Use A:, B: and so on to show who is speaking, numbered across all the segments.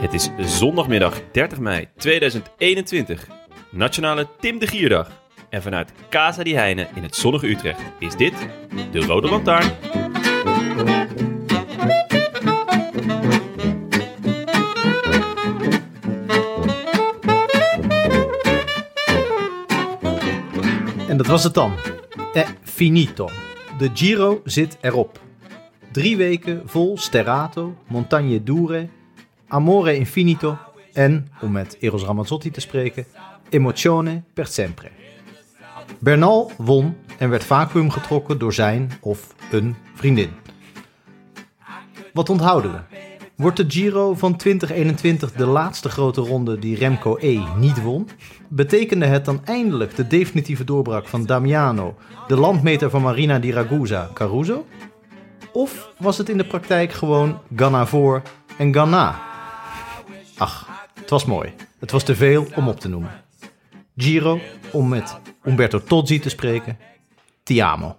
A: Het is zondagmiddag 30 mei 2021, Nationale Tim de Gierdag. En vanuit Casa die Heine in het zonnige Utrecht is dit de Rode Lantaarn.
B: En dat was het dan. E finito. De Giro zit erop. Drie weken vol Sterrato, Montagne Dure, Amore Infinito en, om met Eros Ramazzotti te spreken, Emozione per sempre. Bernal won en werd vacuüm getrokken door zijn of een vriendin. Wat onthouden we? Wordt de Giro van 2021 de laatste grote ronde die Remco E niet won? Betekende het dan eindelijk de definitieve doorbraak van Damiano, de landmeter van Marina di Ragusa, Caruso? Of was het in de praktijk gewoon Ganna voor en Ganna? Ach, het was mooi. Het was te veel om op te noemen. Giro, om met Umberto Tozzi te spreken, ti amo.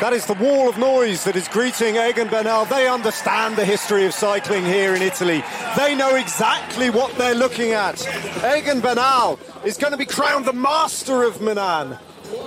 C: That is the wall of noise that is greeting Egan Bernal. They understand the history of cycling here in Italy. They know exactly what they're looking at. Egan Bernal is going to be crowned the master of Milan.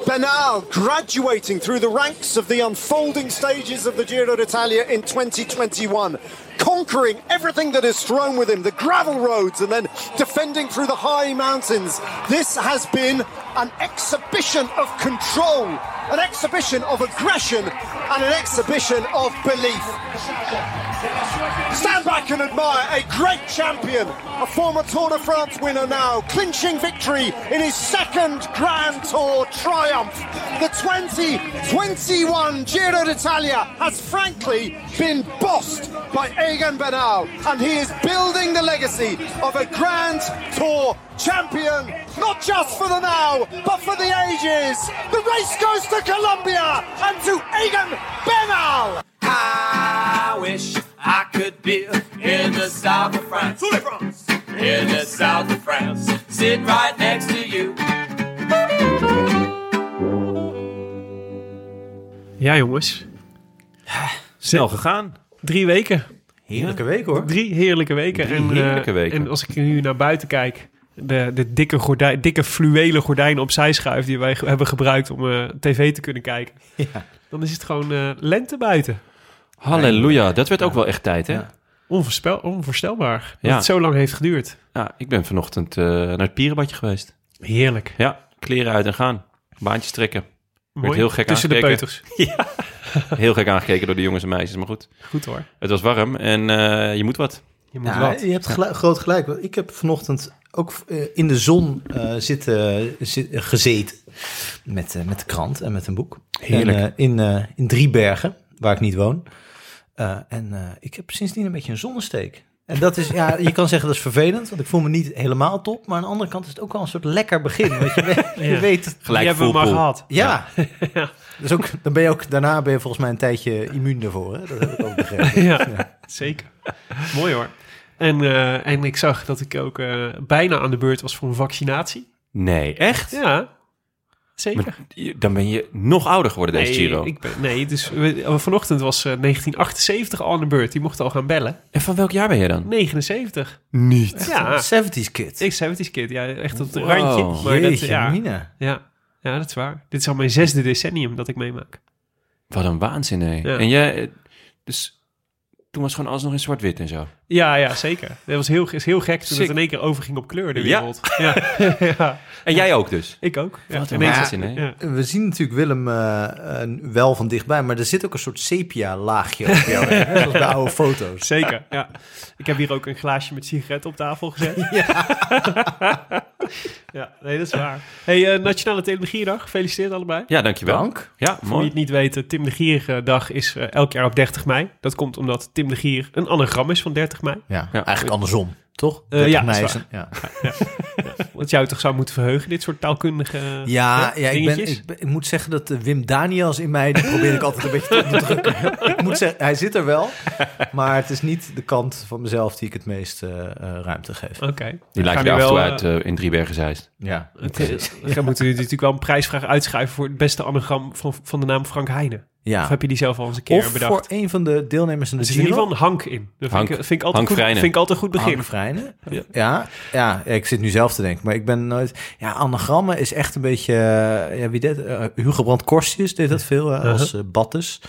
C: Bernal graduating through the ranks of the unfolding stages of the Giro d'Italia in 2021, conquering everything that is thrown with him, the gravel roads, and then defending through the high mountains. This has been an exhibition of control an exhibition of aggression and an exhibition of belief. Stand back and admire a great champion, a former Tour de France winner now, clinching victory in his second Grand Tour triumph. The 2021 Giro d'Italia has frankly been bossed by Egan Bernal, and he is building the legacy of a Grand Tour champion, not just for the now, but for the ages. The race goes to Colombia and to Egan Bernal.
D: I wish I could be in the south of France. In the south of France. Sit right next to you.
E: Ja, jongens.
A: Snel gegaan.
E: Drie weken.
B: Heerlijke week hoor.
E: Drie heerlijke weken.
A: Drie
E: en, eh,
A: heerlijke weken.
E: En als ik nu naar buiten kijk, de, de dikke, gordijn, dikke fluwelen gordijnen opzij schuif die wij ge- hebben gebruikt om eh, tv te kunnen kijken.
B: Ja.
E: Dan is het gewoon eh, lente buiten.
A: Halleluja, dat werd ook wel echt tijd, hè? Ja,
B: Ja.
E: Onvoorspel, onvoorstelbaar dat
A: Ja.
E: het zo lang heeft geduurd.
A: ik ben vanochtend eh, naar het pierenbadje geweest.
E: Heerlijk.
A: Ja, kleren uit en gaan. Baantjes trekken.
E: Mooi.
A: heel gek
E: Tussen de
A: aangekeken.
E: peuters.
A: Heel gek aangekeken door de jongens en meisjes, maar goed.
E: Goed hoor.
A: Het was warm en eh, je moet wat.
E: Je moet
B: Ja,
A: eh,
E: wat.
B: je hebt gelu- groot gelijk. want Ik heb vanochtend ook eh, in de zon eh, zitten, zi- eh, gezeten met, eh, met de krant en met een boek.
A: Heerlijk.
B: En, eh, in, eh, in Driebergen, waar ik niet woon. Eh, en eh, ik heb sindsdien een beetje een zonnesteek. En dat is, ja, je kan zeggen dat is vervelend, want ik voel me niet helemaal top. Maar aan de andere kant is het ook wel een soort lekker begin. Want je, weet- je
E: Ja.
B: weet,
A: Gelijk
E: Die hebben we maar
A: full pool.
E: gehad.
B: ja. Dus ook, dan ben je ook, daarna ben je volgens mij een tijdje immuun daarvoor. Hè? Dat heb ik ook begrepen.
E: Ja, zeker. Mooi hoor. En, eh, en ik zag dat ik ook eh, bijna aan de beurt was voor een vaccinatie.
A: Nee, echt?
E: Ja, zeker.
A: Maar je- dan ben je nog ouder geworden deze
E: nee,
A: Giro.
E: Ik ben, nee, dus we- vanochtend was eh, 1978 al aan de beurt. Die mocht al gaan bellen.
A: En van welk jaar ben jij dan?
E: 79.
A: Niet.
E: Ja,
B: 70s kid.
E: ik 70's kid. Ja, echt op het
A: Wow.
E: randje. Maar dat,
B: Jeetje,
E: ja,
B: Mina.
E: ja, ja, dat is waar. Dit is al mijn zesde decennium dat ik meemaak.
A: Wat een waanzin, hè?
E: Ja.
A: En jij, eh, dus Toen was gewoon alles nog in zwart-wit en zo.
E: Ja, ja, zeker. Dat was heel, is heel gek toen
A: Sick.
E: het in één keer overging op kleur, de
A: Ja.
E: wereld. Ja, ja.
A: En jij ook dus.
E: ik ook. Ja,
A: Wat een
E: ineens-
A: waanzin, hè?
E: ja.
B: We zien natuurlijk Willem eh, eh, wel van dichtbij, maar er zit ook een soort sepia-laagje op jou, heen, hè, zoals bij oude foto's.
E: Zeker, ja. Ik heb hier ook een glaasje met sigaret op tafel gezet. Ja, nee, dat is waar. hey, eh, Nationale Telegierdag, gefeliciteerd allebei.
A: Ja, dankjewel.
B: Dank.
A: Ja,
E: Voor wie
A: mooi.
E: het niet weet, Tim de Gierdag is eh, elk jaar op 30 mei. Dat komt omdat Tim de Gier een anagram is van 30 mei.
B: Ja,
A: Ja.
B: eigenlijk andersom, toch?
E: Eh, ja,
B: 30 mei is
E: dat
B: een- ja.
E: Wat jou toch zou moeten verheugen, dit soort taalkundige eh,
B: Ja, ja ik, ben,
E: dingetjes?
B: ik, ben- ik moet zeggen dat eh, Wim Daniels in mij, die probeer ik altijd een beetje te onderdrukken. ik moet zeggen, hij zit er wel, maar het is niet de kant van mezelf die ik het meest eh, eh, ruimte geef.
E: Oké.
A: Die
E: Dan
A: lijkt
E: gaan
A: je
E: we
A: af en toe
E: wel,
A: uit eh, in Driebergen Zeist.
B: Ja,
E: eh, het- eh, Dan moeten jullie natuurlijk wel een prijsvraag uitschuiven voor het beste anagram van, van de naam Frank Heijnen.
B: ja.
E: Of heb je die zelf al eens een keer
B: Of
E: bedacht?
B: voor een van de deelnemers in de
E: Er zit in ieder
B: Giro.
E: geval een Hank in. Dat
A: Hank.
E: vind, ik, eh, vind, ik altijd
A: Hank
E: goed,
A: Vrijnen.
E: vind ik altijd een goed begin.
B: Hank Vrijnen.
E: Ja.
B: Ja. Ja, ik zit nu zelf te denken, maar ik ben nooit... Ja, anagrammen is echt een beetje... eh, ja, wie deed, eh, Hugo Brandt Korstius deed dat veel, eh, als eh, Battes.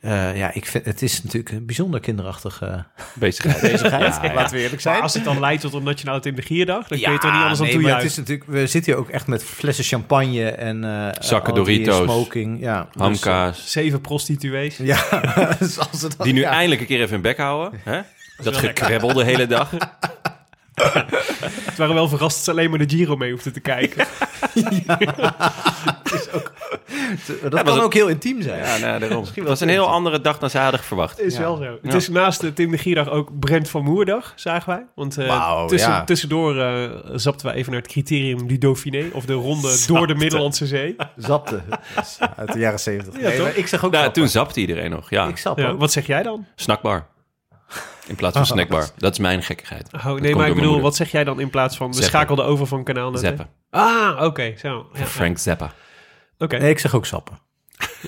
B: Eh, ja, ik vind, het is natuurlijk een bijzonder kinderachtig eh
A: Bezigheid.
B: bezigheid,
A: Ja, ja.
B: laten we eerlijk
E: Maar
B: zijn.
E: als het dan leidt tot een nationale Tim de Gierdag, dan kun je toch niet anders
B: nee,
E: aan
B: maar het
E: toejuichen.
B: is natuurlijk, we zitten hier ook echt met flessen champagne en eh,
A: Zakken
B: al die
A: Doritos.
B: smoking. Ja, dus,
A: Hamkaas.
E: Zeven prostituees.
B: eh, ja, dus als het
A: Die nu
B: ja.
A: eindelijk een keer even hun bek houden. Hè? Dat gekrebbel de hele dag.
E: Het waren wel verrast dat ze alleen maar de Giro mee hoefden te kijken.
B: dat
A: maar
B: kan
A: dat-
B: ook heel intiem zijn.
A: Ja, nou, daarom. Het was een heel andere dag dan ze hadden verwacht.
E: is wel zo. Het is naast de Tim de Gierdag ook Brent van Moerdag, zagen wij. Want eh,
B: Wauw,
E: tussen,
B: ja.
E: tussendoor eh, zapten wij even naar het criterium du Dauphiné, of de ronde door de Middellandse Zee.
B: Zapte. Uit de jaren zeventig.
E: Ja, toch?
B: maar ik zeg ook
A: Nou,
B: grappen.
A: toen zapte iedereen nog. Ja,
B: Ik zap
E: Ja,
B: ook.
E: wat zeg jij dan?
A: snackbar. In plaats van snackbar. Dat is mijn gekkigheid.
E: Oh,
A: Dat komt
E: nee,
A: door
E: maar
A: mijn
E: ik bedoel,
A: moeder.
E: wat zeg jij dan in plaats van... We
A: Zeppen.
E: schakelden over van kanaal naar...
A: Zeppen.
E: Ah, oké, zo. Ja, ja.
A: Frank Zappa.
E: Oké,
B: Nee, ik zeg ook sappen.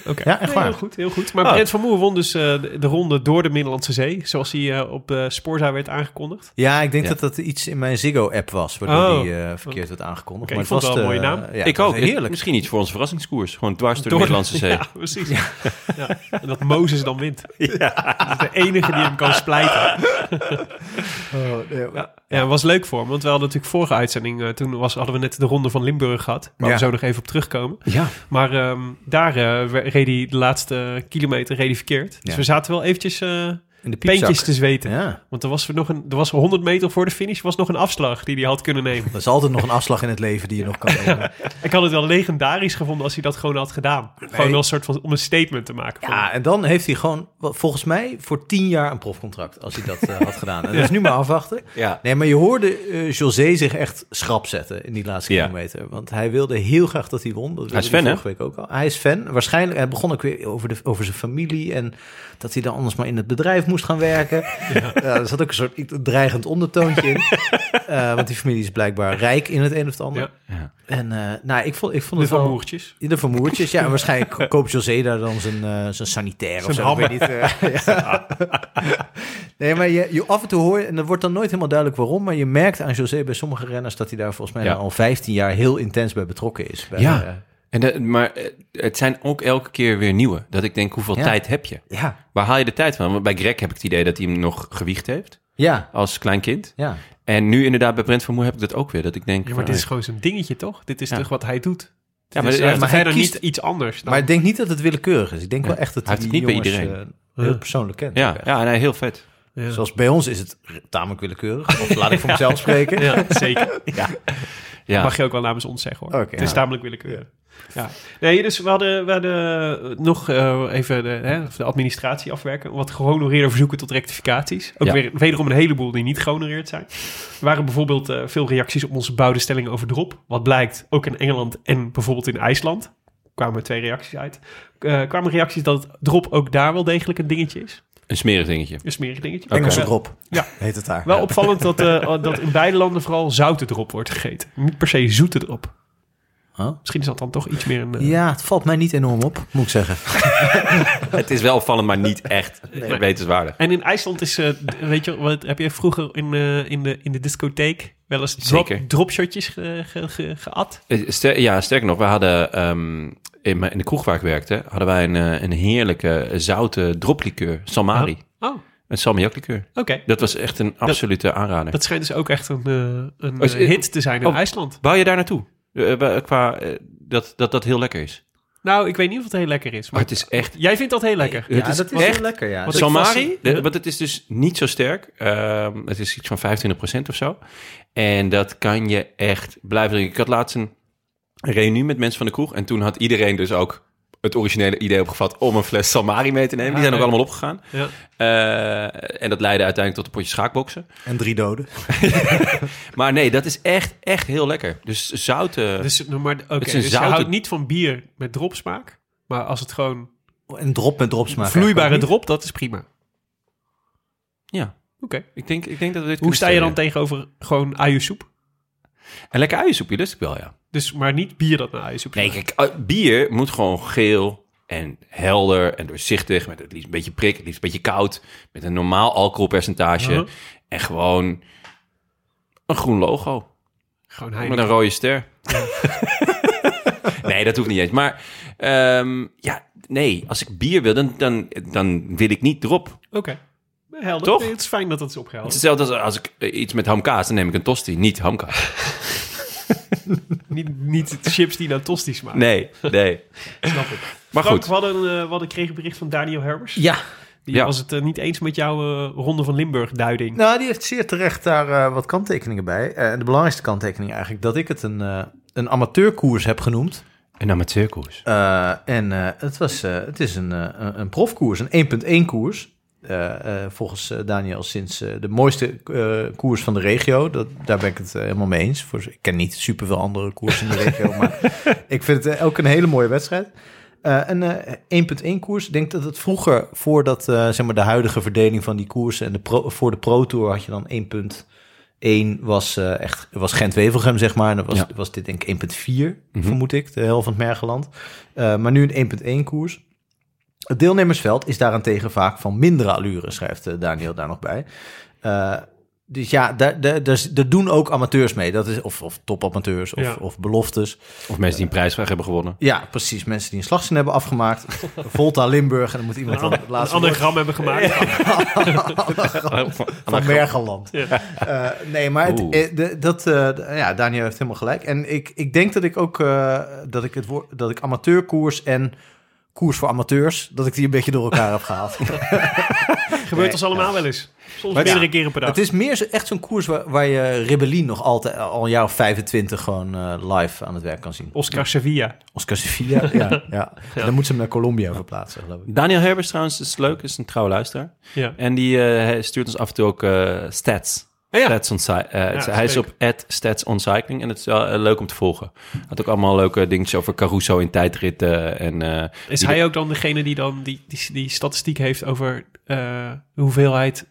E: oké.
B: Ja, echt
E: Nee,
B: waar.
E: heel goed, heel goed. Maar
A: Oh.
E: Brent van Moer won dus eh, de de ronde door de Middellandse Zee, zoals hij eh, op eh Spoorza werd aangekondigd.
B: Ja, ik denk
A: Ja.
B: dat dat iets in mijn Ziggo-app was, waardoor
E: Oh.
B: die eh, verkeerd werd aangekondigd.
E: Oké, ik
B: maar
E: vond
B: het
E: het
B: was
E: wel een
B: de-
E: mooie naam.
B: ja,
A: ik
B: het
A: ook.
B: was Heerlijk.
A: Misschien iets voor onze verrassingscours. Gewoon dwars door de Middellandse Zee.
E: Ja, precies. Ja. En dat Mozes dan wint. Dat is de enige die hem kan splijten. Ja, ja, was leuk voor hem. Want we hadden natuurlijk vorige uitzending... eh, toen was, hadden we net de ronde van Limburg gehad. Waar
B: Ja.
E: we zo nog even op terugkomen.
A: Ja.
E: Maar ehm, daar eh, we- reed hij de laatste kilometer reed hij verkeerd. Dus
B: Ja.
E: we zaten wel eventjes eh
B: In de piepzak.
E: peentjes te zweten.
B: Ja,
E: Want er was, nog een, er was 100 meter voor de finish was nog een afslag die hij had kunnen nemen.
B: er is altijd nog een afslag in het leven die je nog kan nemen.
E: Ik had het wel legendarisch gevonden als hij dat gewoon had gedaan. Gewoon wel een soort van... om een statement te maken.
B: Ja, en dan heeft hij gewoon, wel, volgens mij, voor tien jaar een profcontract. Als hij dat eh, had gedaan. En dat is nu maar afwachten.
A: Ja.
B: Nee, maar je hoorde eh, José zich echt schrap zetten in die laatste
A: Ja.
B: kilometer. Want hij wilde heel graag dat hij won. Dat wilde
A: is fan, hè?
B: vorige week ook al. Hij is fan. Waarschijnlijk, hij begon ook weer over, de, over zijn familie. En dat hij dan anders maar in het bedrijf moest gaan werken. Ja. er zat ook een soort i- dreigend ondertoontje in. Eh, want die familie is blijkbaar rijk in het een of het ander.
E: Ja.
A: Ja.
B: En eh, nou, ik vond, ik vond
E: De
B: het
E: Van
B: wel...
E: Moertjes.
B: Ja, De vermoertjes, ja. En waarschijnlijk koopt José daar dan zijn, eh zijn sanitair of
E: Zijn
B: zo. ik weet niet. eh, ja. Nee, maar je, je, af en toe hoor je, en dat wordt dan nooit helemaal duidelijk waarom, maar je merkt aan José bij sommige renners dat hij daar volgens mij
A: Ja.
B: al 15 jaar heel intens bij betrokken is. Bij,
A: Ja.
B: eh,
A: En de- maar eh, het zijn ook elke keer weer nieuwe. Dat ik denk, hoeveel
B: Ja.
A: tijd heb je?
B: ja,
A: Waar haal je de tijd van? Want bij Greg heb ik het idee dat hij hem nog gewiegd heeft
B: ja,
A: als klein kind.
B: ja.
A: En nu inderdaad bij Brent van Moer heb ik dat ook weer. Dat ik denk, eh,
E: Ja, maar dit is gewoon zijn dingetje, toch? Dit is
A: Ja.
E: toch wat hij doet?
A: ja,
E: maar,
A: maar,
E: dus,
A: ja,
E: hij
B: maar
E: maar
B: hij
E: verder
B: kiest-
E: niet iets anders. Dan.
B: Maar ik denk niet dat het willekeurig is. Ik denk wel echt dat
A: Hij
B: hij
A: heeft
B: die
A: het niet bij
B: jongens
A: iedereen.
B: eh, heel persoonlijk kent.
A: ja,
B: ook echt.
A: ja, nee, heel vet.
E: Ja.
B: Zoals bij ons is het r- tamelijk willekeurig. Of laat ik voor mezelf spreken.
E: Ja, zeker.
A: Ja.
E: Mag je ook wel namens ons zeggen, hoor.
B: Oké,
E: het is
B: ja.
E: tamelijk willekeurig. Ja. Nee, dus we hadden, we hadden nog eh, even de, hè, de administratie afwerken. Wat gehonoreerde verzoeken tot rectificaties. Ook
A: Ja.
E: weer, wederom een heleboel die niet gehonoreerd zijn. Er waren bijvoorbeeld eh, veel reacties op onze bouwde stellingen over drop. Wat blijkt, ook in Engeland en bijvoorbeeld in IJsland kwamen twee reacties uit. Eh, kwamen reacties dat drop ook daar wel degelijk een dingetje is.
A: Een smerig dingetje.
E: Een smerig dingetje.
B: Engelse
E: Eh,
B: drop
E: Ja.
B: heet het daar.
E: Wel
B: Ja.
E: opvallend dat, eh, dat in beide landen vooral zoute drop wordt gegeten. Niet per se zoete drop.
B: Huh?
E: Misschien is dat dan toch iets meer een... eh,
B: Ja, het valt mij niet enorm op, moet ik zeggen.
A: Het is wel opvallend, maar niet echt wetenswaardig.
E: En in IJsland is, eh, d- weet je, wat, heb je vroeger in, eh, in, de, in de discotheek wel eens drop,
A: Zeker.
E: dropshotjes ge, ge, ge- geat?
A: Eh, ster- ja, sterker nog, we hadden ehm, in, mijn- in de kroeg waar ik werkte, hadden wij een, eh, een heerlijke eh, zoute droplikeur, Samari.
E: Oh,
A: Met salmiaklikeur.
E: Oké.
A: Dat was echt een absolute aanrader.
E: Dat schijnt dus ook echt een, eh, een
A: Oh, is-
E: eh, hit te zijn in
A: oh.
E: IJsland.
A: Wou je daar naartoe? Eh, wa- qua eh, dat, dat dat heel lekker is.
E: Nou, ik weet niet of het heel lekker is.
A: Maar het
E: Maar
A: is echt...
E: jij vindt dat heel lekker.
B: Ja,
A: het is
B: dat is
A: echt
B: heel lekker, ja.
E: Wat ik
A: Salmari,
E: vast-
A: de- want het is dus niet zo sterk. Ehm, het is iets van 25% of zo. En dat kan je echt blijven drinken. Ik had laatst een reunie met mensen van de kroeg. En toen had iedereen dus ook het originele idee opgevat om een fles Salmari mee te nemen. Die
E: Ja,
A: zijn ook
E: ja.
A: allemaal opgegaan.
E: Ja.
A: Eh, en dat leidde uiteindelijk tot een potje schaakboksen.
F: En drie doden.
A: Maar nee, dat is echt, echt heel lekker. Dus zout... eh,
E: Dus, nou, maar, oké,
A: Het is een
E: dus je
A: zoute-
E: houdt niet van bier met dropsmaak. Maar als het gewoon
F: En drop met dropsmaak.
E: vloeibare drop, dat is prima. Oké.
A: ja, ik denk, ik denk dat we dit
E: Hoe
A: kunnen
E: sta je dan
A: stelen.
E: tegenover gewoon uiensoep?
A: Een lekker uiensoepje lust ik wel, ja.
E: Dus, maar niet bier dat naar uiensoep
A: Nee,
E: smaakt.
A: kijk, eh, bier moet gewoon geel en helder en doorzichtig. Met het liefst een beetje prik, het liefst een beetje koud. Met een normaal alcoholpercentage.
E: Uh-huh.
A: En gewoon een groen logo.
E: Gewoon
A: Met een
E: Heineken.
A: rode ster. nee, dat hoeft niet eens. Maar ehm, ja, nee, als ik bier wil, dan, dan, dan wil ik niet erop.
E: Oké. Helder.
A: Toch?
E: Nee, het is fijn dat dat is opgehaald.
A: Het is hetzelfde als als ik eh, iets met hamkaas, dan neem ik een tosti, niet hamkaas.
E: Niet, niet de chips die naar tosti smaken.
A: Nee, nee.
E: Snap ik.
A: Maar
E: Frank,
A: goed.
E: we hadden, eh, we hadden kregen een bericht van Daniel Herbers.
B: Ja,
E: Die
A: Ja.
E: was het eh, niet eens met jouw eh, Ronde van Limburg duiding.
B: nou, die heeft zeer terecht daar eh, wat kanttekeningen bij. Eh, en de belangrijkste kanttekening eigenlijk, dat ik het een, eh, een amateurkoers heb genoemd.
A: Een amateurkoers.
B: Eh, en eh, het, was, eh, het is een, eh, een- een profkoers, een 1.1 koers. Eh, eh, volgens eh, Daniel sinds eh, de mooiste eh, koers van de regio. Dat, daar ben ik het eh, helemaal mee eens. Voor, ik ken niet superveel andere koersen in de regio, maar ik vind het eh, ook een hele mooie wedstrijd. Eh, een eh, 1.1 koers. Ik denk dat het vroeger, voordat eh, zeg maar de huidige verdeling van die koersen en de pro- voor de Pro Tour had je dan 1.1 was, eh, echt was Gent-Wevelgem, zeg maar. En dan was,
A: Ja.
B: was dit denk ik 1.4, vermoed ik, de helft van het Mergeland. Eh, maar nu een 1.1 koers. Het deelnemersveld is daarentegen vaak van mindere allure, schrijft eh, Daniel daar nog bij. Eh, dus ja, daar, daar, daar, daar doen ook amateurs mee. Dat is, of, of topamateurs of,
E: Ja.
B: of beloftes.
A: Of mensen die een prijsvraag hebben gewonnen.
B: Ja, precies. Mensen die een slagzin hebben afgemaakt. Volta Limburg. En dan moet iemand dan het
E: Een
B: laatste woord
E: anagram hebben gemaakt.
B: van Mergeland.
E: Ja.
B: Eh, nee, maar het,
A: Oeh.
B: eh, de- dat, eh, d- ja, Daniel heeft helemaal gelijk. En ik, ik denk dat ik ook eh, dat ik het woord dat ik amateurkoers en koers voor amateurs, dat ik die een beetje door elkaar heb gehaald.
E: Gebeurt ons allemaal wel eens. Soms
B: Maar-
E: meerdere keren per dag.
B: het is meer zo, echt zo'n koers waar, waar je Rebellin nog altijd al een jaar of 25 gewoon eh, live aan het werk kan zien.
E: Oscar Sevilla.
B: Oscar Sevilla, ja, ja. En dan moeten ze hem naar Colombia verplaatsen, geloof ik.
A: Daniel Herbers trouwens is leuk, is een trouwe luisteraar.
E: Ja.
A: En die eh, hij stuurt ons af en toe ook eh, stats.
E: Oh ja.
A: stats on cy- eh, het-
E: dat
A: hij
E: is
A: is
E: leuk.
A: op @statsoncycling en het is wel eh, leuk om te volgen. Had ook allemaal leuke dingetjes over Caruso in tijdritten. En, eh,
E: Is
A: die-
E: hij ook dan degene die dan die, die, die statistiek heeft over eh, de hoeveelheid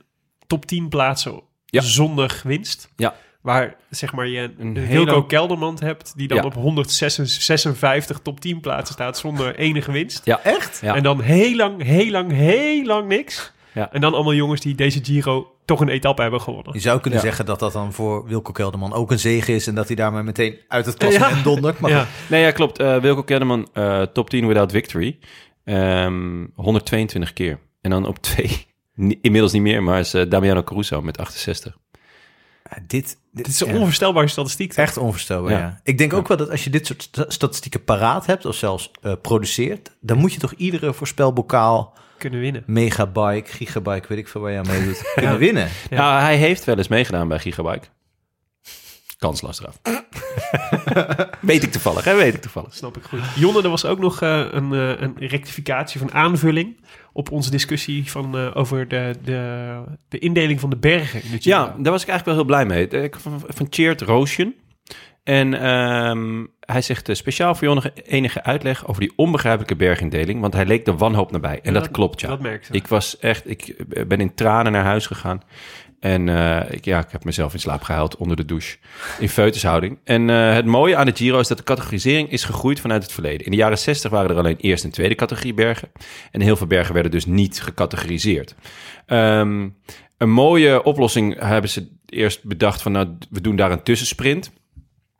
E: top 10 plaatsen
A: Ja.
E: zonder winst?
A: Ja.
E: Waar zeg maar je
A: Een
E: een
A: hele-
E: Hilco Kelderman hebt die dan
A: Ja.
E: op 156 top 10 plaatsen staat zonder enige winst.
A: Ja, echt? Ja.
E: En dan heel lang, heel lang, heel lang niks.
A: Ja.
E: En dan allemaal jongens die deze Giro toch een etappe hebben gewonnen.
B: Je zou kunnen
A: Ja.
B: zeggen dat dat dan voor Wilco Kelderman ook een zege is... en dat hij daarmee meteen uit het klassement dondert. Maar
E: Ja.
B: goed.
A: Nee, ja, klopt. Eh, Wilco Kenneman, eh, top 10 without victory. Ehm, 122 keer. En dan op twee, ni- inmiddels niet meer, maar is eh, Damiano Caruso met 68.
B: Ja, dit, dit
E: Dit is
B: is
E: een onvoorstelbare statistiek.
B: echt onvoorstelbaar,
A: Ja.
B: ja. Ik denk ook wel dat als je dit soort sta- statistieken paraat hebt... of zelfs eh, produceert... dan moet je toch iedere voorspelbokaal,
E: kunnen winnen.
B: megabike, gigabike... weet ik veel waar je aan meedoet, kunnen winnen.
E: Ja.
A: Nou, hij heeft wel eens meegedaan bij Gigabike. Kanslas eraf. weet ik toevallig, hè? Weet ik toevallig.
E: Snap ik goed. Jonne, er was ook nog eh, een, eh, een rectificatie van aanvulling op onze discussie van, eh, over de, de, de indeling van de bergen. In de Giro.
A: Ja, daar was ik eigenlijk wel heel blij mee. Eh, Ik van, van Cheert Roosjen. En ehm, hij zegt eh, speciaal voor Jonne enige uitleg over die onbegrijpelijke bergindeling. Want hij leek de wanhoop nabij. En dat, klopt, ja.
E: Dat merkte ik.
A: ik was echt, ik eh, ben in tranen naar huis gegaan. En eh, ik, ja, ik heb mezelf in slaap gehuild onder de douche. In feutushouding. En eh, het mooie aan de Giro is dat de categorisering is gegroeid vanuit het verleden. In de jaren 60 waren er alleen eerste en tweede categorie bergen. En heel veel bergen werden dus niet gecategoriseerd. Ehm, een mooie oplossing hebben ze eerst bedacht van... nou, we doen daar een tussensprint.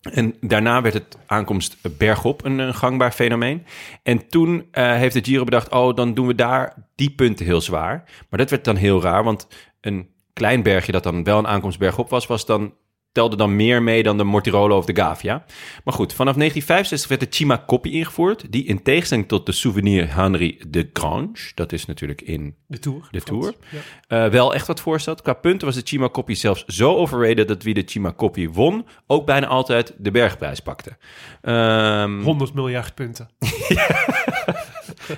A: En daarna werd het aankomst bergop een, een gangbaar fenomeen. En toen eh, heeft de Giro bedacht, oh, dan doen we daar die punten heel zwaar. Maar dat werd dan heel raar, want een klein bergje dat dan wel een aankomst bergop was, was dan, telde dan meer mee dan de Mortirolo of de Gavia. Maar goed, vanaf 1965 werd de Cima Coppi ingevoerd, die in tegenstelling tot de souvenir Henri de Grange, dat is natuurlijk in
E: De Tour.
A: de Tour. Eh, wel echt wat voorstelt. Qua punten was de Chima Coppi zelfs zo overreden dat wie de Chima Coppi won, ook bijna altijd de bergprijs pakte. Ehm,
E: 100 miljard punten.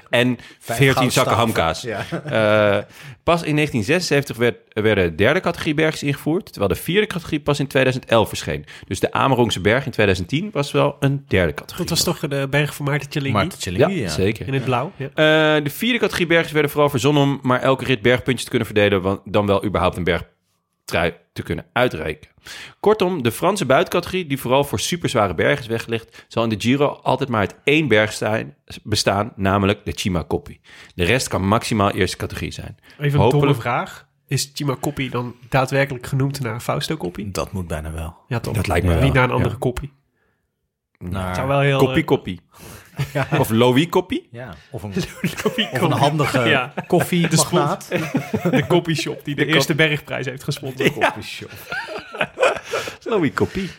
A: en 14 zakken
G: goudstaven.
A: hamkaas.
G: Ja.
A: Eh, pas in 1976 werd, werden de derde categorie bergs ingevoerd, terwijl de vierde categorie pas in 2011 verscheen. Dus de Amerongse berg in 2010 was wel een derde categorie.
E: Dat was toch de berg van Maarten Tjallingi?
B: Maarten Tjellinghi,
A: ja,
B: ja.
A: zeker.
E: In het blauw. Ja.
A: Eh, de vierde categorie bergers werden vooral verzonnen om maar elke rit bergpuntjes te kunnen verdelen, want dan wel überhaupt een bergtrui te kunnen uitreiken. Kortom, de Franse buitencategorie, die vooral voor superzware bergen is weggelegd, zal in de Giro altijd maar uit één berg zijn, bestaan, namelijk de Cima Coppi. De rest kan maximaal eerste categorie zijn.
E: Even een
A: Hopelijk-
E: domme vraag. Is Chima Coppi dan daadwerkelijk genoemd naar Fausto Coppi?
B: Dat moet bijna wel.
E: Ja, toch?
A: Dat lijkt me wel.
E: Niet naar een andere Coppi.
B: Naar,
E: Zou wel heel...
A: Coppi Coppi. Of Louis Coppi.
B: ja, of een,
E: eh, Coppi
B: of een
E: Coppi.
B: handige
E: Ja.
B: koffiemagnaat.
E: De Coppi Shop die de,
A: kop-
E: eerste bergprijs heeft gesponsord. Ja.
A: Louis Coppi.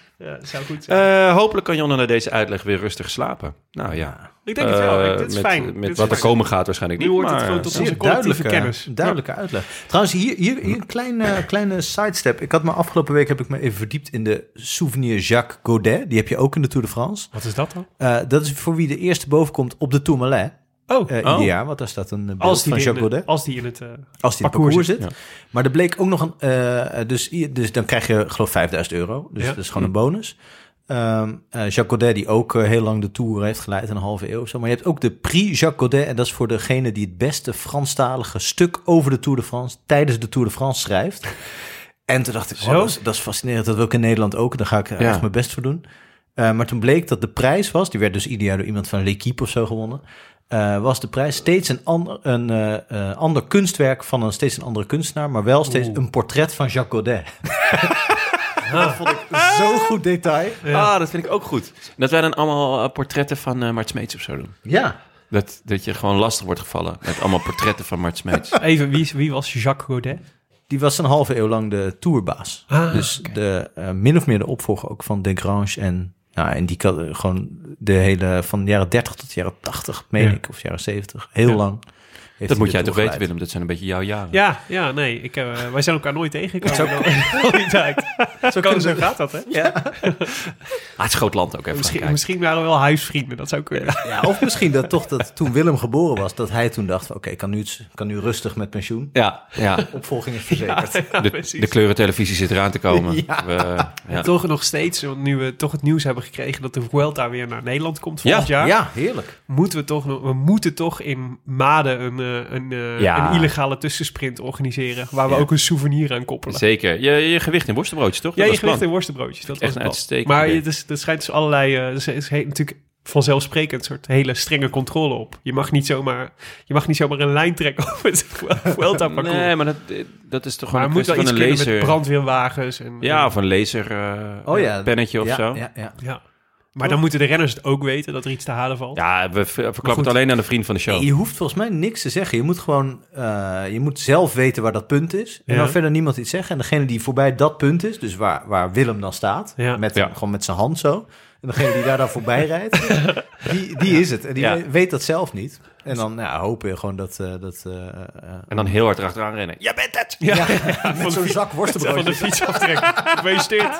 E: zou goed zijn.
A: Eh, hopelijk kan Jonne na deze uitleg weer rustig slapen. Nou ja.
E: ik denk het wel.
A: Eh,
E: Ik- dit is
A: met,
E: fijn.
A: Met
E: Dit is
A: wat er
E: fijn.
A: komen gaat waarschijnlijk
E: Nu
A: niet,
E: hoort het
A: maar-
E: gewoon tot onze
B: Zeer
E: collectieve
B: duidelijke,
E: kennis.
B: duidelijke uitleg. Trouwens, hier, hier, hier een kleine, kleine sidestep. Ik had me afgelopen week heb ik me even verdiept in de souvenir Jacques Godet. Die heb je ook in de Tour de France.
E: Wat is dat dan?
B: Eh, dat is voor wie de eerste bovenkomt op de Tourmalet.
E: Oh,
B: eh,
A: Oh.
B: Ieder jaar, want daar staat een eh, beeld
E: als, die
B: van
E: in
B: Jacques
E: de-
B: Godet.
E: als die in het... eh,
B: Als die in het
E: parcours
B: parcours zit. Maar er bleek ook nog een... eh, dus, i- dus dan krijg je geloof 5000 euro. Dus
E: Ja. Mm.
B: dat is gewoon een bonus. Ehm eh, Jacques Godet, die ook eh, heel lang de Tour heeft geleid, een halve eeuw of zo. Maar je hebt ook de Prix Jacques Godet. En dat is voor degene die het beste Franstalige stuk over de Tour de France... tijdens de Tour de France schrijft. En toen dacht ik, oh,
E: Zo?
B: dat, is, dat is fascinerend. Dat wil ik in Nederland ook. Daar ga ik echt mijn best voor doen. Eh, maar toen bleek dat de prijs was... die werd dus ieder jaar door iemand van L'Equipe of zo gewonnen... eh, was de prijs steeds een, ander, een eh, eh, ander kunstwerk van een steeds een andere kunstenaar... maar wel steeds een portret van Jacques Godet. Dat vond ik zo'n goed detail.
A: Ah, dat vind ik ook goed. Dat wij dan allemaal eh, portretten van eh Mart Smeets of zo doen.
B: Ja,
A: Dat, dat je gewoon lastig wordt gevallen met allemaal portretten van Mart Smeets.
E: Even, wie, is- wie was Jacques Godet?
B: die was een halve eeuw lang de tourbaas.
A: Ah,
B: dus de, eh, min of meer de opvolger ook van De Grange en... Nou, en die kan eh, gewoon de hele van de jaren 30 tot de jaren 80, meen
E: Ja.
B: ik, of jaren 70, heel
E: Ja.
B: lang. heeft
A: dat
B: hij
A: moet jij
B: de
A: toch
B: Tour
A: weten, Willem?
B: geleid.
A: Dat zijn een beetje jouw jaren.
E: Ja, ja, nee. Ik, eh, wij zijn elkaar nooit tegengekomen. Al die tijd. Zo, kan, zo gaat dat, hè?
A: Ah, het is groot land ook even.
E: Misschien,
A: gaan kijken.
E: misschien waren we wel huisvrienden, dat zou kunnen.
B: Ja, of misschien dat toch dat toen Willem geboren was, dat hij toen dacht: van, oké, ik kan nu, iets- kan nu rustig met pensioen.
A: Ja, ja.
B: Opvolging is verzekerd.
A: De,
E: precies.
A: de kleurentelevisie zit eraan te komen. We, eh, ja.
E: Toch nog steeds, want nu we toch het nieuws hebben gekregen dat de Vuelta weer naar Nederland komt volgend
A: Ja,
E: jaar,
B: Ja, heerlijk.
E: moeten we toch nog- we moeten toch in Maden een, eh, een, eh,
A: Ja.
E: een illegale tussensprint organiseren, waar we
A: Ja.
E: ook een souvenir aan koppelen.
A: Zeker. Je, je gewicht in worstenbroodjes, toch?
E: Ja,
A: Dat
E: je
A: was het
E: gewicht
A: plan.
E: en worstenbroodjes, dat
A: Echt
E: was
A: een
E: het plan.
A: uitstekend
E: Maar
A: idee.
E: je- dus, er schijnt dus allerlei, eh, dus er is he- natuurlijk vanzelfsprekend soort hele strenge controle op. Je mag niet zomaar, je mag niet zomaar een lijn trekken over het Vuelta parcours.
A: Nee, maar dat, eh, dat is toch
E: maar
A: gewoon
E: er
A: een
E: moet wel
A: kwestie
E: iets
A: van een laser.
E: kunnen met brandweerwagens en
A: Ja, of een laser eh,
B: Oh ja.
A: pennetje of
B: ja,
A: zo. Ja,
B: Ja, ja.
E: Ja. Maar
A: Oh.
E: dan moeten de renners het ook weten dat er iets te halen valt.
A: we ver- verklappen
E: goed.
A: het alleen aan de vriend van de
E: Oh.
A: show.
B: Je hoeft volgens mij niks te zeggen. Je moet gewoon, eh, je moet zelf weten waar dat punt is. En
E: Ja.
B: dan verder niemand iets zeggen. En degene die voorbij dat punt is, dus waar, waar Willem dan staat,
E: Ja.
B: Met,
A: Ja.
B: gewoon met zijn hand zo. En degene die daar dan voorbij rijdt, die, die is het. En die
A: Ja.
B: we- weet dat zelf niet. En dan ja, hopen we gewoon dat... eh, dat eh, eh,
A: En dan heel hard erachteraan rennen. Je bent het!
B: ja, met zo'n zak
E: Van
B: worstenbroodjes.
E: de fiets aftrekken. Gefeliciteerd.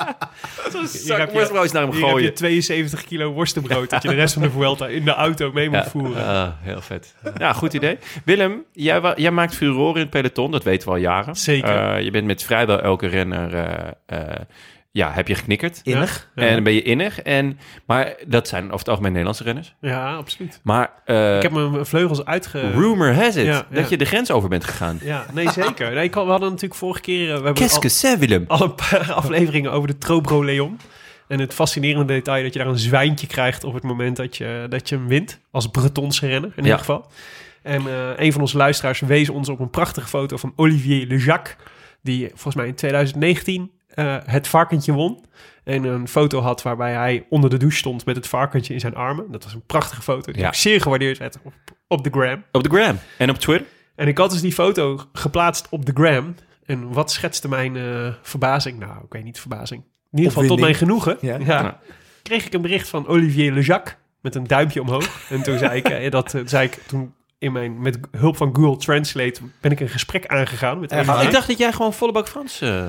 E: Hier heb
A: Zak
E: je-
A: worstenbroodjes naar hem
E: Hier heb je
A: gooien.
E: 72 kilo worstenbrood dat je de rest van de Vuelta in de auto mee moet voeren.
A: Ah, heel vet. Ja, goed idee. Willem, jij, wa- jij maakt furore in het peloton, dat weten we al jaren.
E: Zeker.
A: Eh, je bent met vrijwel elke renner, eh, eh, ja, heb je geknikkerd.
B: Innig.
E: Ja.
A: En dan ben je innig. En, maar dat zijn over het algemeen Nederlandse renners.
E: Ja, absoluut.
A: Maar eh,
E: Ik heb mijn vleugels uitge...
A: rumor has it
E: ja, ja.
A: dat je de grens over bent gegaan.
E: Ja, nee zeker. Nee, ik had- we hadden natuurlijk vorige keer... eh, We hebben al,
A: c'est, Willem?
E: al een paar afleveringen over de Trobro Leon. En het fascinerende detail dat je daar een zwijntje krijgt op het moment dat je, dat je hem wint. Als Bretonse renner
A: Ja.
E: in ieder geval. En eh, een van onze luisteraars wees ons op een prachtige foto van Olivier Le Jacques. Die volgens mij in 2019 eh, het varkentje won. En een foto had waarbij hij onder de douche stond met het varkentje in zijn armen. Dat was een prachtige foto. Die
A: Ja.
E: ook zeer gewaardeerd werd op, op de gram.
A: Op de gram en op Twitter.
E: En ik had dus die foto geplaatst op de gram. En wat schetste mijn eh, verbazing? Nou, ik weet niet verbazing. In ieder geval tot mijn genoegen.
B: Ja.
A: Ja.
E: Kreeg ik een bericht van Olivier Lejac met een duimpje omhoog. En toen zei ik, eh, dat eh, zei ik toen in mijn, met hulp van Google Translate ben ik een gesprek aangegaan met
B: Ah,
E: Olivier.
A: Ik dacht dat jij gewoon volle bak Frans... eh,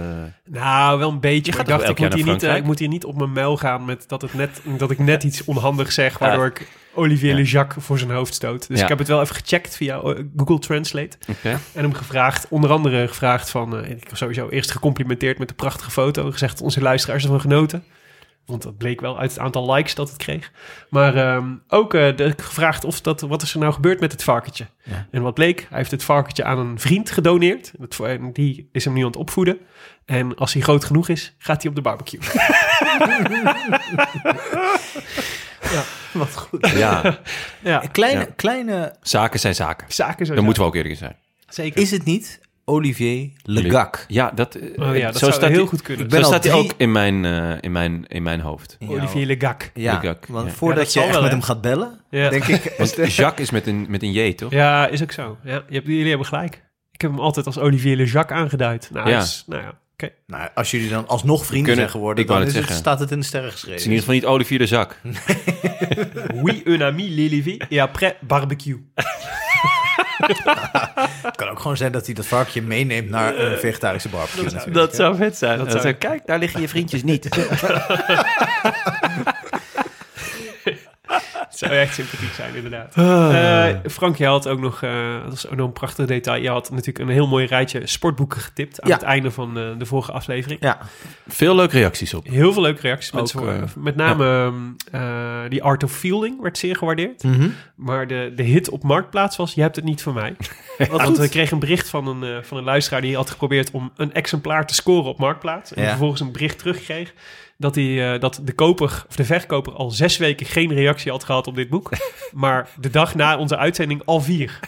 E: Nou, wel een beetje.
A: Je
E: maar
A: gaat
E: ik dacht,
A: toch elk
E: ik moet,
A: jaar
E: hier
A: naar
E: niet, eh,
A: Frankrijk?
E: ik moet hier niet op mijn muil gaan met dat, het net, dat ik net iets onhandig zeg, waardoor
A: Ja.
E: ik Olivier
A: Ja.
E: Lejac voor zijn hoofd stoot. Dus
A: Ja.
E: ik heb het wel even gecheckt via eh, Google Translate.
A: Oké.
E: En hem gevraagd, onder andere gevraagd van, eh, ik heb sowieso eerst gecomplimenteerd met de prachtige foto. Gezegd dat onze luisteraars ervan genoten. Want dat bleek wel uit het aantal likes dat het kreeg. Maar ehm, ook eh, de- gevraagd of dat, wat is er nou gebeurd met het varkentje.
B: Ja.
E: En wat bleek, hij heeft het varkentje aan een vriend gedoneerd. Dat voor- En die is hem nu aan het opvoeden. En als hij groot genoeg is, gaat hij op de barbecue.
B: Wat goed.
A: Ja,
E: ja,
B: Kleine,
A: Ja.
B: kleine,
A: zaken zijn zaken.
E: zaken zo.
A: Daar moeten we ook eerlijk in zijn.
E: Zeker.
B: is het niet Olivier Legac?
A: Ja, dat, eh,
E: Oh ja, dat
A: zo
E: zou
A: staat
E: heel
A: die-
E: goed kunnen.
B: Ik ben
A: zo
B: al
A: staat hij
B: drie-
A: ook in mijn, eh, in, mijn, in mijn hoofd.
E: Olivier Legac.
B: Ja,
A: Legac,
B: want
A: ja.
E: Ja,
B: voordat
E: dat
B: je
E: zal
B: echt
E: wel,
B: met
E: hè?
B: hem gaat bellen,
E: Ja.
B: denk ik...
A: Want Jacques is met een, met een J, toch?
E: Ja, is ook zo. Ja, je hebt, jullie hebben gelijk. Ik heb hem altijd als Olivier Lejac aangeduid. Nou,
A: Ja.
E: ja. Is, nou ja, oké.
B: Nou, als jullie dan alsnog vrienden
A: Kunnen-
B: zijn geworden,
A: ik wou
B: dan
A: net
B: is het-
A: zeggen.
B: staat het in de sterren
A: Het
B: geschreven.
A: is in ieder geval niet Olivier de Zak.
E: Oui, un ami, Lilivi. Et après, barbecue.
B: Het kan ook gewoon zijn dat hij dat varkentje meeneemt naar
A: Eh,
B: een vegetarische barbecue. natuurlijk, hè?
A: Ah, zou vet zijn.
E: Dat zou-
A: Kijk, daar liggen je vriendjes niet.
E: Dat zou echt sympathiek zijn, inderdaad.
A: Ah.
E: Eh, Frank, jij had ook nog, eh, dat is ook nog een prachtig detail. Je had natuurlijk een heel mooi rijtje sportboeken getipt aan
B: Ja.
E: het einde van eh, de vorige aflevering.
B: Ja,
A: Veel leuke reacties op.
E: Heel veel leuke reacties. Mensen
A: Ook,
E: voor-
A: eh,
E: met name ehm, eh, die Art of Fielding werd zeer gewaardeerd.
A: Mhm.
E: Maar de, de hit op Marktplaats was Je hebt het niet van mij. Want we kregen een bericht van een, eh, van een luisteraar die had geprobeerd om een exemplaar te scoren op Marktplaats. En
B: Ja.
E: vervolgens een bericht terugkreeg dat, hij, eh, dat de koper of de verkoper al zes weken geen reactie had gehad op dit boek. maar de dag na onze uitzending al vier.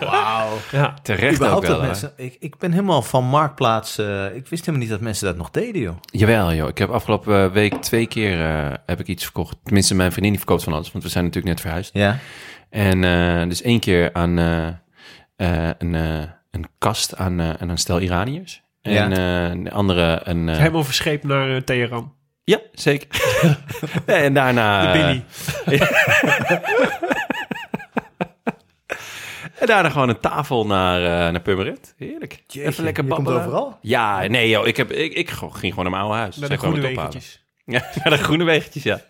B: wauw.
E: Ja,
A: Terecht ook
B: Überhaupt
A: wel.
B: dat
A: hè?
B: mensen... Ik, ik ben helemaal van Marktplaats... eh, ik wist helemaal niet dat mensen dat nog deden, joh.
A: Jawel, joh. Ik heb afgelopen eh, week twee keer eh, heb ik iets verkocht. Tenminste, mijn vriendin die verkoopt van alles, want we zijn natuurlijk net verhuisd.
B: Ja.
A: En eh, dus één keer aan eh, eh, een, eh, een kast aan, eh, aan een stel Iraniërs. En
B: Ja.
A: eh, de andere een... eh,
E: helemaal verscheept naar eh, Teheran.
A: Ja, zeker. en daarna... eh,
E: De Billy.
A: En daarna gewoon een tafel naar, eh naar Purmeret. Heerlijk. Even lekker
B: je komt
A: babbelen.
B: overal.
A: Ja, nee joh, ik, heb, ik, ik ging gewoon naar mijn oude huis.
E: Naar
A: Zij
E: de
A: kwamen
E: groene
A: het ophalen.
E: wegentjes.
A: Ja, naar de groene wegentjes, ja.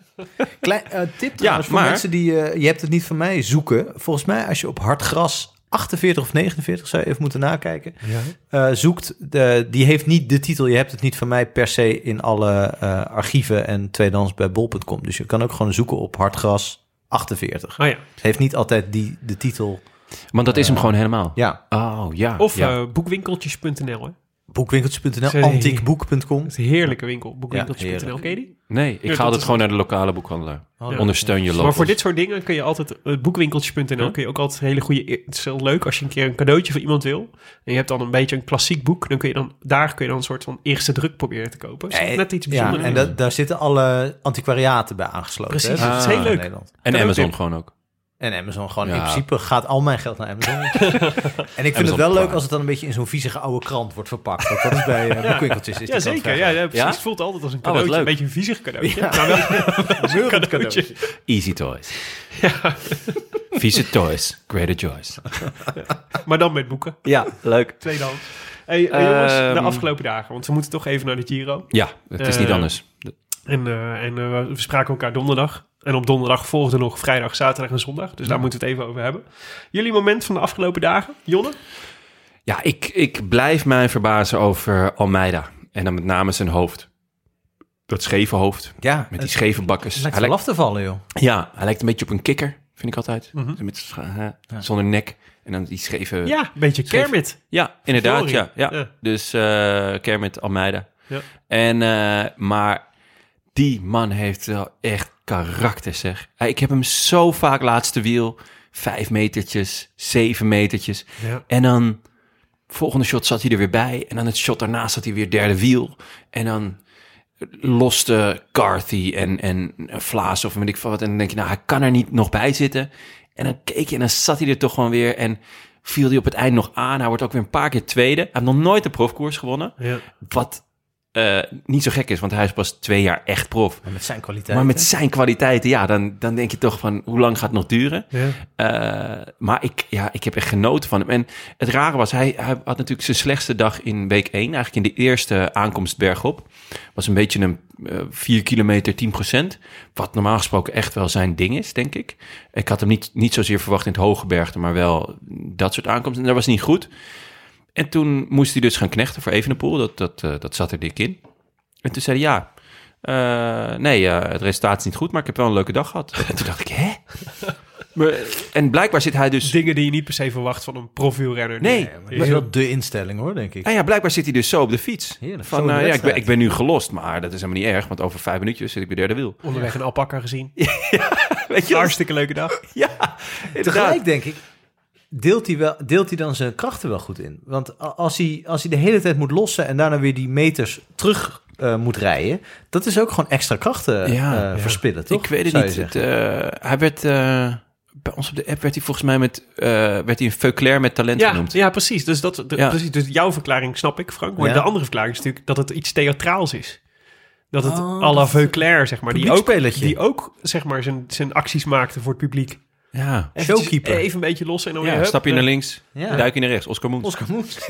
B: Klein eh, tip trouwens voor
A: maar-
B: mensen die... eh, je hebt het niet van mij zoeken. Volgens mij als je op hard gras 48 of 49, zou je even moeten nakijken... eh, zoekt, de, die heeft niet de titel... Je hebt het niet van mij per se in alle eh, archieven en tweedehands bij bol.com. Dus je kan ook gewoon zoeken op hard gras 48.
E: Oh ja.
B: Het heeft niet altijd die, de titel...
A: Want dat is hem gewoon helemaal.
B: Ja,
A: Oh, ja.
E: Of
A: ja.
E: eh, boekwinkeltjes.nl. Hè.
B: boekwinkeltjes.nl,
E: Sorry.
B: antiekboek.com.
E: Dat is een heerlijke winkel, boekwinkeltjes.nl. Ken je die?
A: nee, ik
E: dat
A: ga altijd
E: is-
A: gewoon naar de lokale boekhandelaar.
B: Oh, ja.
A: Ondersteun je lokale.
E: Maar voor dit soort dingen kun je altijd, eh, boekwinkeltjes.nl, kun je ook altijd hele goede, het is heel leuk als je een keer een cadeautje voor iemand wil. En je hebt dan een beetje een klassiek boek, dan kun je dan, daar kun je dan een soort van eerste druk proberen te kopen. Is dat
B: Eh,
E: net iets
B: Ja,
E: bijzonders.
B: en dat, daar zitten alle antiquariaten bij aangesloten.
E: Precies,
B: hè? dus
E: dat is
A: Ah.
E: heel
B: In
E: leuk.
B: Nederland.
A: En
E: Kan ook
A: Amazon
E: weer.
A: gewoon ook.
B: En Amazon gewoon. In
A: Ja.
B: principe gaat al mijn geld naar Amazon. en ik vind het
A: Amazon
B: wel
A: Prime.
B: leuk als het dan een beetje in zo'n viezige oude krant wordt verpakt. Want Dat is bij eh, boekwinkeltjes. Is die
E: Ja,
B: krant
E: zeker.
B: vrij
E: Ja, ja, precies.
A: Ja?
E: Het voelt altijd als een
A: wat
E: cadeautje.
A: leuk.
E: een beetje een viezig cadeautje. Maar wel
B: groot. Zeurend cadeautje.
A: Easy Toys. Ja. Vieze Toys. Greater Joys.
E: maar dan met boeken.
A: Ja, leuk.
E: Tweedehands. Hey, eh, jongens,
A: Ehm.
E: de afgelopen dagen, want we moeten toch even naar de Giro.
A: Ja, het is niet
E: Eh,
A: anders.
E: En, eh, en eh, we spraken elkaar donderdag. En op donderdag volgde nog vrijdag, zaterdag en zondag. Dus daar moeten we het even over hebben. Jullie moment van de afgelopen dagen, Jonne?
A: Ja, ik, ik blijf mij verbazen over Almeida. En dan met name zijn hoofd. Dat scheve hoofd.
B: Ja,
A: Met die
E: Eh,
A: scheve bakkers.
B: het
A: Hij
B: lijkt wel af te vallen, joh.
A: lijkt- ja, hij lijkt een beetje op een kikker, vind ik altijd.
E: Mhm.
A: Met scha- eh, Zonder nek. En dan die scheve...
E: Ja, een beetje
A: Schreef-
E: Kermit.
A: Ja, inderdaad.
E: Sorry.
A: Ja, ja.
E: Ja.
A: Dus eh Kermit Almeida.
E: Ja.
A: En, eh, maar die man heeft wel echt karakter, zeg. Hey, Ik heb hem zo vaak laatste wiel. Vijf metertjes, zeven metertjes.
E: Ja.
A: En dan Volgende shot zat hij er weer bij. En dan het shot daarna zat hij weer derde wiel. En dan loste Carthy en, en Vlaas of weet ik veel wat. En dan denk je, nou, hij kan er niet nog bij zitten. En dan keek je en dan zat hij er toch gewoon weer. En viel hij op het eind nog aan. Hij wordt ook weer een paar keer tweede. Hij heeft nog nooit de profkoers gewonnen.
E: Ja.
A: Wat eh, niet zo gek is, want hij is pas twee jaar echt prof.
B: Met zijn kwaliteit.
A: Maar met zijn kwaliteiten, ja, dan, dan denk je toch van hoe lang gaat het nog duren?
E: Ja.
A: Eh, maar ik, ja, ik heb echt genoten van hem. En het rare was, hij, hij had natuurlijk zijn slechtste dag in week 1. Eigenlijk in de eerste aankomst bergop. Was een beetje een eh, 4 kilometer 10 Wat normaal gesproken echt wel zijn ding is, denk ik. Ik had hem niet, niet zozeer verwacht in het hoge bergte, maar wel dat soort aankomsten. En dat was niet goed. En toen moest hij dus gaan knechten voor Evenepoel. Dat, dat, eh, dat zat er dik in. En toen zei hij, ja, eh, nee, eh, het resultaat is niet goed, maar ik heb wel een leuke dag gehad. En toen dacht ik, hè? Maar, en blijkbaar zit hij dus...
E: Dingen die je niet per se verwacht van een eh, profielrenner.
A: Nee,
B: Dat is wel de instelling hoor, denk ik.
A: ja, ja, blijkbaar zit hij dus zo op de fiets.
B: Heerlijk, zo
A: Van,
B: in de
A: eh, ja, ik, ben,
B: wedstrijd.
A: ik ben nu gelost, maar dat is helemaal niet erg, want over vijf minuutjes zit ik weer derde wiel.
E: Onderweg een alpaca gezien.
A: Weet je, als-
E: Hartstikke leuke dag.
A: ja,
B: Tegelijk
A: inderdaad.
B: denk ik, deelt hij, wel, deelt hij dan zijn krachten wel goed in? Want a- als hij, als hij de hele tijd moet lossen en daarna weer die meters terug eh, moet rijden, dat is ook gewoon extra krachten
A: Ja,
B: eh,
A: ja.
B: verspillen, toch?
A: Ik weet
B: Zou
A: het
B: je
A: niet. Het,
B: zeggen.
A: eh, hij werd... eh, bij ons op de app werd hij volgens mij met... eh, werd hij een Veuclair met talent
E: Ja,
A: genoemd.
E: ja, precies. Dus, dat, de-
A: Ja.
E: precies. dus jouw verklaring snap ik, Frank. Maar
B: Ja.
E: de andere verklaring is natuurlijk dat het iets theatraals is. Dat het
B: Oh,
E: à la Veuclair, zeg maar, die ook,
B: publiekspelletje.
E: die ook zeg maar, zijn, zijn acties maakte voor het publiek.
A: Ja,
E: Eventjes
B: Showkeeper.
A: Eh,
E: Even een beetje los en dan
A: ja,
E: weer... hup,
A: stap je naar links,
B: Ja.
A: duik je naar rechts. Oscar Moens.
B: Oscar Moes.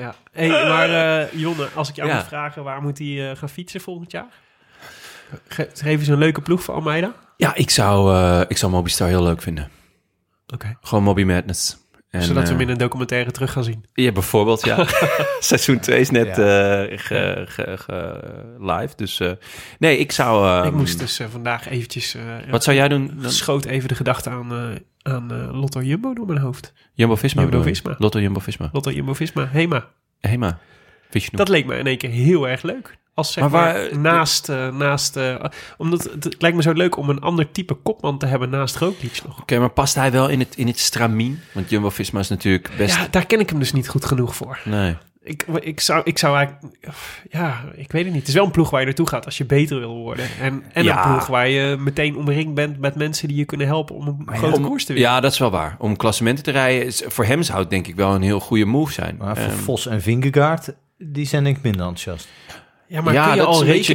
E: Ja. Hey, maar eh, Jonne, als ik jou
A: Ja.
E: moet vragen, waar moet hij eh, gaan fietsen volgend jaar? Ge geef eens een leuke ploeg voor Almeida. Oké.
A: Ja, ik zou, eh ik zou Mobistar heel leuk vinden. Gewoon Moby Madness. En,
E: Zodat we
A: eh,
E: hem in een documentaire terug gaan zien.
A: Ja, bijvoorbeeld, ja. Seizoen 2 is net eh, ge- ge- ge- live. Dus eh, nee, ik zou... eh,
E: ik moest dus eh, vandaag eventjes... eh,
A: Wat zou jij doen?
E: Dan schoot even de gedachte aan, eh, aan eh, Lotto Jumbo door mijn hoofd.
A: Jumbo-Visma. bedoel je?
E: Jumbo-Visma.
A: Lotto Jumbo-Visma.
E: Lotto Jumbo Visma, Hema.
A: Hema. Vision.
E: Dat leek me in één keer heel erg leuk. Als zeg maar,
A: Maar waar-
E: naast... eh, naast eh, omdat het, het lijkt me zo leuk om een ander type kopman te hebben naast Roglic nog.
A: Oké, maar past hij wel in het, in het stramien? Want Jumbo-Visma is natuurlijk best...
E: Ja, daar ken ik hem dus niet goed genoeg voor.
A: Nee.
E: Ik, ik, zou, ik zou eigenlijk... Ja, ik weet het niet. Het is wel een ploeg waar je naartoe gaat als je beter wil worden. En, en
A: Ja.
E: een ploeg waar je meteen omringd bent met mensen die je kunnen helpen om een grote
A: Om-
E: koers te winnen.
A: ja, dat is wel waar. Om klassementen te rijden, is, voor hem zou het denk ik wel een heel goede move zijn.
B: Maar voor
A: Ehm,
B: Vos en Vingegaard, die zijn denk ik minder enthousiast.
E: Ja, maar
A: Ja,
E: kun je
A: dat is
E: al
A: een beetje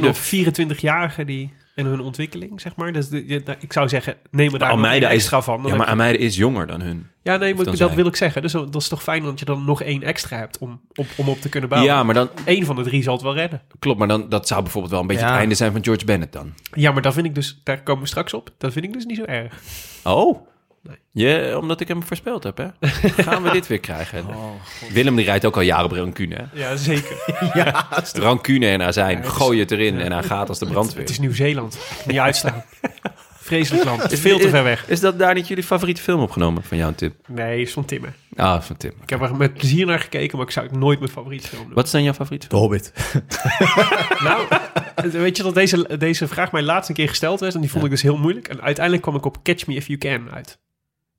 A: de-
E: rekenen op 24-jarigen die en hun ontwikkeling, zeg maar? Dus de, je- da- ik zou zeggen, neem er daar
A: Almeida
E: nog één
A: is,
E: extra van. Dan
A: ja, maar
E: heb je-
A: Almeida is jonger dan hun.
E: ja, nee, maar
A: dan
E: dat
A: zijn.
E: wil ik zeggen. Dus dat is toch fijn dat je dan nog één extra hebt om, om, om op te kunnen bouwen.
A: Ja, maar dan,
E: Eén van de drie zal het wel redden.
A: Klopt, maar dan, dat zou bijvoorbeeld wel een beetje
B: Ja.
A: het einde zijn van George Bennett dan.
E: Ja, maar dat vind ik dus, daar komen we straks op, dat vind ik dus niet zo erg.
A: Oh. Ja, omdat ik hem voorspeld heb, hè? Gaan we dit weer krijgen?
E: Oh,
A: Willem die rijdt ook al jaren op rancune, hè?
E: Ja, zeker.
A: Rancune en azijn. Gooi het erin en hij gaat als de brandweer.
E: Het is Nieuw-Zeeland. Niet uitslaan. Vreselijk land. Het is veel te ver weg.
A: Is dat daar niet jullie favoriete film opgenomen van jou en Tim?
E: Nee, is van Timmer.
A: Ah, van Tim.
E: Ik heb er met plezier naar gekeken, maar ik zou het nooit mijn favoriet film noemen.
A: Wat is dan jouw favoriete
B: De Hobbit.
E: Nou, weet je dat deze, deze vraag mij laatst een keer gesteld werd en die vond ik dus heel moeilijk. En uiteindelijk kwam ik op Catch Me If You Can uit.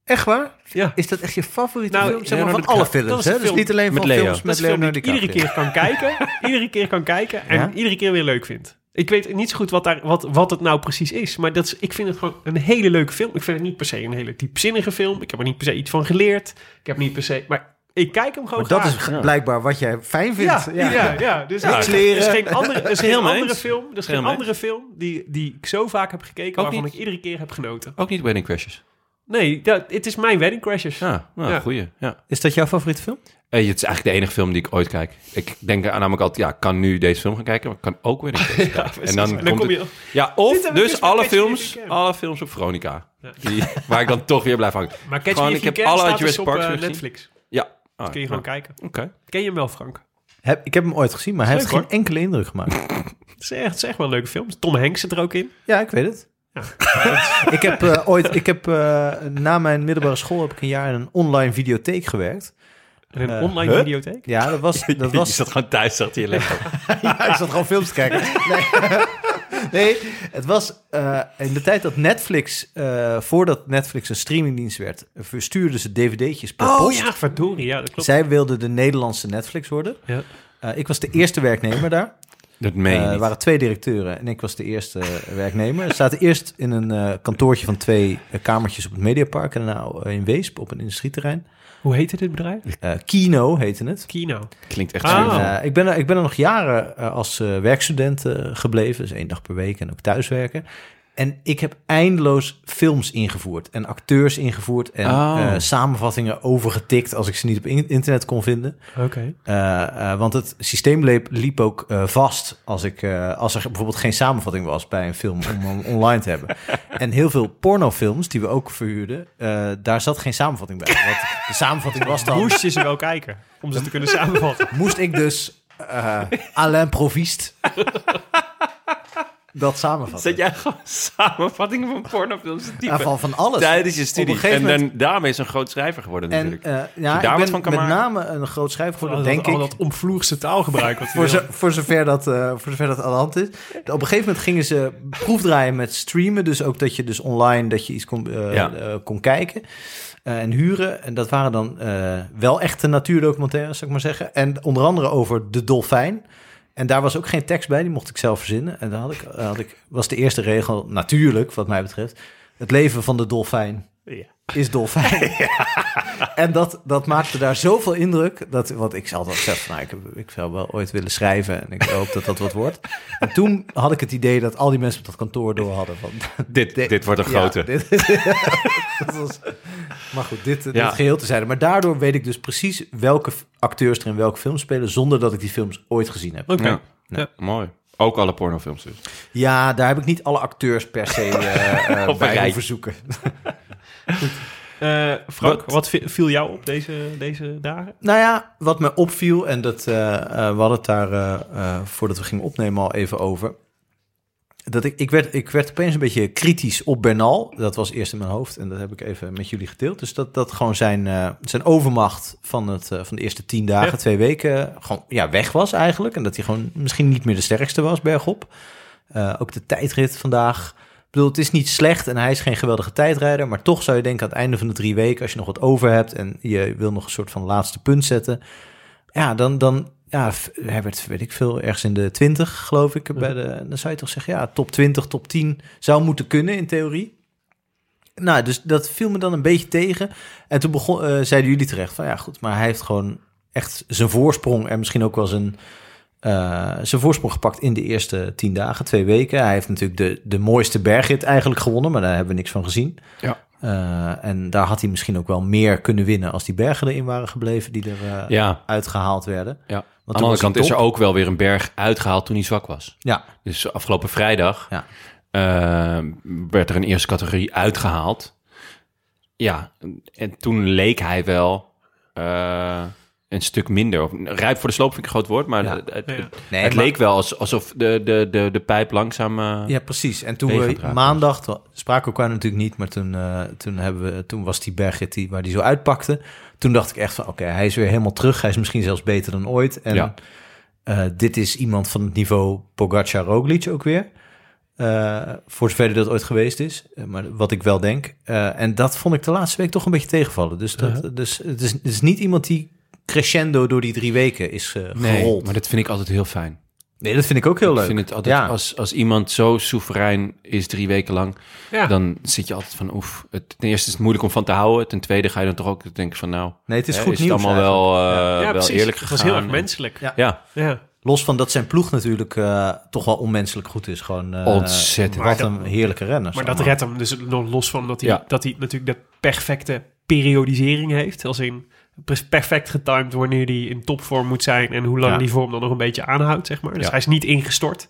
B: Echt waar?
E: Ja.
B: Is dat echt je favoriete
E: Nou,
B: film?
E: zeg maar,
B: van
E: dat-
B: alle
E: dat
B: films,
E: is
B: hè?
E: een
B: Dus
E: film
B: niet alleen
A: met
B: van
A: Leo.
B: films
E: Dat
B: met
E: is een film
B: Leonardo
E: die ik
B: DiCaprio.
E: iedere keer kan kijken, iedere keer kan kijken en
B: Ja?
E: iedere keer weer leuk vindt. Ik weet niet zo goed wat, daar, wat, wat het nou precies is, maar dat is, ik vind het gewoon een hele leuke film. Ik vind het niet per se een hele diepzinnige film. Ik heb er niet per se iets van geleerd. Ik heb niet per se... Maar ik kijk hem gewoon
B: Maar dat
E: graag.
B: is blijkbaar wat jij fijn vindt.
E: Ja, ja, ja. Dus
B: Ja,
E: er is- er is
B: kleren.
E: geen andere, er is geen
A: Helemaal
E: andere
A: eens.
E: film, er is geen
A: Helemaal
E: andere film die, die ik zo vaak heb gekeken,
A: Ook
E: waarvan
A: niet.
E: ik iedere keer heb genoten.
A: Ook niet Wedding Crashes.
E: Nee, dat, het is mijn Wedding Crashers.
A: Ja, nou,
E: Ja.
A: goeie. Ja.
B: Is dat jouw favoriete film?
A: Eh, het is eigenlijk de enige film die ik ooit kijk. Ik denk aan namelijk altijd, ja, ik kan nu deze film gaan kijken, maar ik kan ook Wedding Crashes kijken.
E: precies. En dan kom je-
A: Ja,
E: Dit
A: of
E: heb ik dus
A: dus
E: bij
A: alle
E: Catch Me If You
A: films,
E: Can.
A: alle films op Veronica.
E: Ja.
A: Die, waar ik dan toch weer blijf hangen.
E: Maar Catch
A: Gewoon,
E: Me If
A: ik
E: You
A: heb
E: Can
A: alle uit
E: staat dus
A: US
E: op
A: Park
E: eh,
A: gezien.
E: Netflix.
A: Ja. Ah,
E: Dat kun je gewoon kijken.
A: Oké.
E: Ken je hem wel, Frank?
B: Heb, ik heb hem ooit gezien, maar hij
E: Leuk,
B: heeft geen
E: hoor.
B: enkele indruk gemaakt.
E: Het is, echt, het is echt wel een leuke film. Tom Hanks zit er ook in.
B: Ja, ik weet het. ik heb eh, ooit, ik heb eh, na mijn middelbare school heb ik een jaar in een online videotheek gewerkt.
E: En een
B: Eh,
E: online
B: huh?
E: videotheek.
B: Ja, dat was, dat was
A: gewoon thuis, zat hier lekker.
B: ja, ik zat gewoon films te kijken. Nee. nee, het was eh, in de tijd dat Netflix, eh, voordat Netflix een streamingdienst werd, verstuurden ze dvd'tjes per
E: Oh
B: post.
E: ja, verdorie, ja, dat klopt.
B: Zij wilden de Nederlandse Netflix worden.
E: Ja.
B: Eh, ik was de eerste werknemer daar.
A: Dat meen je
B: Eh,
A: niet.
B: er waren twee directeuren en ik was de eerste eh, werknemer. We zaten eerst in een eh, kantoortje van twee eh, kamertjes op het Mediapark en daarna eh, in Weesp op een industrieterrein.
E: Hoe heette dit bedrijf?
B: Eh, Kino heette het.
E: Kino.
A: Klinkt echt
E: Ah.
A: zuur.
E: Oh.
B: Eh, ik, ben er, ik ben er nog jaren eh, als eh, werkstudent eh, gebleven, dus één dag per week en ook thuiswerken. En ik heb eindeloos films ingevoerd en acteurs ingevoerd en
A: Oh.
B: eh, samenvattingen overgetikt als ik ze niet op in- internet kon vinden.
E: Oké.
B: Eh, eh, want het systeem leep- liep ook eh, vast als, ik, eh, als er bijvoorbeeld geen samenvatting was bij een film om hem online te hebben. En heel veel pornofilms die we ook verhuurden, eh, daar zat geen samenvatting bij. Want de samenvatting was dan,
E: Moest je ze wel kijken, om ze te kunnen samenvatten.
B: moest ik dus eh à l'improviste dat samenvatten.
A: Zet jij gewoon samenvattingen van pornofilms te typen?
B: Ja, van, van alles.
A: Tijdens je studie.
B: Op een gegeven
A: En
B: moment...
A: dan, daarmee is een groot schrijver geworden
B: En
A: natuurlijk.
B: eh, ja,
A: daar
B: ik
A: wat
B: ben
A: van kan
B: met
A: maken.
B: name een groot schrijver
E: Al
B: geworden,
E: dat-
B: denk
E: al
B: ik.
E: dat omvloerse taalgebruik. Wat
B: Voor, zo- voor, zover dat, eh, voor zover dat aan de hand is. Op een gegeven moment gingen ze proefdraaien met streamen. Dus ook dat je dus online dat je iets kon, eh,
A: Ja.
B: eh, kon kijken eh, en huren. En dat waren dan eh, wel echte natuurdocumentaires, zou ik maar zeggen. En onder andere over de dolfijn. En daar was ook geen tekst bij, die mocht ik zelf verzinnen. En daar had ik, had ik, was de eerste regel, natuurlijk, wat mij betreft... het leven van de dolfijn
E: Ja.
B: is dolfijn. En dat, dat maakte daar zoveel indruk. Dat, want ik zal dat zeggen, van, nou, ik, heb- ik zou wel ooit willen schrijven. En ik hoop dat dat wat wordt. En toen had ik het idee dat al die mensen op dat kantoor door hadden. Van,
A: dit,
B: de-
A: dit wordt een
B: ja,
A: grote.
B: dit- dat was, maar goed, dit, dit
A: Ja.
B: geheel te zijn. Maar daardoor weet ik dus precies welke f- acteurs er in welke film spelen. Zonder dat ik die films ooit gezien heb.
E: Oké.
A: Ja. Ja, Mooi. Ook alle pornofilms dus.
B: Ja, daar heb ik niet alle acteurs per se eh, eh,
A: Op een
B: bij
A: rij.
B: hoeven zoeken.
E: Eh, Frank,
A: Wat-
E: wat, vi- viel jou op deze, deze dagen?
B: Nou ja, wat me opviel, en dat, eh, eh, we hadden het daar eh, eh, voordat we gingen opnemen al even over. Dat ik, ik, werd, ik werd opeens een beetje kritisch op Bernal. Dat was eerst in mijn hoofd en dat heb ik even met jullie gedeeld. Dus dat, dat gewoon zijn, eh, zijn overmacht van, het, eh, van de eerste tien dagen,
E: Ja.
B: twee weken, gewoon ja, weg was eigenlijk. En dat hij gewoon misschien niet meer de sterkste was bergop. Eh, ook de tijdrit vandaag. Ik bedoel, het is niet slecht en hij is geen geweldige tijdrijder. Maar toch zou je denken aan het einde van de drie weken, als je nog wat over hebt en je wil nog een soort van laatste punt zetten. Ja, dan, dan ja, f- hij werd, weet ik veel, ergens in de 20, geloof ik. Bij de, dan zou je toch zeggen, ja, top 20, top 10 zou moeten kunnen in theorie. Nou, dus dat viel me dan een beetje tegen. En toen begon, eh, zeiden jullie terecht van ja, goed, maar hij heeft gewoon echt zijn voorsprong en misschien ook wel zijn, eh, zijn voorsprong gepakt in de eerste tien dagen, twee weken. Hij heeft natuurlijk de, de mooiste bergrit eigenlijk gewonnen, maar daar hebben we niks van gezien.
A: Ja.
B: Eh, en daar had hij misschien ook wel meer kunnen winnen als die bergen erin waren gebleven die er eh,
A: Ja.
B: uitgehaald werden.
A: ja.
B: toen
A: Aan de
B: was
A: andere
B: hij
A: kant is er
B: top.
A: ook wel weer een berg uitgehaald toen hij zwak was.
B: Ja,
A: Dus afgelopen vrijdag
B: Ja.
A: eh, werd er een eerste categorie uitgehaald. Ja, en toen leek hij wel eh, een stuk minder. Of, rijp voor de sloop vind ik een groot woord, maar
B: Ja.
A: het, het-
E: Ja.
A: het-
B: Nee,
A: het
B: maar-
A: leek wel als- alsof de, de, de, de pijp langzaam... eh,
B: ja, precies. En toen we
A: Tegendraad was.
B: maandag, toen spraken we elkaar natuurlijk niet, maar toen, eh, toen, hebben we, toen was die bergrit die, waar die zo uitpakte. Toen dacht ik echt van, oké, hij is weer helemaal terug. Hij is misschien zelfs beter dan ooit. En
A: Ja.
B: eh, dit is iemand van het niveau Pogacar Roglic ook weer. Eh, voor zover hij dat ooit geweest is. Eh, maar wat ik wel denk. Eh, en dat vond ik de laatste week toch een beetje tegenvallen. Dus, dat, dus het, is, het is niet iemand die crescendo door die drie weken is eh,
A: Nee,
B: gerold.
A: maar dat vind ik altijd heel fijn.
B: nee, dat vind ik ook heel leuk.
A: Ik vind het altijd,
B: Ja.
A: als, als iemand zo soeverein is drie weken lang,
E: Ja.
A: dan zit je altijd van oef. Het, ten eerste is het moeilijk om van te houden. Ten tweede ga je dan toch ook denken van nou,
B: Nee, het is
A: hè,
B: goed nieuws.
A: allemaal
B: eigenlijk.
A: wel, eh, wel
E: precies.
A: eerlijk
E: Het
A: gegaan.
E: was heel erg
A: En-
E: menselijk.
B: Ja.
A: Ja,
E: Ja.
B: Los van dat zijn ploeg natuurlijk eh, toch wel onmenselijk goed is. Gewoon, eh,
A: Ontzettend.
B: Wat een heerlijke renner.
E: Maar dat redt hem dus nog los van dat hij,
A: Ja.
E: dat hij natuurlijk de perfecte periodisering heeft. Als in pres- perfect getimed wanneer hij in topvorm moet zijn en hoe lang
A: Ja.
E: die vorm dan nog een beetje aanhoudt, zeg maar. Dus
A: Ja.
E: hij is niet ingestort.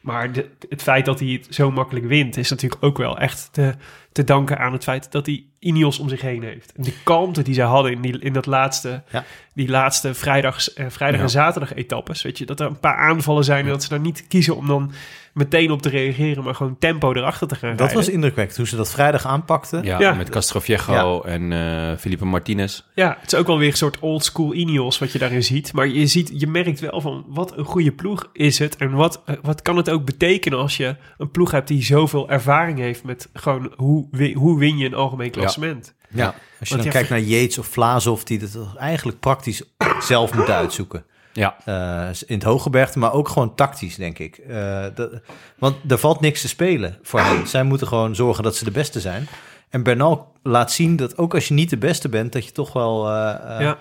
E: Maar de- het feit dat hij het zo makkelijk wint is natuurlijk ook wel echt de te danken aan het feit dat hij Ineos om zich heen heeft. En de kalmte die zij hadden in, die, in dat laatste,
B: Ja.
E: die laatste vrijdags, eh, vrijdag en zaterdag etappes. Weet je, dat er een paar aanvallen zijn en dat ze daar niet kiezen om dan meteen op te reageren, maar gewoon tempo erachter te gaan
B: Dat was
E: rijden.
B: indrukwekkend hoe ze dat vrijdag aanpakten.
A: Ja,
E: Ja.
A: met Castroviejo en eh Felipe Martinez.
E: Ja, het is ook wel weer een soort old school Ineos wat je daarin ziet. Maar je, ziet, je merkt wel van wat een goede ploeg is het. En wat, eh, wat kan het ook betekenen als je een ploeg hebt die zoveel ervaring heeft met gewoon hoe, wi- hoe win je een algemeen klassement.
B: Ja, als je
E: Want
B: dan
E: ja,
B: kijkt naar Yates of Vlaasov, die dat toch eigenlijk praktisch zelf moeten uitzoeken.
A: Ja.
B: Eh, in het hooggebergte, maar ook gewoon tactisch, denk ik. Eh, dat, want er valt niks te spelen voor hen. Zij moeten gewoon zorgen dat ze de beste zijn. En Bernal laat zien dat ook als je niet de beste bent, dat je toch wel eh, eh,
E: Ja.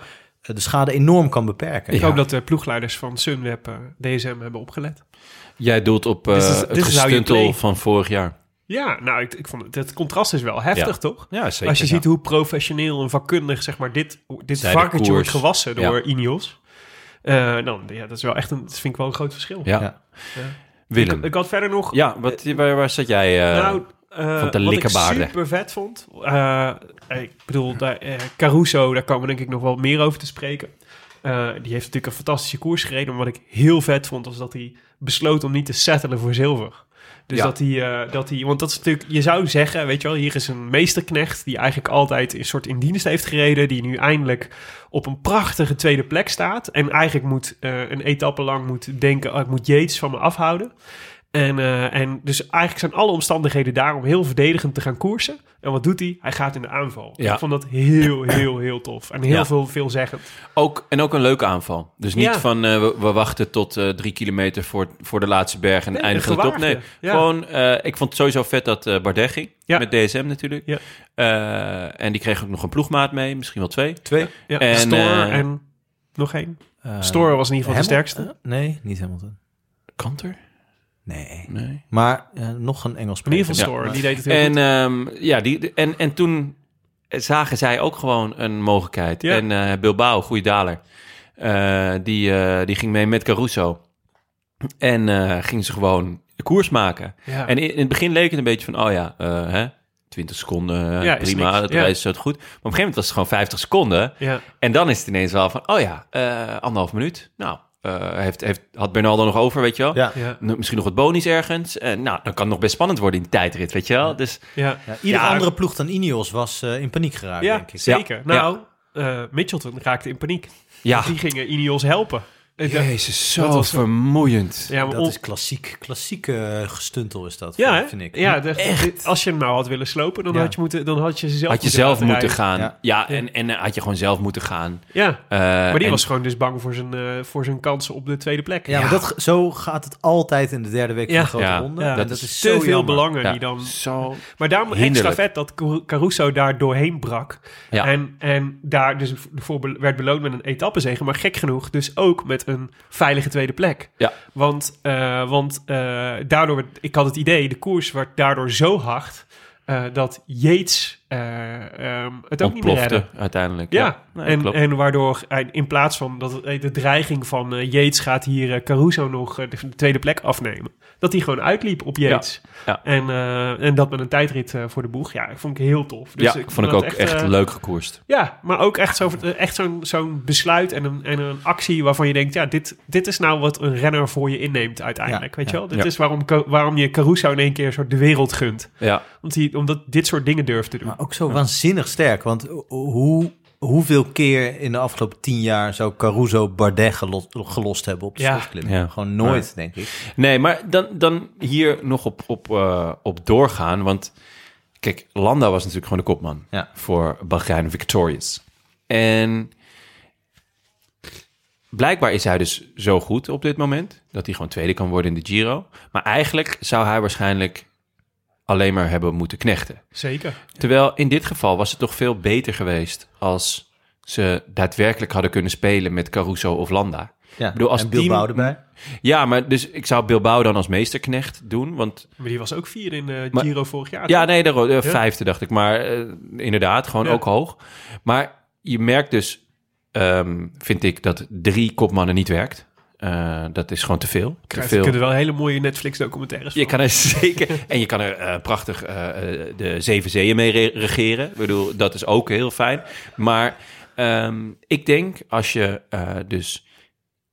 B: de schade enorm kan beperken.
E: Ik hoop dat de ploegleiders van Sunweb eh, DSM hebben opgelet.
A: Jij doelt op eh
E: This is-
A: het
E: this is how you
A: gestuntel
E: play.
A: van vorig jaar.
E: Ja, nou, ik, ik vond het, het contrast is wel heftig,
A: Ja.
E: toch?
A: Ja, zeker.
E: Als je
A: ja.
E: ziet hoe professioneel en vakkundig zeg maar, dit, dit
A: Zij de koers.
E: varkentje wordt gewassen
A: Ja.
E: door Ineos. Eh, dan, ja, dat is wel echt een, dat vind ik wel een groot verschil.
A: Ja.
B: Ja.
A: Willem.
E: Ik had verder nog
A: ja, wat, waar, waar zat jij? eh,
E: nou, eh,
A: van de
E: wat ik
A: likkenbaarden.
E: super vet vond. eh, ik bedoel, daar, eh, Caruso, daar komen we denk ik nog wel meer over te spreken. Eh, die heeft natuurlijk een fantastische koers gereden. Maar wat ik heel vet vond, was dat hij besloot om niet te settelen voor zilver. Dus
A: Ja.
E: dat, hij, eh, dat hij, want dat is natuurlijk, je zou zeggen, weet je wel, hier is een meesterknecht die eigenlijk altijd een soort in dienst heeft gereden, die nu eindelijk op een prachtige tweede plek staat en eigenlijk moet eh, een etappe lang moet denken, oh, ik moet Yates van me afhouden. En, eh, en dus eigenlijk zijn alle omstandigheden daar om heel verdedigend te gaan koersen. En wat doet hij? Hij gaat in de aanval.
A: Ja.
E: Ik vond dat heel, heel, heel tof. En heel
A: Ja.
E: veel veelzeggend.
A: Ook, en ook een leuke aanval. Dus niet
E: Ja.
A: van eh, we, we wachten tot eh, drie kilometer voor, voor de laatste berg en
E: Nee,
A: eindigen de top.
E: gewaagde.
A: Nee,
E: Ja.
A: gewoon, eh, ik vond het sowieso vet dat eh Bardet ging.
E: Ja.
A: Met DSM natuurlijk.
E: Ja.
A: Eh, en die kreeg ook nog een ploegmaat mee, misschien wel twee.
B: Twee.
E: Ja,
A: En,
E: en, Store
A: eh,
E: en nog één.
B: Eh,
E: Store was in ieder geval de
B: Hamil-
E: sterkste.
B: eh, nee, niet Hamilton.
A: Kanter?
B: Nee.
A: Nee.
B: Maar eh, nog een Engels
E: In ieder geval
B: spreker.
E: Store, die deed het heel
A: En,
E: goed.
A: ehm, ja, die, de- en, en toen zagen zij ook gewoon een mogelijkheid.
E: Ja.
A: En eh, Bilbao, goede daler, eh, die, eh, die ging mee met Caruso. En eh, ging ze gewoon de koers maken.
E: Ja.
A: eh, En in, in het begin leek het een beetje van, oh ja, eh, hè, 20 seconden, eh,
E: Ja, is
A: prima,
E: niks.
A: dat
E: Ja.
A: rijden ze het goed. Maar op een gegeven moment was het gewoon 50 seconden.
E: ja.
A: En dan is het ineens wel van, oh ja, eh, anderhalf minuut. Nou, eh, heeft, heeft, had Bernardo nog over, weet je wel.
B: Ja.
E: Ja,
A: N- Misschien nog wat bonies ergens. Eh, nou, dan kan het nog best spannend worden in die tijdrit, weet je wel. Dus
E: ja.
B: Ja, iedere
E: Ja.
B: andere ploeg dan Ineos was eh, in paniek geraakt,
E: Ja,
B: denk ik.
E: zeker.
A: Ja.
E: Nou, eh, Mitchelton raakte in paniek.
A: ja,
E: Die gingen Ineos helpen. Ik dacht-
A: Jezus, zo
E: dat was-
A: vermoeiend.
E: Ja, maar
B: Dat
E: on-
B: is klassiek. Klassieke eh, gestuntel is dat,
E: ja, hè?
B: vind ik.
E: Ja, de- dit- als je hem nou had willen slopen, dan,
B: Ja.
E: had, je moeten, dan had je ze zelf
A: Had je zelf
E: laten
A: moeten
E: rijden.
A: gaan. Ja,
B: Ja.
A: en, en eh, had je gewoon zelf moeten gaan.
E: Ja,
A: Eh,
E: maar die
A: en-
E: was gewoon dus bang voor zijn, eh, voor zijn kansen op de tweede plek.
B: Ja, maar dat, ge- zo gaat het altijd in de derde week van
E: Ja.
B: de grote
A: Ja.
B: ronde.
E: Ja,
B: En
E: dat,
B: dat
E: is
B: is
E: te
B: zo
E: veel
B: jammer.
E: belangen
A: Ja.
E: die dan...
A: Zo...
E: Maar daarom extra
A: Hinderlijk.
E: vet dat Caru- Caruso daar doorheen brak.
A: Ja.
E: En, en daar dus voor be- werd beloond met een etappezege. Maar gek genoeg dus ook met een veilige tweede plek.
A: Ja.
E: Want, eh, want eh, daardoor, werd- ik had het idee, de koers werd daardoor zo hard... eh, dat Yates eh, ehm, het ook niet meer redde.
A: Ontplofte uiteindelijk.
E: Ja,
A: Nee,
E: en,
A: klopt.
E: en waardoor hij in plaats van dat het- de dreiging van eh, Yates gaat hier eh, Caruso nog eh, de tweede plek afnemen. Dat hij gewoon uitliep op Yates.
A: ja.
E: En, eh, en dat met een tijdrit eh, voor de boeg. Ja, ik vond ik heel tof. Dus
A: ja, vond ik
E: dat
A: ook echt,
E: eh,
A: leuk gekoerst.
E: Ja, maar ook echt zo'n echt zo'n zo'n besluit en een, en een actie waarvan je denkt... ja, dit, dit is nou wat een renner voor je inneemt uiteindelijk,
B: Ja,
E: weet je
B: ja,
E: wel? Dit
A: ja.
E: is waarom, Ca- waarom je Caruso in één keer zo de wereld gunt.
A: Ja,
E: Omdat, hij, omdat dit soort dingen durft te doen.
B: Maar ook zo waanzinnig sterk. Want ho- hoe, hoeveel keer in de afgelopen tien jaar zou Caruso Bardet gelo- gelost hebben op de
E: Ja.
B: slotklim?
A: Ja.
B: Gewoon nooit, denk ik.
A: Nee, maar dan, dan hier nog op, op, eh, op doorgaan. Want kijk, Landa was natuurlijk gewoon de kopman
B: Ja.
A: voor Bahrein Victorious. En blijkbaar is hij dus zo goed op dit moment... dat hij gewoon tweede kan worden in de Giro. Maar eigenlijk zou hij waarschijnlijk alleen maar hebben moeten knechten.
E: Zeker.
A: Terwijl in dit geval was het toch veel beter geweest... als ze daadwerkelijk hadden kunnen spelen met Caruso of Landa...
B: Ja.
A: bedoel, als
B: en Bilbao
A: team-
B: erbij.
A: Ja, maar dus ik zou Bilbao dan als meesterknecht doen, want
E: Maar die was ook vier in eh,
A: Maar-
E: Giro vorig jaar.
A: Ja,
E: toch?
A: nee, de ro- eh,
E: Ja.
A: vijfde dacht ik. Maar eh, inderdaad, gewoon
E: Ja.
A: ook hoog. Maar je merkt dus, ehm, vind ik, dat drie kopmannen niet werkt. Eh, dat is gewoon te veel. Te
E: Krijgt-
A: veel.
E: kunnen wel hele mooie Netflix-documentaires
A: Je kan er zeker. En je kan er eh, prachtig eh, eh, de zeven zeeën mee re- regeren. Ik bedoel, dat is ook heel fijn. Maar ehm, ik denk als je eh, dus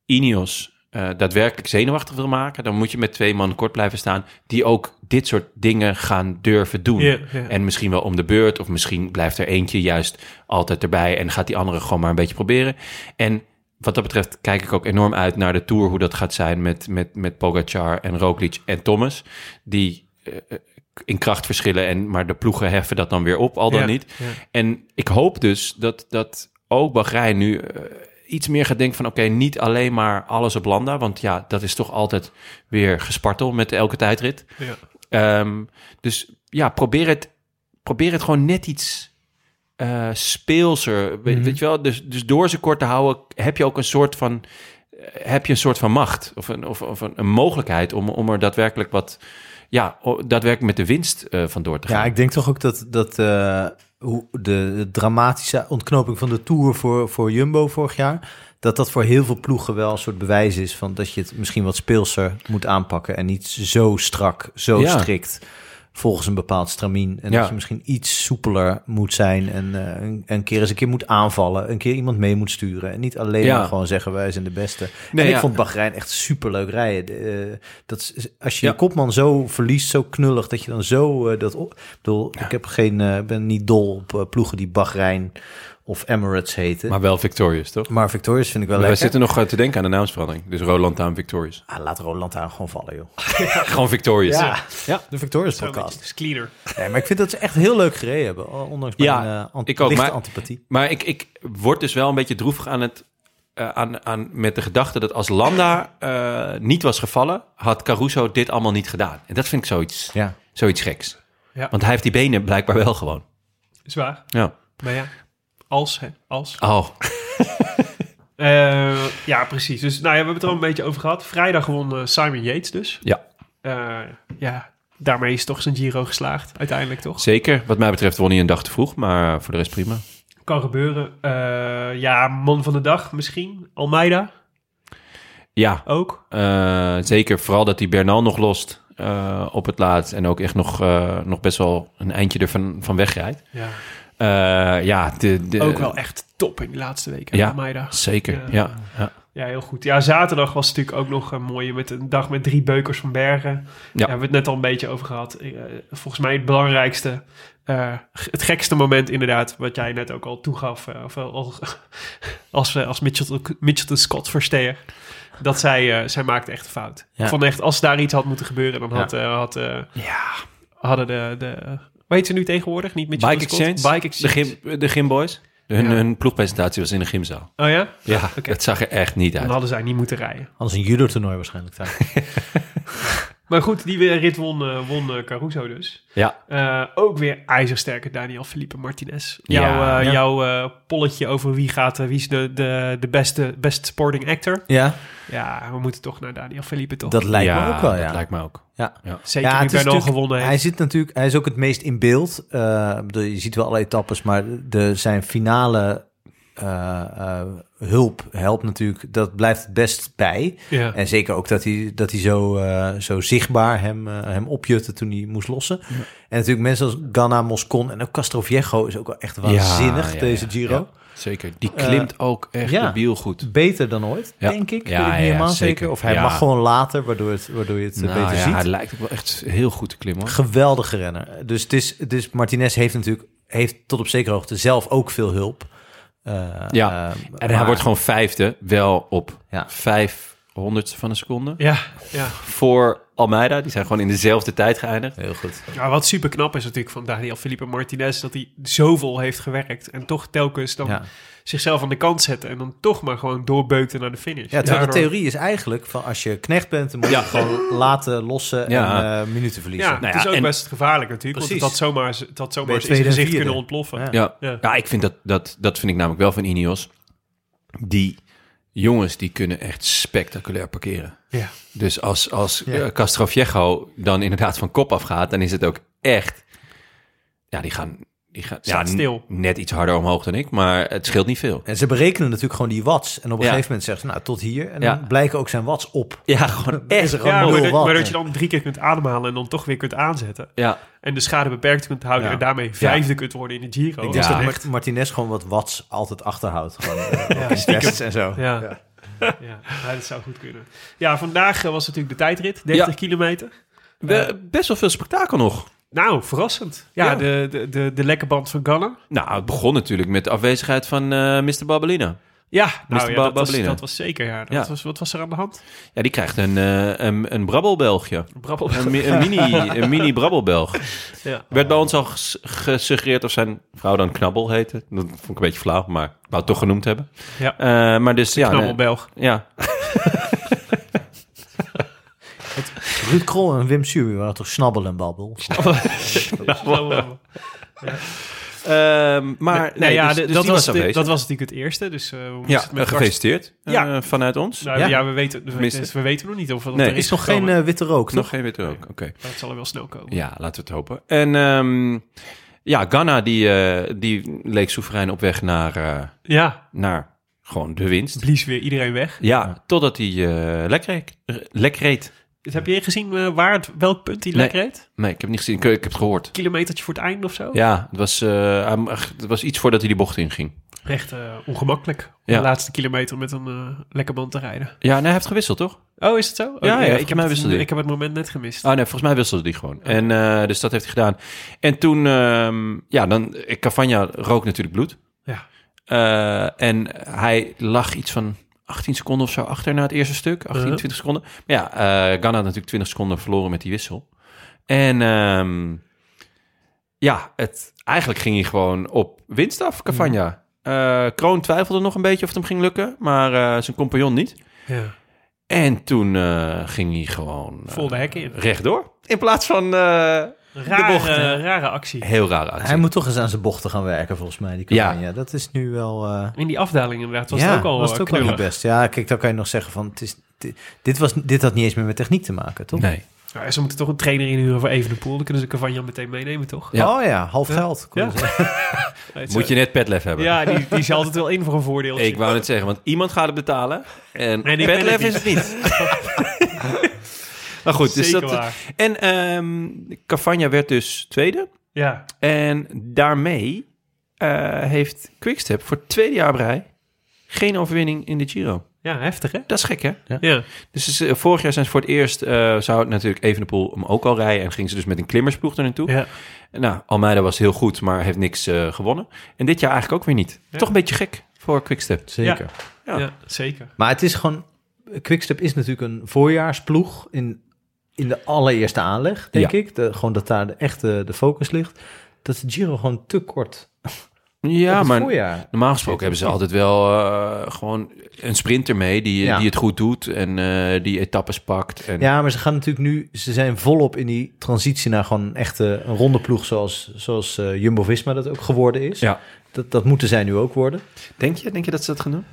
A: Ineos eh, daadwerkelijk zenuwachtig wil maken, dan moet je met twee man kort blijven staan die ook dit soort dingen gaan durven doen.
E: Ja, ja.
A: En misschien wel om de beurt, of misschien blijft er eentje juist altijd erbij en gaat die andere gewoon maar een beetje proberen. En wat dat betreft kijk ik ook enorm uit naar de tour, hoe dat gaat zijn met, met, met Pogacar en Roglic en Thomas, die eh, eh, in kracht verschillen, en, maar de ploegen heffen dat dan weer op, al dan
E: Ja,
A: niet.
E: ja.
A: En ik hoop dus dat, dat ook Bahrein nu eh, iets meer gaat denken van... oké, niet alleen maar alles op Landa... want ja, dat is toch altijd weer gespartel met elke tijdrit.
E: Ja.
A: Ehm, dus ja, probeer het, probeer het gewoon net iets eh, speelser.
B: Mhm.
A: We- Weet je wel? Dus, dus door ze kort te houden heb je ook een soort van... eh, heb je een soort van macht of een, of, of een, een mogelijkheid... Om, om er daadwerkelijk wat... ja, o- daadwerkelijk met de winst eh, vandoor te gaan.
B: Ja, ik denk toch ook dat, dat eh, hoe de dramatische ontknoping van de Tour voor, voor Jumbo vorig jaar... dat dat voor heel veel ploegen wel een soort bewijs is... van dat je het misschien wat speelser moet aanpakken... en niet zo strak, zo
A: Ja.
B: strikt volgens een bepaald stramien. En
A: Ja.
B: dat je misschien iets soepeler moet zijn... en eh, een, een keer eens een keer moet aanvallen... een keer iemand mee moet sturen... en niet alleen
A: Ja.
B: maar gewoon zeggen wij zijn de beste.
A: Nee,
B: en ik
A: ja.
B: vond Bahrein echt superleuk rijden. De, eh, dat is, als je
A: Ja.
B: je kopman zo verliest, zo knullig, dat je dan zo eh, dat op. Ik bedoel, ik heb geen, eh, ben niet dol op eh, ploegen die Bahrein of Emirates heten. Maar,
A: Maar wel victorious, toch?
B: Victorious vind ik wel
A: We
B: lekker.
A: zitten nog eh, te denken aan de naamsverandering. Dus Roland Taan Victorious.
B: Ah, laat Roland daar gewoon vallen, joh.
A: Gewoon Victorious.
B: Ja, ja de Victorious podcast.
E: is cleaner.
B: Nee, maar ik vind dat ze echt heel leuk gereden hebben, o- ondanks mijn
A: Ja,
B: eh, ant-
A: ik ook,
B: lichte
A: maar-
B: antipathie.
A: Maar ik, ik word dus wel een beetje droevig aan het, eh, aan, aan, met de gedachte dat als Landa eh, niet was gevallen, had Caruso dit allemaal niet gedaan. En dat vind ik zoiets,
B: Ja.
A: zoiets geks.
E: Ja.
A: Want hij heeft die benen blijkbaar wel gewoon.
E: Is waar.
A: Ja.
E: Maar ja, als, hè, als.
A: Oh,
E: Eh, ja, precies. Dus nou ja, we hebben het er al een beetje over gehad. Vrijdag won eh, Simon Yates dus.
A: Ja.
E: Eh, ja, daarmee is toch zijn Giro geslaagd, uiteindelijk toch?
A: zeker. Wat mij betreft won hij een dag te vroeg, maar voor de rest prima.
E: Kan gebeuren. Eh, ja, man van de dag misschien. Almeida
A: Ja,
E: ook.
A: eh, zeker. Vooral dat hij Bernal nog lost eh, op het laatst. En ook echt nog, eh, nog best wel een eindje ervan van wegrijdt.
E: Ja.
A: Eh, ja, de, de,
E: Ook wel echt top in de laatste weken.
A: Ja.
E: Almeida.
A: Zeker,
E: Ja.
A: ja. ja.
E: Ja, heel goed. Ja, zaterdag was natuurlijk ook nog een mooie met een dag met drie beukers van Bergen. Daar hebben we het net al een beetje over gehad. Eh, volgens mij het belangrijkste, eh, g- het gekste moment inderdaad, wat jij net ook al toegaf, eh, of al- al- als, eh, als Mitchell, Mitchell Scott versteer, dat zij, eh, zij maakte echt een fout.
B: Ja.
E: Ik vond echt, als daar iets had moeten gebeuren, dan had, eh, had, eh, hadden de, de... Hoe heet ze nu tegenwoordig? Niet Mitchell
A: Bike
E: Scott?
A: Exchange?
E: Bike
A: De,
E: Exchange.
A: gym, de gymboys? Hun,
E: Ja.
A: hun ploegpresentatie was in de gymzaal.
E: Oh ja?
A: Ja,
E: oké.
A: dat zag er echt niet
E: Dan
A: uit.
E: hadden zij niet moeten rijden.
B: Anders een judo-toernooi waarschijnlijk daar.
E: Maar goed, die weer- rit won, eh, won eh, Caruso dus.
A: Ja.
E: Eh, ook weer ijzersterke Daniel Felipe Martinez. Jouw,
A: Ja.
E: eh,
A: Ja.
E: jouw eh, polletje over wie gaat, eh, wie is de, de, de beste best sporting actor.
B: ja,
E: Ja, we moeten toch naar Daniel Felipe toch.
B: dat lijkt me ook wel, ja.
A: dat lijkt me ook.
B: ja.
E: Zeker
B: Ja,
E: nu
B: het is
E: Bernal
B: natuurlijk-
E: gewonnen
B: Hij
E: heeft.
B: zit natuurlijk, hij is ook het meest in beeld. Eh, ik bedoel, je ziet wel alle etappes, maar de, zijn finale eh, eh, hulp helpt natuurlijk. Dat blijft het best bij.
E: Ja.
B: En zeker ook dat hij, dat hij zo, eh, zo zichtbaar hem, eh, hem opjutte toen hij moest lossen. En natuurlijk mensen als Ganna, Moscon en ook Castro Viejo is ook wel echt waanzinnig,
A: Ja, ja,
B: deze
A: ja,
B: Giro.
A: ja. Zeker. Die klimt ook echt
B: ja.
A: debiel goed.
B: Beter dan ooit,
A: Ja.
B: denk ik.
A: Ja,
B: Weet ik niet
A: ja,
B: helemaal zeker.
A: zeker.
B: Of hij
A: Ja.
B: mag gewoon later, waardoor, het, waardoor je het eh,
A: Nou,
B: beter
A: ja,
B: ziet.
A: Hij lijkt ook wel echt heel goed te klimmen. hoor.
B: Geweldige renner. Dus, het is, dus Martinez heeft natuurlijk heeft tot op zekere hoogte zelf ook veel hulp. Eh,
A: Ja.
B: eh,
A: En hij
B: maar-
A: wordt gewoon vijfde, wel op
B: Ja.
A: vijfhonderdste van een seconde.
E: ja, ja.
A: Voor Almeida, die zijn gewoon in dezelfde tijd geëindigd.
B: Heel goed.
E: Maar Nou, wat super knap is natuurlijk van Daniel Felipe Martinez... dat hij zoveel heeft gewerkt en toch telkens dan
B: Ja.
E: zichzelf aan de kant zette... en dan toch maar gewoon doorbeukte naar de finish.
B: Ja, terwijl de
E: Daardoor-
B: theorie is eigenlijk van als je knecht bent, dan moet je
A: Ja.
B: gewoon laten lossen en
A: Ja.
B: eh, minuten verliezen.
E: Ja,
A: Nou
E: het
A: ja,
E: is ook
A: en-
E: best gevaarlijk natuurlijk. Want
B: Precies.
E: het had zomaar, z- het had
B: Ben
E: zomaar
B: je
E: in zijn
B: tweede en
E: gezicht
B: vierde.
E: kunnen ontploffen.
B: Ja.
A: Ja.
E: Ja.
A: Ja. ik vind dat, dat, dat vind ik namelijk wel van Ineos. Die jongens, die kunnen echt spectaculair parkeren.
E: Ja.
A: Dus als, als
B: Ja.
A: eh, Castroviejo dan inderdaad van kop afgaat, dan is het ook echt... Ja, die gaan, ik ga,
E: Staat
A: n-
E: stil.
A: Net iets harder omhoog dan ik, maar het scheelt niet veel.
B: En ze berekenen natuurlijk gewoon die watts. En op een
A: Ja.
B: gegeven moment zeggen ze, nou, tot hier. En
A: Ja.
B: dan blijken ook zijn watts op.
A: Ja, gewoon
B: Is er
A: echt.
B: gewoon
E: Ja, maar
B: nul
E: dat,
B: watt.
E: maar dat je dan drie keer kunt ademhalen en dan toch weer kunt aanzetten.
A: Ja,
E: En de schade beperkt kunt houden
B: Ja.
E: en daarmee vijfde kunt worden in de Giro.
B: Ik
E: Is
B: denk
E: dat
B: dat
E: echt-
B: Mart- Martinez gewoon wat watts altijd achterhoudt. Gewoon, eh, op die tests en zo.
E: Ja. Ja. ja, dat zou goed kunnen. Ja, vandaag eh, was natuurlijk de tijdrit, 30
A: Ja.
E: kilometer.
A: we- best wel veel spektakel nog.
E: Nou, verrassend. Ja,
A: Ja.
E: De, de, de, de lekke band van Ganna.
A: Nou, het begon natuurlijk met de afwezigheid van eh Mr. Babelina.
E: Ja, nou,
A: Mr.
E: ja
A: Ba-
E: dat, was,
A: Babelina.
E: dat was zeker. Ja. Dat
A: Ja. Ah,
E: Was, wat was er aan de hand?
A: Ja, die krijgt een, eh een, een brabbelbelgje.
E: Brabbel.
A: Een, mi- een mini, een mini brabbelbelg.
E: Ja.
A: Werd bij ons al ges- gesuggereerd of zijn vrouw dan Knabbel heette. Dat vond ik een beetje flauw, maar ik wou het toch genoemd hebben.
E: Ja.
A: Eh, maar dus, ja,
E: Knabbel
A: nee,
E: Belg.
A: ja,
B: Ruud Krol en Wim Suurby waren toch snabbel en babbel?
E: eh,
A: Ehm, maar nee,
E: nou ja,
A: dus-
E: de-
A: dus
E: dat,
A: die
E: was, de-
A: aanwezig.
E: dat was natuurlijk het eerste. Dus, eh, we moesten
A: ja,
E: het met
A: eh, gefeliciteerd
E: Ja.
A: eh, vanuit ons.
E: Nou, ja.
B: Ja.
E: we, weten, we,
A: Tenminste.
E: dus we weten nog niet of dat
A: Nee,
E: er
B: Is
E: is
B: nog geen
E: gekomen.
B: eh, witte rook,
A: Nog
B: toch?
A: geen witte rook, oké.
E: Maar het zal er wel snel komen.
A: Ja, laten we het hopen. En ehm, ja, Ghana die, eh, die leek soeverein op weg naar, eh,
E: Ja,
A: naar gewoon de winst.
E: blies weer iedereen weg.
A: Ja, totdat hij eh lek, reed, eh, lek reed.
E: Dus heb je gezien eh, waar het, welk punt die lek
A: Nee.
E: reed?
A: Nee, ik heb het niet gezien. Ik, ik heb het gehoord.
E: Kilometertje voor het einde of zo?
A: Ja, het was, eh, hij- ach, het was iets voordat hij die bocht inging.
E: Echt eh, ongemakkelijk om
A: Ja.
E: de laatste kilometer met een eh lekke band te rijden.
A: Ja, nee, hij heeft gewisseld, toch?
E: Oh, is het zo? Oh,
A: Ja, ja, volgens
E: ik, heb
A: mij
E: het,
A: wisselde hij.
E: ik heb het moment net gemist.
A: Ah nee, volgens mij wisselde die gewoon. En
E: Oh.
A: eh, dus dat heeft hij gedaan. En toen, ehm, ja, dan eh, Cavagna rook natuurlijk bloed.
E: Ja.
A: Eh, en hij lag iets van 18 seconden of zo achter na het eerste stuk, 18,
E: Uh-huh.
A: 20 seconden. Maar ja, eh Ghana had natuurlijk 20 seconden verloren met die wissel. En ehm, ja, het, eigenlijk ging hij gewoon op winst af, Cavagna. Eh, Kroon twijfelde nog een beetje of het hem ging lukken, maar eh, zijn compagnon niet.
E: Ja.
A: En toen eh, ging hij gewoon... eh,
E: Vol de hek in.
A: rechtdoor. In plaats van eh,
E: Rare,
A: bocht, hè?
E: rare actie.
A: heel raar actie.
B: Hij moet toch eens aan zijn bochten gaan werken, volgens mij. Die
A: Ja.
B: campagne. Ja. Dat is nu wel... eh,
E: In die afdaling inderdaad was
B: ja,
E: het ook al eh,
B: was het ook wel
E: knullig.
B: niet best. Ja, kijk, dan kan je nog zeggen van... Het is, dit, dit, was, dit had niet eens meer met techniek te maken, toch?
A: Nee.
E: Nou, ja, ze moeten toch een trainer inhuren voor Evenepoel. Dan kunnen ze Cavagna meteen meenemen, toch?
A: Ja.
B: Oh ja, half geld. kon je
E: Ja.
B: zeggen.
E: Nee,
A: Moet
E: zo-
A: je net petlef hebben.
E: Ja, die, die is altijd wel in voor een voordeel.
A: Ik wou net zeggen, want iemand gaat het betalen. En
E: En ik ben
A: petlef is
E: het
A: het niet. maar goed, dus
E: Zeker
A: dat...
E: waar.
A: En ehm Cavagna werd dus tweede.
E: Ja,
A: En daarmee eh, heeft Quickstep voor het tweede jaar op rij geen overwinning in de Giro.
E: ja heftig hè?
A: Dat is gek, hè?
E: Ja.
A: Dus ze- vorig jaar zijn ze voor het eerst... eh, zou het natuurlijk Evenepoel hem ook al rijden... en ging ze dus met een klimmersploeg er naartoe.
E: ja.
A: Nou, Almeida was heel goed, maar heeft niks eh, gewonnen. En dit jaar eigenlijk ook weer niet.
E: Ja.
A: Toch een beetje gek voor Quickstep.
B: Zeker.
A: Ja.
E: Ja, zeker.
B: Maar het is gewoon... Quickstep is natuurlijk een voorjaarsploeg in, in de allereerste aanleg, denk ik. De, gewoon dat daar de echte de focus ligt. Dat is Giro gewoon te kort op
A: Ja,
B: het
A: maar
B: voorjaar.
A: normaal gesproken hebben ze altijd wel eh, gewoon een sprinter mee... die,
B: Ja.
A: die het goed doet en eh, die etappes pakt. En,
B: Ja, maar ze gaan natuurlijk nu... Ze zijn volop in die transitie naar gewoon een echte een ronde ploeg... zoals, zoals eh, Jumbo-Visma dat ook geworden is.
A: Ja.
B: Dat, dat moeten zij nu ook worden.
A: Denk, je, denk je dat ze dat gaan doen?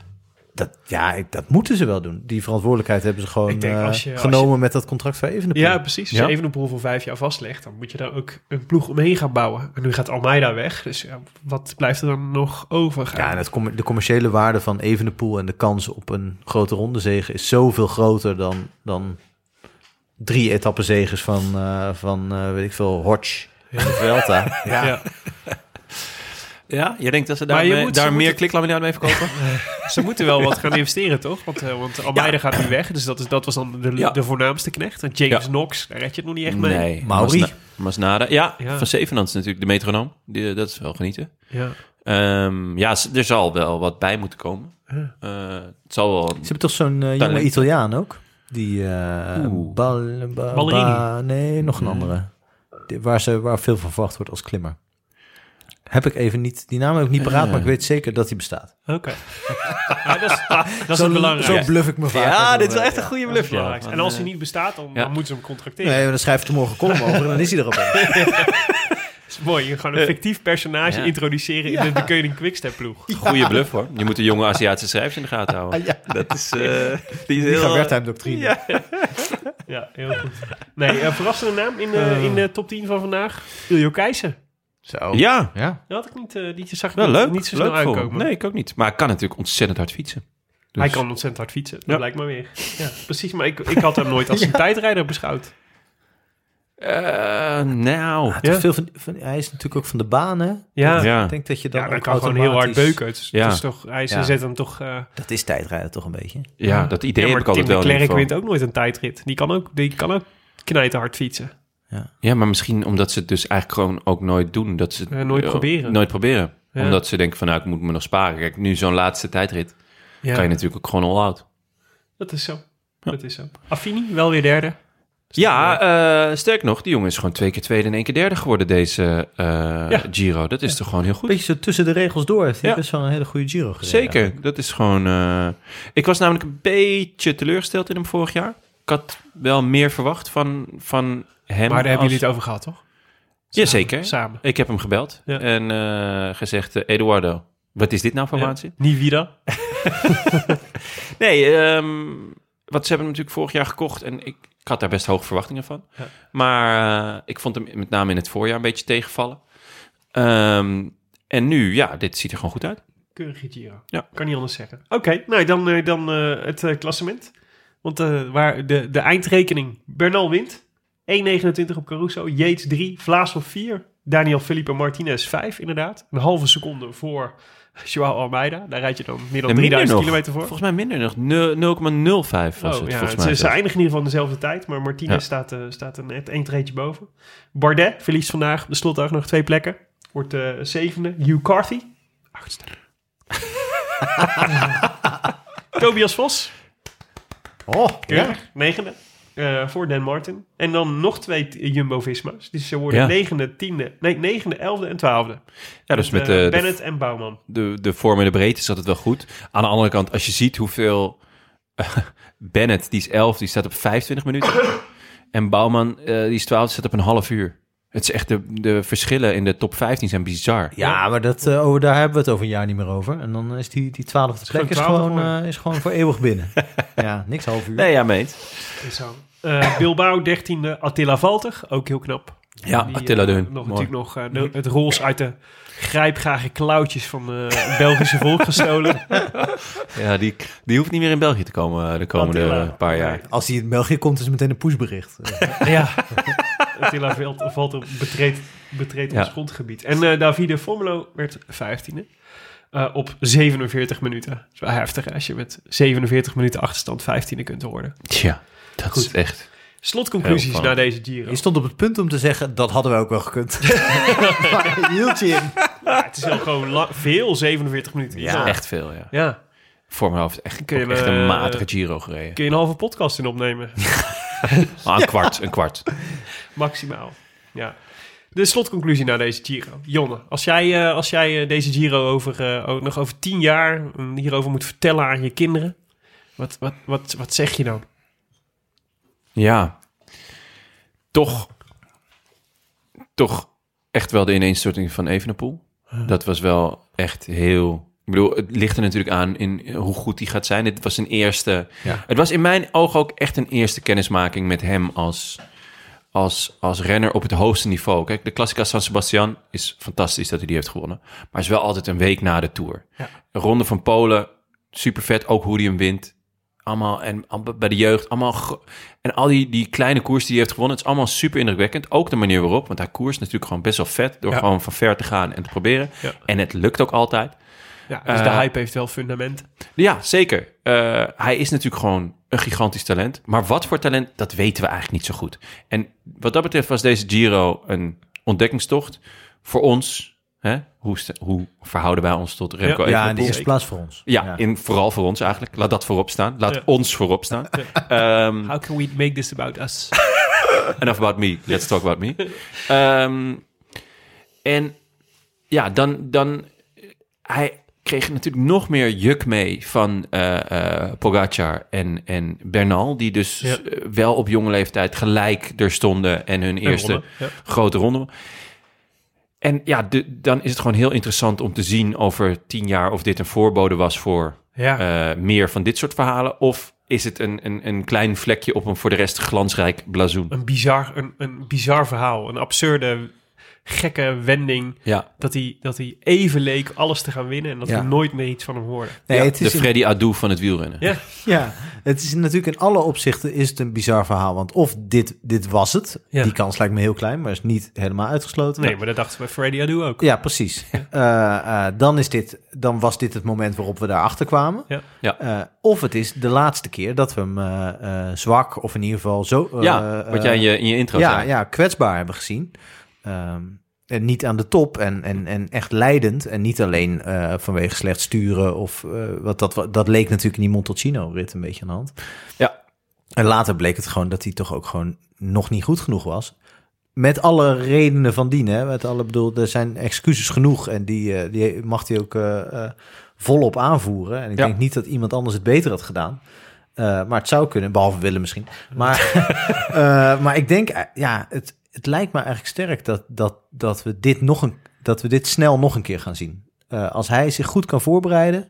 B: Dat, ja, ik- dat moeten ze wel doen. Die verantwoordelijkheid hebben ze gewoon
E: Ik denk
B: eh,
E: als je- als
B: genomen met dat contract van Evenepoel.
E: Ja, precies. Als
A: Ja.
E: je even een pool voor vijf jaar vastlegt, dan moet je daar ook een ploeg omheen gaan bouwen. En nu gaat Almeida weg, dus ja, wat blijft er dan nog over?
B: Ja, en het com- de commerciële waarde van Evenepoel en de kans op een grote ronde zegen is zoveel groter dan, dan drie etappenzeges van, eh, van eh, weet ik veel, Hodge. Ja. Vuelta.
A: nou
E: Ja.
A: Ja, je denkt dat ze
E: Maar
A: daar,
E: je
A: mee-
E: moet- ze
A: daar meer
E: moeten-
A: kliklaminaat mee verkopen?
E: Ze moeten wel wat gaan investeren, toch? Want, eh, want Almeida gaat nu weg, dus dat, is, dat was dan de,
A: Ja.
E: de voornaamste knecht. En James
A: Ja.
E: Knox, daar red je het nog niet echt mee.
A: Nee.
B: Mauri.
A: Masna- Masnada. Ja,
E: Ja.
A: van Zevenhand is natuurlijk de metronoom. Die, eh, dat is wel genieten.
E: Ja.
A: Ehm, ja, ze- er zal wel wat bij moeten komen.
E: Ja.
A: Eh, het zal wel...
B: Ze hebben toch zo'n eh, jonge
A: Talent.
B: Italiaan ook? Die... eh
A: Oeh.
B: Bal- ba-
E: Ballerini.
B: ba- nee, nog een andere. Die- waar, ze, waar veel van verwacht wordt als klimmer. Heb ik even niet... Die naam heb ik niet paraat, maar ik weet zeker dat hij bestaat.
E: Oké. Ja, dat is, dat is het
B: Zo
E: belangrijkste.
B: bluff ik me vaak.
A: eh, Ja, dit is wel echt een goede
E: Dat is het
A: bluff. ja.
E: belangrijkste. En als hij niet bestaat, dan,
A: Ja.
E: dan moeten ze hem contracteren.
B: Nee, maar dan schrijf ik er morgen een column over en dan is hij er op.
E: Dat is mooi, je gewoon een fictief personage
A: Eh. Ja.
E: introduceren in de, de Koning Quickstep ploeg.
A: Goeie bluff hoor. Je moet de jonge Aziatische schrijvers in de gaten houden. Dat is, eh, die is
B: Die
A: heel...
B: Wertheim-doctrine.
E: Ja, heel goed. Nee, eh, verrassende naam in, eh, in de top 10 van vandaag. Iljo Keijzer.
B: Zo.
A: Ja,
B: Ja.
E: Dat had ik niet, eh, niet, zag ik
A: wel
E: niet,
A: Nou, leuk.
E: niet zo
A: leuk
E: snel
A: voor hem.
E: aankomen.
A: Nee, ik ook niet. Maar hij kan natuurlijk ontzettend hard fietsen. Dus-
E: Hij kan ontzettend hard fietsen, dat
A: Ja.
E: blijkt maar weer. Ja, precies, maar ik, ik had hem nooit als een tijdrijder beschouwd.
A: Eh, nou,
B: Het is
E: Ja.
B: Veel van, van- hij is natuurlijk ook van de baan, hè?
E: Ja, ja,
A: ja.
B: Ik denk dat je dan
E: hij
B: ook
E: kan gewoon heel hard
B: automatisch-
E: beuken. Het is,
A: Ja.
E: het is toch, hij is-
B: Ja.
E: zet hem toch... eh
B: Dat is tijdrijden toch een beetje.
A: ja, dat idee
E: ja,
A: heb
E: maar
A: ik altijd
E: Tim
A: wel.
E: de
A: in ieder
E: Klerk
A: geval.
E: wint ook nooit een tijdrit. Die kan ook, die kan ook knijterhard fietsen.
A: Ja, maar misschien omdat ze het dus eigenlijk gewoon ook nooit doen. Dat ze het
E: Eh, nooit
A: eh,
E: proberen.
A: Nooit proberen.
E: Ja.
A: Omdat ze denken van, nou, ik moet me nog sparen. Kijk, nu zo'n laatste tijdrit
E: Ja,
A: kan je natuurlijk ook gewoon all-out.
E: dat is zo. Dat is zo. Affini, wel weer derde.
A: Ja, eh, sterk nog, die jongen is gewoon twee keer tweede en één keer derde geworden deze eh, Giro. Dat is toch gewoon heel goed.
B: Beetje zo tussen de regels door. Heeft hij
A: Ja.
B: best wel een hele goede Giro gereden.
A: Zeker, dat is gewoon... eh, ik was namelijk een beetje teleurgesteld in hem vorig jaar. Ik had wel meer verwacht van, van hem.
E: Maar daar hebben
A: als-
E: jullie het over gehad, toch?
A: Jazeker.
E: Samen.
A: Ik heb hem gebeld
E: Ja.
A: en eh, gezegd, eh, Eduardo, wat is dit nou voor
E: Ja.
A: waanzin?
E: Niet wie dan?
A: Nee, ehm want ze hebben hem natuurlijk vorig jaar gekocht en ik, ik had daar best hoge verwachtingen van.
E: Ja.
A: Maar eh, ik vond hem met name in het voorjaar een beetje tegenvallen. Ehm, en nu, ja, dit ziet er gewoon goed uit.
E: Keurige Giro.
A: Ja.
E: Kan niet anders zeggen. Oké, nou dan, eh, dan eh, het eh, klassement. Want eh, waar de, de eindrekening Bernal wint. 1,29 op Caruso. Yates 3. Vlaas op 4. Daniel Felipe Martinez 5 inderdaad. Een halve seconde voor Joao Almeida. Daar rijd je dan meer dan
A: En minder
E: 3000
A: nog.
E: kilometer voor.
A: Volgens mij minder nog, nul- 0,05 was
E: Oh,
A: het
E: ja,
A: volgens
E: ze-
A: mij.
E: Ze eindigen in ieder geval in dezelfde tijd, maar Martinez
A: Ja.
E: staat, eh, staat er net één treetje boven. Bardet verliest vandaag op de slotdag nog twee plekken. Wordt eh, zevende. Hugh Carthy, achtste. Tobias Vos,
B: Oh, ja.
E: keurig, negende. eh, voor Dan Martin. En dan nog twee t- Jumbo-Visma's. Dus ze worden
A: Ja.
E: negende, tiende, nee, negende, elfde en twaalfde.
A: ja, dus met
E: Eh,
A: de, de,
E: Bennett en Bouwman.
A: de, de vorm en de breedte is altijd wel goed. Aan de andere kant, als je ziet hoeveel... eh, Bennett, die is 11, die staat op 25 minuten. en Bouwman, eh, die is 12, die staat op een half uur. Het is echt, de, de verschillen in de top 15 zijn bizar.
B: Ja, maar dat, eh, oh, daar hebben we het over een jaar niet meer over. En dan is die, die twaalfde plek is
E: gewoon
B: gewoon,
E: 12e
B: eh, is gewoon voor eeuwig binnen. ja, niks half uur.
A: Nee, ja, meent.
E: Is Zo. Eh, Bilbao, dertiende. Attila Valter, ook heel knap.
A: Ja,
E: Die,
A: Ah, Attila
E: eh,
A: Deun.
E: Nog,
A: Mooi.
E: natuurlijk nog eh, de- het roze uit de grijpgrage klauwtjes van eh, het Belgische volk gestolen.
A: Ja, die, die hoeft niet meer in België te komen eh, de komende
E: Attila.
A: eh, paar jaar.
B: Als hij in België komt, is het meteen een pushbericht. Eh,
E: ja. Attila Veld, Valter betreedt betreed ons
A: Ja.
E: grondgebied. En eh, Davide Formelo werd vijftiende. eh op 47 minuten. Dat is wel heftig hè, als je met 47 minuten achterstand 15e kunt worden.
A: Tja, dat is echt. Heel
E: Slotconclusies
A: spannend.
E: na deze Giro.
B: Je stond op het punt om te zeggen, dat hadden we ook wel gekund. maar je hield je in.
E: Ja, het is wel gewoon la- veel 47 minuten.
B: Ja.
A: Echt veel, ja.
E: ja.
A: Voor mijn hoofd echt,
E: Kun je
A: ook echt
E: me-
A: een matige Giro gereden.
E: Kun je een halve podcast in opnemen?
A: Ah, een kwart, een kwart.
E: Maximaal. Ja. De slotconclusie na deze Giro. Jonne, als jij, eh, als jij eh, deze Giro over, eh, ook nog over tien jaar mm, hierover moet vertellen aan je kinderen, wat, wat, wat, wat zeg je dan?
A: Ja. Toch, toch echt wel de ineenstorting van Evenepoel. Dat was wel echt heel... Ik bedoel, het ligt er natuurlijk aan in hoe goed die gaat zijn. Dit was een eerste...
B: Ja.
A: Het was in mijn ogen ook echt een eerste kennismaking met hem als, als, als renner op het hoogste niveau. Kijk, de Classica San Sebastian is fantastisch dat hij die heeft gewonnen. Maar is wel altijd een week na de Tour. Een Ronde van Polen, super vet. Ook hoe hij hem wint. Allemaal, en am- bij de jeugd, allemaal... gro- En al die, die kleine koers die hij heeft gewonnen, het is allemaal super indrukwekkend. Ook de manier waarop, want hij koers natuurlijk gewoon best wel vet... door
E: Ja.
A: gewoon van ver te gaan en te proberen.
E: Ja.
A: En het lukt ook altijd.
E: Ja, dus de
A: Eh,
E: hype heeft wel fundament.
A: Ja, zeker. Eh, hij is natuurlijk gewoon een gigantisch talent. Maar wat voor talent, dat weten we eigenlijk niet zo goed. En wat dat betreft was deze Giro een ontdekkingstocht voor ons. Hè? Hoe, st- hoe verhouden wij ons tot Remco
B: Ja, in de
A: Evenepoel?
B: eerste plaats voor ons.
A: Ja, In, vooral voor ons eigenlijk. Laat dat voorop staan. Laat
E: Ja.
A: ons voorop staan. Ehm,
E: How can we make this about us?
A: Enough about me. Let's talk about me. Ehm, en ja, dan, dan... Hij kreeg natuurlijk nog meer juk mee van eh eh, Pogacar en, en Bernal... die dus
E: Ja.
A: eh, wel op jonge leeftijd gelijk er stonden... en hun eerste
E: ronde, ja.
A: grote ronde... En ja, de- dan is het gewoon heel interessant om te zien over tien jaar of dit een voorbode was voor
E: Ja.
A: eh, meer van dit soort verhalen. Of is het een, een, een klein vlekje op een voor de rest glansrijk blazoen?
E: Een bizar, een, een bizar verhaal. Een absurde gekke wending.
A: Ja.
E: Dat hij, dat hij even leek alles te gaan winnen en dat
B: Ja.
E: we nooit meer iets van hem hoorden.
B: Nee,
A: Ja,
B: het
A: de
B: is in-
A: Freddy Adu van het wielrennen.
E: Ja.
B: Ja, het is natuurlijk in alle opzichten is het een bizar verhaal. Want of dit, dit was het,
E: Ja.
B: die kans lijkt me heel klein, maar is niet helemaal uitgesloten.
E: Nee, maar dat dachten we bij Freddy Adu ook.
B: Ja, precies. Eh, eh, dan, is dit, dan was dit het moment waarop we daarachter kwamen.
E: Ja.
A: Ja.
B: Eh, of het is de laatste keer dat we hem eh, eh, zwak of in ieder geval zo... eh,
A: ja, wat jij in je, in je intro
B: ja,
A: zei.
B: ja, kwetsbaar hebben gezien. Ehm, en niet aan de top en, en, en echt leidend. En niet alleen eh, vanwege slecht sturen. Of, eh, wat dat, dat leek natuurlijk in die Montalcino-rit een beetje aan de hand.
A: Ja.
B: En later bleek het gewoon dat hij toch ook gewoon nog niet goed genoeg was. Met alle redenen van dien. Hè? Met alle, bedoel, er zijn excuses genoeg. En die, eh, die mag hij ook eh, eh, volop aanvoeren. En ik
A: Ja.
B: denk niet dat iemand anders het beter had gedaan. Eh, maar het zou kunnen, behalve Willem misschien. Maar, eh, maar ik denk, eh, ja, het, het lijkt me eigenlijk sterk dat, dat, dat, we dit nog een, dat we dit snel nog een keer gaan zien. Eh, als hij zich goed kan voorbereiden.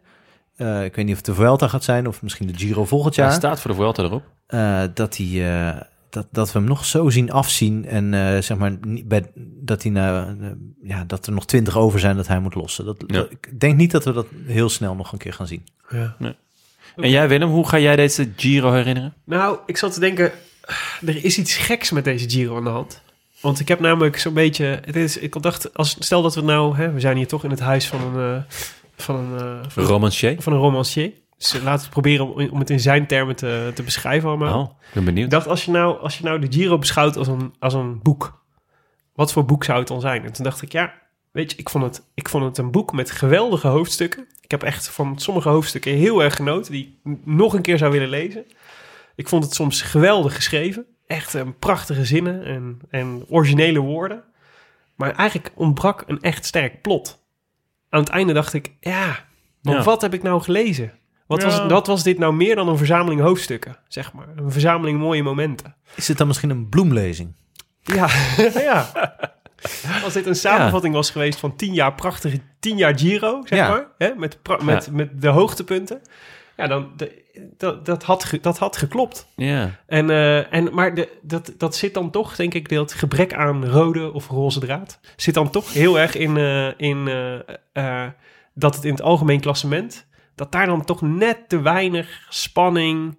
B: eh, ik weet niet of het de Vuelta gaat zijn of misschien de Giro volgend jaar.
A: Hij staat voor de Vuelta erop.
B: eh, dat, hij, eh, dat, dat we hem nog zo zien afzien. En eh, zeg maar niet bij, dat, hij nou, eh, ja, dat er nog twintig over zijn dat hij moet lossen. Dat,
A: Ja.
B: ik denk niet dat we dat heel snel nog een keer gaan zien.
A: En jij Willem, hoe ga jij deze Giro herinneren?
E: Nou, ik zat te denken, er is iets geks met deze Giro aan de hand. Want ik heb namelijk zo'n beetje, het is, ik dacht, als, stel dat we nou, hè, we zijn hier toch in het huis van een, eh, van een, eh, van,
A: Romancier?
E: van een romancier. Dus laten we het proberen om, om het in zijn termen te, te beschrijven allemaal.
A: Oh, ik ben
E: Ik
A: benieuwd.
E: dacht, als je nou, als je nou de Giro beschouwt als een, als een boek, wat voor boek zou het dan zijn? En toen dacht ik, ja, weet je, ik vond het, ik vond het een boek met geweldige hoofdstukken. Ik heb echt van sommige hoofdstukken heel erg genoten, die ik n- nog een keer zou willen lezen. Ik vond het soms geweldig geschreven. Echt een prachtige zinnen en, en originele woorden. Maar eigenlijk ontbrak een echt sterk plot. Aan het einde dacht ik, ja, maar
A: Ja.
E: wat heb ik nou gelezen? Wat, was,
A: Ja.
E: wat was dit nou meer dan een verzameling hoofdstukken, zeg maar? Een verzameling mooie momenten.
B: Is het dan misschien een bloemlezing?
E: Ja, ja. Als dit een samenvatting was geweest van tien jaar prachtige, tien jaar Giro, zeg
B: Ja.
E: maar. Hè? Met, pra- met, met de hoogtepunten. Ja, dan, de- dat, dat, had ge- dat had geklopt.
A: Ja.
E: En, eh, en, maar de, dat, dat zit dan toch, denk ik, dat gebrek aan rode of roze draad... zit dan toch heel erg in, eh, in eh, eh, dat het in het algemeen klassement... dat daar dan toch net te weinig spanning,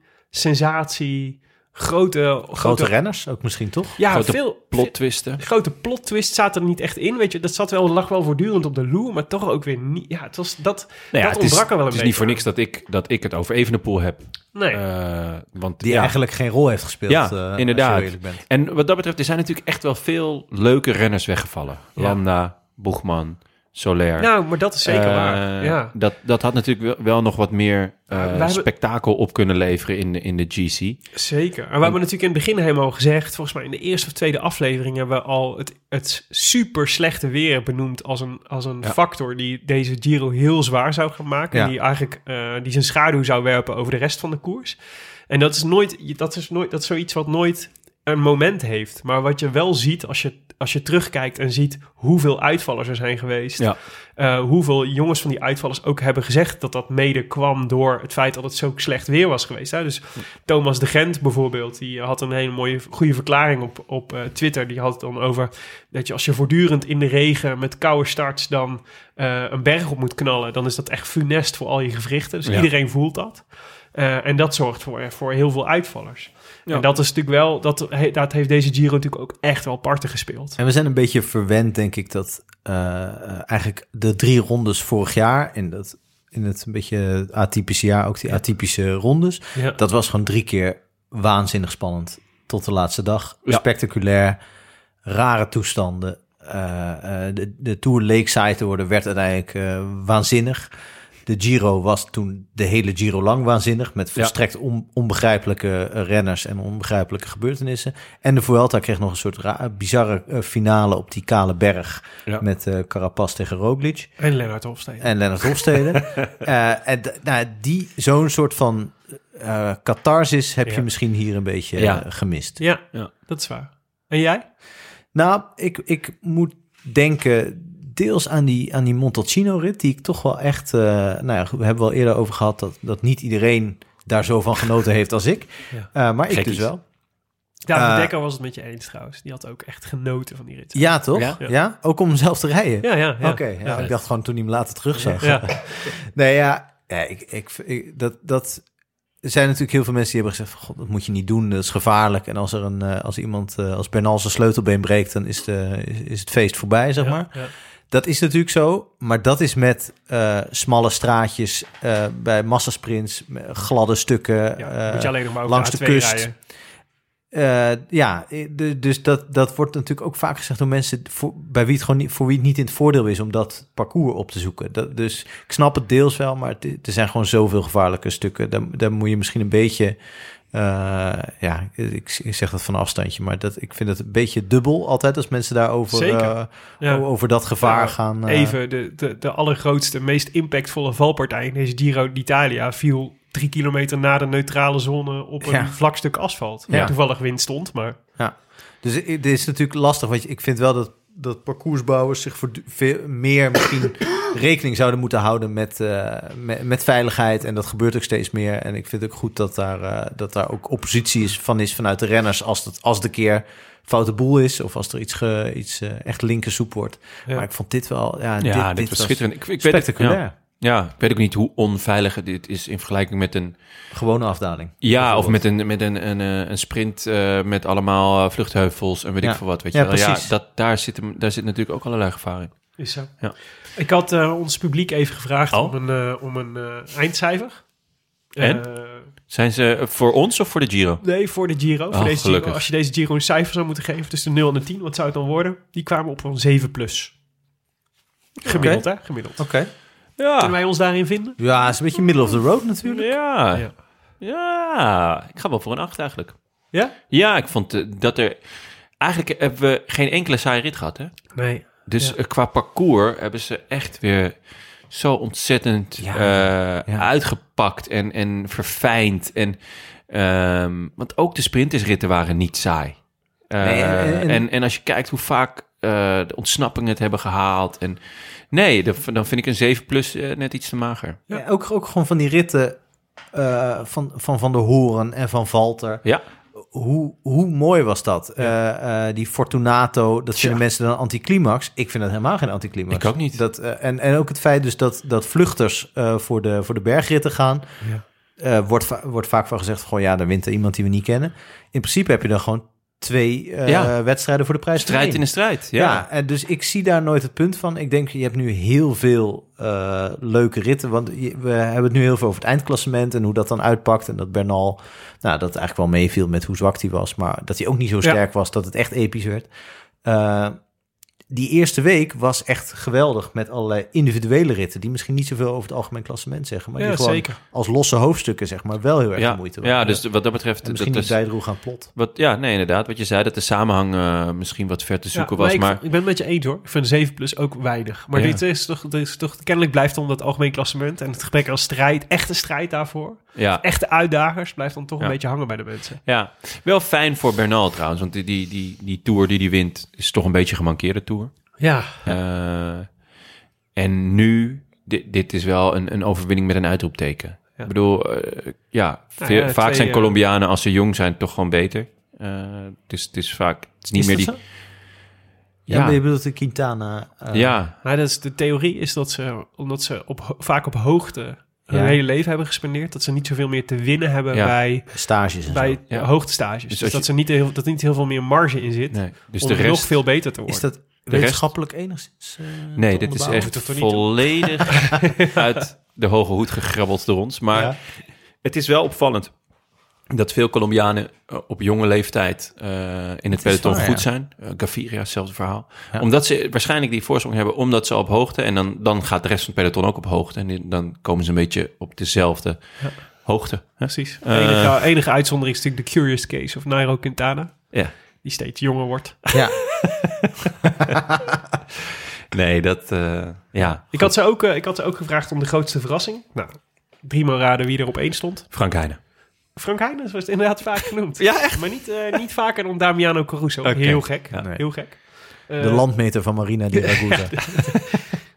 E: sensatie, grote... Grote,
B: Grote renners ook misschien, toch?
E: Ja,
A: grote
E: veel...
A: Plot twisten.
E: De grote plot twist zat er niet echt in, weet je. Dat zat wel, lag wel voortdurend op de loer, maar toch ook weer niet. Ja, het was dat,
A: Nou ja,
E: dat
A: het is,
E: ontbrak er wel
A: het is
E: een beetje.
A: niet voor niks dat ik, dat ik het over Evenepoel heb.
E: Nee,
A: Eh, want
B: Die
A: ja.
B: eigenlijk geen rol heeft gespeeld.
A: Ja,
B: eh, als je
A: inderdaad.
B: heel eerlijk bent.
A: En wat dat betreft, er zijn natuurlijk echt wel veel leuke renners weggevallen. Landa, Boegman, Soler.
E: nou, maar dat is zeker
A: Eh,
E: waar. Ja.
A: dat, dat had natuurlijk wel, wel nog wat meer eh,
E: Ja, we hebben-
A: spektakel op kunnen leveren in, de- in de GC.
E: Zeker. En we hebben natuurlijk in het begin helemaal gezegd, volgens mij in de eerste of tweede aflevering hebben we al het, het super slechte weer benoemd als een, als een factor die deze Giro heel zwaar zou gaan maken.
B: Ja.
E: Die eigenlijk eh, die zijn schaduw zou werpen over de rest van de koers. En dat is nooit, dat is nooit, dat is zoiets wat nooit een moment heeft. Maar wat je wel ziet als je, als je terugkijkt en ziet hoeveel uitvallers er zijn geweest.
A: Ja.
E: Eh, hoeveel jongens van die uitvallers ook hebben gezegd dat dat mede kwam door het feit dat het zo slecht weer was geweest. Hè? Dus Thomas de Gent bijvoorbeeld, die had een hele mooie, goede verklaring op, op eh, Twitter. Die had het dan over dat je als je voortdurend in de regen met koude starts dan eh, een berg op moet knallen, dan is dat echt funest voor al je gewrichten. Dus
A: Ja.
E: iedereen voelt dat. Eh, en dat zorgt voor, voor heel veel uitvallers.
A: Ja.
E: En dat is natuurlijk wel, dat, he- dat heeft deze Giro natuurlijk ook echt wel parten gespeeld.
B: En we zijn een beetje verwend, denk ik, dat eh, eh, eigenlijk de drie rondes vorig jaar... in, dat, in het een beetje atypische jaar, ook die atypische rondes...
E: Ja.
B: dat was gewoon drie keer waanzinnig spannend. Tot de laatste dag.
A: Ja.
B: Spectaculair, rare toestanden. Eh, eh, de, de Tour leek saai te worden, werd uiteindelijk eh, waanzinnig. De Giro was toen de hele Giro lang waanzinnig... met volstrekt on- onbegrijpelijke eh, renners en onbegrijpelijke gebeurtenissen. En de Vuelta kreeg nog een soort ra- bizarre eh, finale op die kale berg...
A: Ja.
B: met eh Carapaz tegen Roglic.
E: En Lennart Hofstede.
B: En Lennart Hofstede. Eh, en d- nou, die, zo'n soort van eh catharsis heb
E: Ja.
B: je misschien hier een beetje
A: Ja.
B: eh, gemist.
E: Ja,
A: Ja.
E: dat is waar. En jij?
B: Nou, ik, ik moet denken deels aan die, aan die Montalcino-rit, die ik toch wel echt... eh, nou ja, goed, we hebben wel eerder over gehad dat, dat niet iedereen daar zo van genoten heeft als ik.
E: Ja.
B: Eh, maar ik
A: Gekkies.
B: dus wel.
E: David
B: Eh,
E: Dekker was het met je eens trouwens. Die had ook echt genoten van die rit.
B: Ja, toch?
A: Ja?
B: Ja? Ook om hem zelf te rijden?
E: ja, ja. ja.
B: Oké, ja,
E: Ja.
B: ik dacht gewoon toen hij hem later terugzag.
E: Ja.
B: Nee, ja, ja ik, ik, ik- dat, dat er zijn natuurlijk heel veel mensen die hebben gezegd... van, God, dat moet je niet doen, dat is gevaarlijk. En als, er een, eh, als iemand, eh, als Bernal zijn sleutelbeen breekt... dan is, de, is, is het feest voorbij, zeg
E: Ja,
B: maar.
E: ja.
B: Dat is natuurlijk zo, maar dat is met eh, smalle straatjes... eh, bij massasprints, met gladde stukken...
E: Ja,
B: eh,
E: moet je alleen nog maar
B: langs
E: langs de
B: de
E: kust.
B: kust.
E: Rijden.
B: eh, ja, eh, de- dus dat, dat wordt natuurlijk ook vaak gezegd door mensen voor, bij wie het gewoon niet, voor wie het niet in het voordeel is om dat parcours op te zoeken. Dat, dus ik snap het deels wel, maar het- er zijn gewoon zoveel gevaarlijke stukken. Daar, daar moet je misschien een beetje, eh, ja, ik, ik zeg dat van een afstandje, maar dat, ik vind het een beetje dubbel altijd als mensen daarover
E: Zeker,
B: eh,
E: Ja.
B: o- over dat gevaar
E: Ja,
B: gaan. eh,
E: Even, de, de, de allergrootste, meest impactvolle valpartij in deze Giro d'Italia viel drie kilometer na de neutrale zone op een
B: Ja.
E: vlak stuk asfalt. Waar
B: Ja.
E: toevallig wind stond, maar
B: Dus i- dit is natuurlijk lastig, want je- ik vind wel dat, dat parcoursbouwers zich voortdu- veel meer misschien rekening zouden moeten houden met, eh, met, met veiligheid. En dat gebeurt ook steeds meer. En ik vind het ook goed dat daar, eh, dat daar ook oppositie is, van is vanuit de renners als, dat, als de keer foute boel is of als er iets, ge, iets eh, echt linkersoep wordt.
E: Ja.
B: Maar ik vond dit wel... Ja,
A: Ja, dit,
B: dit,
A: was schitterend. Ik, ik weet het-
B: Spectaculair.
A: ja. Ja, ik weet ook niet hoe onveilig het dit is in vergelijking met een...
B: Gewone afdaling.
A: Ja, of met een, met een, een, eh, een sprint eh, met allemaal eh, vluchtheuvels en weet ik
B: Ja.
A: veel wat. Weet
B: Ja,
A: je wel. ja
B: precies.
A: dat, daar, zit, hem- daar zit natuurlijk ook allerlei gevaar in.
E: is zo.
A: Ja.
E: Ik had eh, ons publiek even gevraagd
A: Oh.
E: om een, eh, om een eh, eindcijfer.
A: En?
E: Eh,
A: Zijn ze voor ons of voor de Giro?
E: Nee, voor de Giro. Voor
A: Oh,
E: deze Giro.
A: gelukkig.
E: Als je deze Giro een cijfer zou moeten geven tussen de 0 en de 10, wat zou het dan worden? Die kwamen op een 7 plus. Gemiddeld, hè? Gemiddeld.
A: Ah.
B: Oké.
A: Ja.
E: Kunnen wij ons daarin vinden?
B: Ja, is een beetje middle of the road natuurlijk.
A: Ja.
E: Ja.
A: ja. ik ga wel voor een 8 eigenlijk.
E: Ja?
A: Ja, ik vond eh, dat er... Eigenlijk hebben we geen enkele saaie rit gehad, hè?
E: Nee.
A: Dus
E: Ja.
A: eh, qua parcours hebben ze echt weer zo ontzettend eh,
B: ja.
A: uitgepakt en, en verfijnd. En, ehm, want ook de sprintersritten waren niet saai. Eh,
B: Nee, en-
A: en,
B: en-
A: en, als je kijkt hoe vaak eh, de ontsnappingen het hebben gehaald. En, nee, dan, dan vind ik een 7 plus eh, net iets te mager.
B: Ja. ook, ook gewoon van die ritten eh, van, van Van der Horen en van Valter.
A: Ja.
B: Hoe, hoe mooi was dat? Eh, eh, die Fortunato, dat vinden mensen dan anticlimax. Ik vind dat helemaal geen anticlimax.
A: Ik ook niet.
B: Dat, eh, en, en ook het feit dus dat, dat vluchters eh, voor, de, voor de bergritten gaan... eh, wordt, va- wordt vaak van gezegd, gewoon ja, dan wint er iemand die we niet kennen. In principe heb je dan gewoon twee eh,
A: Ja.
B: wedstrijden voor de prijs. van
A: Strijd
B: één.
A: in de strijd, ja.
B: Ja. en dus ik zie daar nooit het punt van. Ik denk, je hebt nu heel veel eh, leuke ritten. Want je- we hebben het nu heel veel over het eindklassement en hoe dat dan uitpakt. En dat Bernal, nou, dat eigenlijk wel meeviel met hoe zwak hij was. Maar dat hij ook niet zo
E: Ja.
B: sterk was, dat het echt episch werd. Eh, die eerste week was echt geweldig met allerlei individuele ritten. Die misschien niet zoveel over het algemeen klassement zeggen. Maar
E: Ja,
B: die gewoon
E: zeker.
B: als losse hoofdstukken, zeg maar, wel heel erg
A: ja,
B: de moeite
A: ja,
B: waren.
A: dus wat dat betreft...
B: En misschien
A: dat
B: dat
A: is-
B: bijdroeg aan plot.
A: wat, ja, nee, inderdaad. Wat je zei, dat de samenhang eh, misschien wat ver te zoeken
E: Ja,
A: was.
E: ik,
A: maar
E: ik ben het met je eens hoor. Ik vind 7 plus ook weinig. Maar
A: Ja.
E: dit is toch, dit is toch kennelijk blijft dan dat algemeen klassement en het gebrek aan strijd, echte strijd daarvoor.
A: ja,
E: Echte uitdagers blijft dan toch
A: Ja.
E: een beetje hangen bij de mensen.
A: Ja, wel fijn voor Bernal trouwens, want die, die, die, die tour die hij wint is toch een beetje een gemankeerde tour.
E: Ja.
A: Eh, en nu, dit, dit is wel een, een overwinning met een uitroepteken.
E: Ja.
A: Ik bedoel, eh, ja,
E: Nou
A: ve-
E: ja,
A: vaak
E: twee,
A: zijn
E: eh,
A: Colombianen als ze jong zijn toch gewoon beter. Eh, dus het is vaak, het is niet
B: Is
A: meer
B: dat
A: die...
B: zo? Ja,
A: Ja,
B: maar
A: ja,
B: je bedoelt de Quintana. eh,
E: Maar Nou, dat is, de theorie is dat ze, omdat ze op, ho- vaak op hoogte hun
B: Ja.
E: hele leven hebben gespendeerd, dat ze niet zoveel meer te winnen hebben
A: Ja.
E: bij
B: Stages en zo.
E: bij
A: Ja.
E: hoogtestages.
A: Dus
E: Dus,
A: als
E: dat,
A: je-
E: ze niet heel, dat er niet heel veel meer marge in zit
A: nee. Dus
E: om
A: de rest...
E: nog veel beter te worden.
B: Is dat
A: rest-
B: wetenschappelijk enigszins? eh,
A: Nee,
B: te
A: dit is
B: onderbouwen?
A: echt
E: Hoeft er toch niet
A: volledig uit de hoge hoed gegrabbeld door ons. Maar
B: Ja.
A: het is wel opvallend dat veel Colombianen eh, op jonge leeftijd eh, in het peloton
B: waar,
A: goed
B: ja.
A: zijn. Eh, Gaviria, hetzelfde verhaal.
B: Ja.
A: Omdat ze waarschijnlijk die voorsprong hebben, omdat ze op hoogte... en dan, dan gaat de rest van het peloton ook op hoogte. En die- dan komen ze een beetje op dezelfde hoogte. hè?
E: Precies. De
A: Eh.
E: enige, enige uitzondering is natuurlijk de Curious Case of Nairo Quintana,
A: Ja.
E: die steeds jonger wordt.
B: Ja,
A: Nee, dat... eh, ja,
E: Ik had, ze ook, eh, ik had ze ook gevraagd om de grootste verrassing. Nou, drie maar raden wie er op één stond.
A: Frank Heijnen.
E: Frank Heijnens was inderdaad vaak genoemd. ja, echt? Maar niet, eh, niet vaker dan Damiano Caruso.
A: Oké.
E: Heel gek.
A: Ja.
E: Heel gek. Eh,
B: de landmeter van Marina di Ragusa.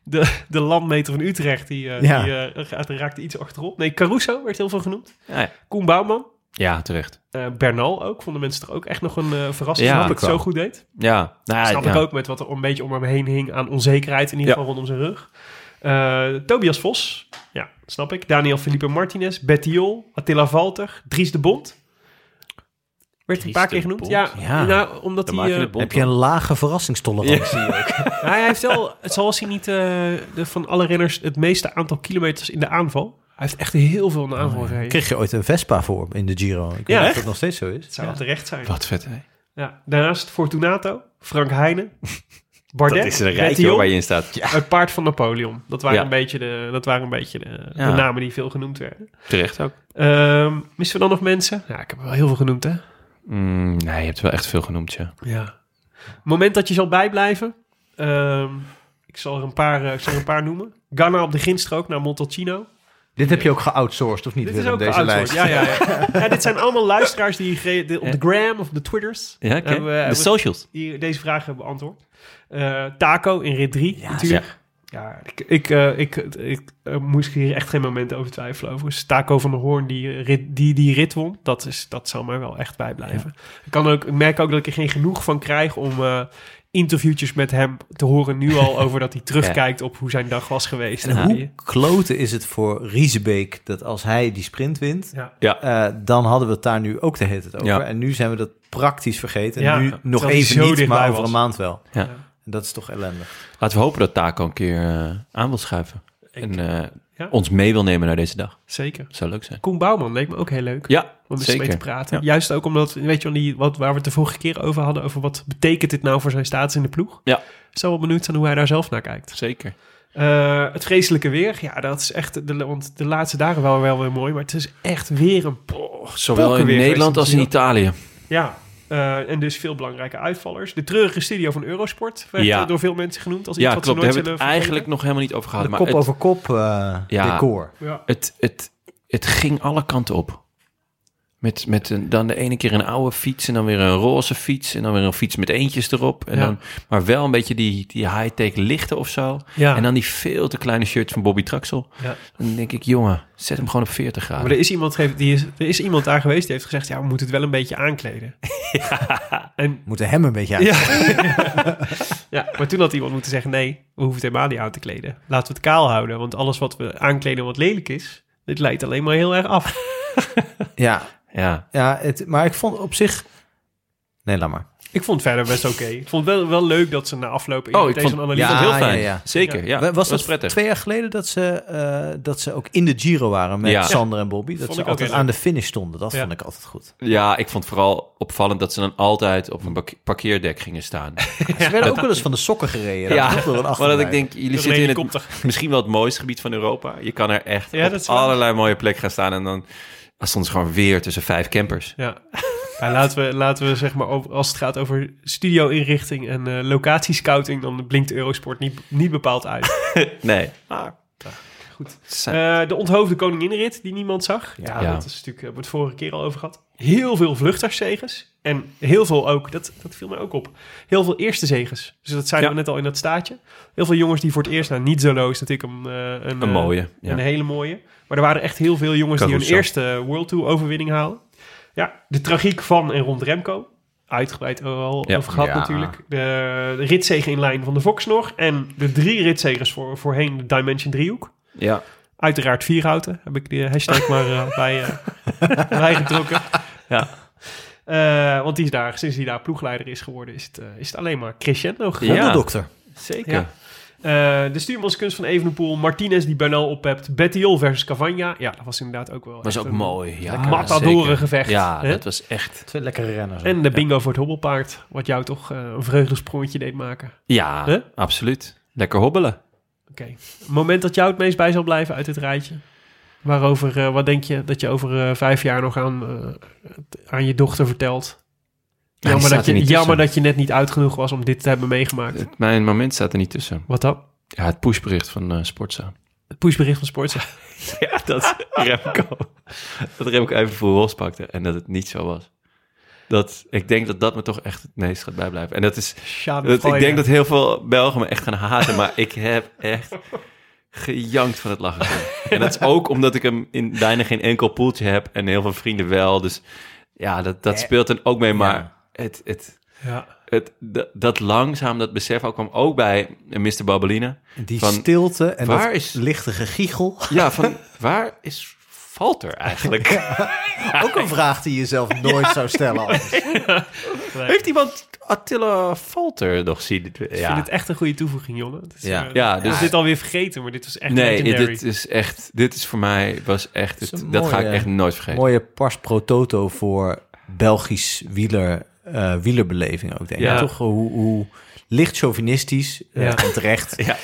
E: de, de landmeter van Utrecht, die, eh,
B: Ja.
E: die eh, gaat- raakte iets achterop. Nee, Caruso werd heel veel genoemd.
A: Ja, ja.
E: Koen Bouwman.
A: Ja, terecht.
E: Eh, Bernal ook, vonden mensen toch ook echt nog een eh verrassing
A: Ja,
E: dat hij het
A: wel.
E: zo goed deed.
A: Ja, nou, ja,
E: Snap
A: ja.
E: ik ook met wat er een beetje om hem heen hing aan onzekerheid, in ieder
A: Ja.
E: geval rondom zijn rug. Eh, Tobias Vos, ja, snap ik. Daniel Felipe Martinez, Bettiol, Attila Valter, Dries de Bond. Werd een
A: Dries
E: paar
A: de
E: keer genoemd.
A: Bond?
E: Ja,
B: Ja.
E: nou, omdat
A: Dan
E: hij...
A: maak je
E: eh,
A: het bond
B: Heb je een
A: op.
B: lage verrassingstolerantie?
E: nou, hij heeft wel, het zoals hij niet eh, de, van alle renners het meeste aantal kilometers in de aanval. Hij heeft echt heel veel in de
A: Oh,
E: aanval gereden.
B: Kreeg je ooit een Vespa voor in de Giro? Ik weet
E: Ja,
B: niet of
E: echt?
B: dat nog steeds zo is.
E: Het zou wel terecht zijn.
A: Wat vet, hè?
E: Ja, daarnaast Fortunato, Frank Heijnen, Bardet,
A: Dat is een rijtje
E: Bettiol,
A: hoor, waar je in staat. Ja,
E: Het paard van Napoleon. Dat waren
A: Ja.
E: een beetje, de, dat waren een beetje de, de
A: Ja.
E: namen die veel genoemd werden.
A: terecht ook.
E: Ehm, missen we dan nog mensen? Ja, ik heb er wel heel veel genoemd, hè?
A: Mm, nee, je hebt wel echt veel genoemd, ja.
E: Ja. Moment dat je zal bijblijven. Ehm, ik, zal er een paar, eh, ik zal er een paar noemen. Ghana op de ginstrook naar Montalcino.
B: Dit heb je ook geoutsourced, of niet?
E: Dit is
B: Willem,
E: ook
B: deze
E: geoutsourced.
B: lijst.
E: Ja, ja, ja. ja, dit zijn allemaal luisteraars die ge- de- op de gram of op de twitters
A: Ja, oké.
E: hebben we- hebben
A: de
E: we-
A: socials.
E: die deze vragen beantwoord. Eh, Taco in rit 3 natuurlijk.
A: ja.
E: Ja, ik, ik, eh, ik, ik eh, moest hier echt geen moment over twijfelen. Overigens, Taco van der Hoorn die eh, rit, die, die rit won, dat, is, dat zal mij wel echt bijblijven. Ik, kan ook, ik merk ook dat ik er geen genoeg van krijg om eh, interviewtjes met hem te horen nu al over dat hij terugkijkt op hoe zijn dag was geweest.
B: En hoe kloten is het voor Riesebeek dat als hij die sprint wint,
E: Ja.
A: Ja.
B: eh, dan hadden we het daar nu ook de hele tijd over.
A: Ja.
B: En nu zijn we dat praktisch vergeten. En
E: Ja,
B: nu
E: terwijl
B: nog
E: hij
B: even
E: zo
B: niet,
E: dichtbij
B: maar over
E: was.
B: een maand wel.
A: Ja.
B: En dat is toch ellendig.
A: Laten we hopen dat Taco een keer eh, aan wil schuiven. en eh,
E: ja.
A: ons mee wil nemen naar deze dag.
E: Zeker.
A: Dat zou leuk zijn.
E: Koen Bouwman leek me ook heel leuk.
A: Ja,
E: om eens mee te
A: zeker.
E: praten.
A: Ja.
E: Juist ook omdat, weet je wel, die, wat, waar we het de vorige keer over hadden, over wat betekent dit nou voor zijn status in de ploeg.
A: Ja.
E: Zo wel benieuwd zijn hoe hij daar zelf naar kijkt.
A: Zeker.
E: Eh, het vreselijke weer, ja, dat is echt, de, want de laatste dagen wel, wel weer mooi, maar het is echt weer een po-
A: Zowel in
E: pokkenweer
A: Nederland als
E: geweest
A: in
E: om te
A: Italië.
E: zien. Ja, eh, en dus veel belangrijke uitvallers. De treurige studio van Eurosport werd
A: Ja.
E: eh, door veel mensen genoemd als iets
A: Ja,
E: wat
A: klopt. Daar
E: ze nooit
A: hebben we het
E: zullen
A: eigenlijk
E: vergeten.
A: nog helemaal niet over gehad.
B: De
A: Maar
B: kop
A: het,
B: over kop eh,
A: Ja.
B: decor.
E: Ja.
A: het, het, het ging alle kanten op. Met, met een, dan de ene keer een oude fiets en dan weer een roze fiets en dan weer een fiets met eentjes erop. En
E: Ja.
A: dan, maar wel een beetje die, die high-tech lichten of zo.
E: Ja.
A: En dan die veel te kleine shirts van Bobby Traxel.
E: Ja.
A: Dan denk ik, jongen, zet hem gewoon op 40 graden.
E: Maar er is, iemand, ge- die is, er is iemand daar geweest die heeft gezegd, ja, we moeten het wel een beetje aankleden. En
B: Moeten hem een beetje uit.
E: Ja. ja, maar toen had iemand moeten zeggen: nee, we hoeven het helemaal niet aan te kleden. Laten we het kaal houden, want alles wat we aankleden wat lelijk is, dit leidt alleen maar heel erg af.
B: Ja,
A: Ja,
B: ja het, maar ik vond op zich... Nee, laat maar.
E: Ik vond het verder best oké. Ik vond het wel, wel leuk dat ze na afloop oh,
A: ik
E: deze
A: vond-
E: analyse.
B: ja,
A: heel fijn.
B: ja, ja.
A: Zeker, ja.
B: was,
A: Was,
B: dat
A: prettig.
B: twee jaar geleden dat ze, eh, dat ze ook in de Giro waren met
A: Ja.
B: Sander en Bobby? Dat
E: Vond
B: ze
E: ik ook
B: altijd
E: heel
B: aan de finish stonden. Dat
E: Ja.
B: vond ik altijd goed.
A: Ja, ik vond vooral opvallend dat ze dan altijd op een bak- parkeerdek gingen staan.
B: Ze werden ook wel eens van de sokken gereden.
A: Ja,
B: Dat was ook wel
A: maar
B: een
A: dat ik
B: achterblijver.
A: denk, jullie
E: Door een
A: zitten in
E: helikopter.
A: het, misschien wel het mooiste gebied van Europa. Je kan er echt
E: Ja, dat
A: op
E: is waar.
A: allerlei mooie plekken gaan staan. En dan dan stonden ze gewoon weer tussen vijf campers.
E: Ja. Maar laten we, laten we zeg maar, over, als het gaat over studio-inrichting en eh locatiescouting, dan blinkt Eurosport niet, niet bepaald uit.
A: Nee.
E: Ah, goed.
A: Ze-
E: Eh, de onthoofde koninginrit, die niemand zag. Ja,
A: Ja. Ja.
E: dat is natuurlijk, eh, hebben we het vorige keer al over gehad. Heel veel vluchterszegers. En heel veel ook, dat, dat viel mij ook op. Heel veel eerste zegens. Dus dat zijn
A: Ja.
E: we net al in dat staatje. Heel veel jongens die voor het eerst, nou niet solo is natuurlijk een, eh,
A: Een
E: een, eh,
A: mooie, ja.
E: Een hele mooie. Maar er waren echt heel veel jongens die
A: Caruso.
E: hun eerste World Tour overwinning halen. Ja, de tragiek van en rond Remco. Uitgebreid al
A: Ja.
E: over gehad
B: Ja.
E: natuurlijk. De, de ritzegen in lijn van de Vox nog. En de drie ritzegers voor, voorheen de Dimension driehoek.
A: Ja.
E: Uiteraard Vierhouten, heb ik de hashtag maar eh, bij, eh, bijgetrokken.
A: Ja.
E: Eh, want die is daar, sinds hij daar ploegleider is geworden, is het, eh, is het alleen maar crescendo gegaan.
A: Ja.
B: Hondeldokter.
A: Zeker.
E: Ja. Eh, de stuurmanskunst van Evenepoel, Martinez die Bernal ophebt, Bettiol versus Cavagna. Ja, dat was inderdaad ook wel
A: Was
E: echt
A: ook
E: een
A: mooi. Ja,
E: Matadorengevecht.
A: Ja,
E: hè?
A: dat was echt...
B: Twee lekkere renners.
E: En de bingo voor het hobbelpaard, wat jou toch eh, een vreugdesprongetje deed maken.
A: Ja,
E: Hè?
A: absoluut. Lekker hobbelen.
E: Oké. Moment dat jou het meest bij zal blijven uit dit rijtje. Waarover, eh, wat denk je dat je over eh, vijf jaar nog aan, eh, aan je dochter vertelt?
A: die
E: Jammer,
A: staat
E: dat
A: er
E: je,
A: niet
E: jammer
A: tussen.
E: dat je net niet oud genoeg was om dit te hebben meegemaakt.
A: Het- mijn moment staat er niet tussen.
E: Wat dan?
A: Ja, het pushbericht van eh, Sportza.
E: Het pushbericht van Sportza.
A: Ja, dat Remco. Dat Remco even voor Ros pakte en dat het niet zo was. Dat, ik denk dat dat me toch echt het meest gaat bijblijven. En dat is, dat, ik denk dat heel veel Belgen me echt gaan haten, maar ik heb echt gejankt van het lachen. en dat is ook omdat ik hem in bijna geen enkel poeltje heb en heel veel vrienden wel. Dus ja, dat, dat speelt dan ook mee. Maar het, het,
E: Ja.
A: het, dat, dat langzaam, dat besef ook kwam ook bij Mr. Babelina.
B: Die
A: Van,
B: stilte en
A: waar
B: dat
A: is-
B: lichte gegichel.
A: Ja, van waar is Falter eigenlijk?
B: Ook een vraag die je zelf nooit zou stellen. anders.
A: Heeft iemand Attila Falter nog zien?
E: Ik
A: Ja,
E: vind het echt een goede toevoeging, Jonne. Het is,
B: Ja.
E: eh,
A: ja
E: Ik
A: dus
E: was dit alweer vergeten, maar dit was echt
A: nee,
E: legendary.
A: dit is echt, dit is voor mij was echt,
B: is
A: het,
B: een
A: dat ga ik
B: mooie-
A: echt nooit vergeten.
B: Mooie pars pro toto voor Belgisch wieler, eh, wielerbeleving ook, denk ik.
E: Ja.
B: Toch hoe, hoe licht chauvinistisch, eh,
E: Ja.
B: en terecht,
A: Ja.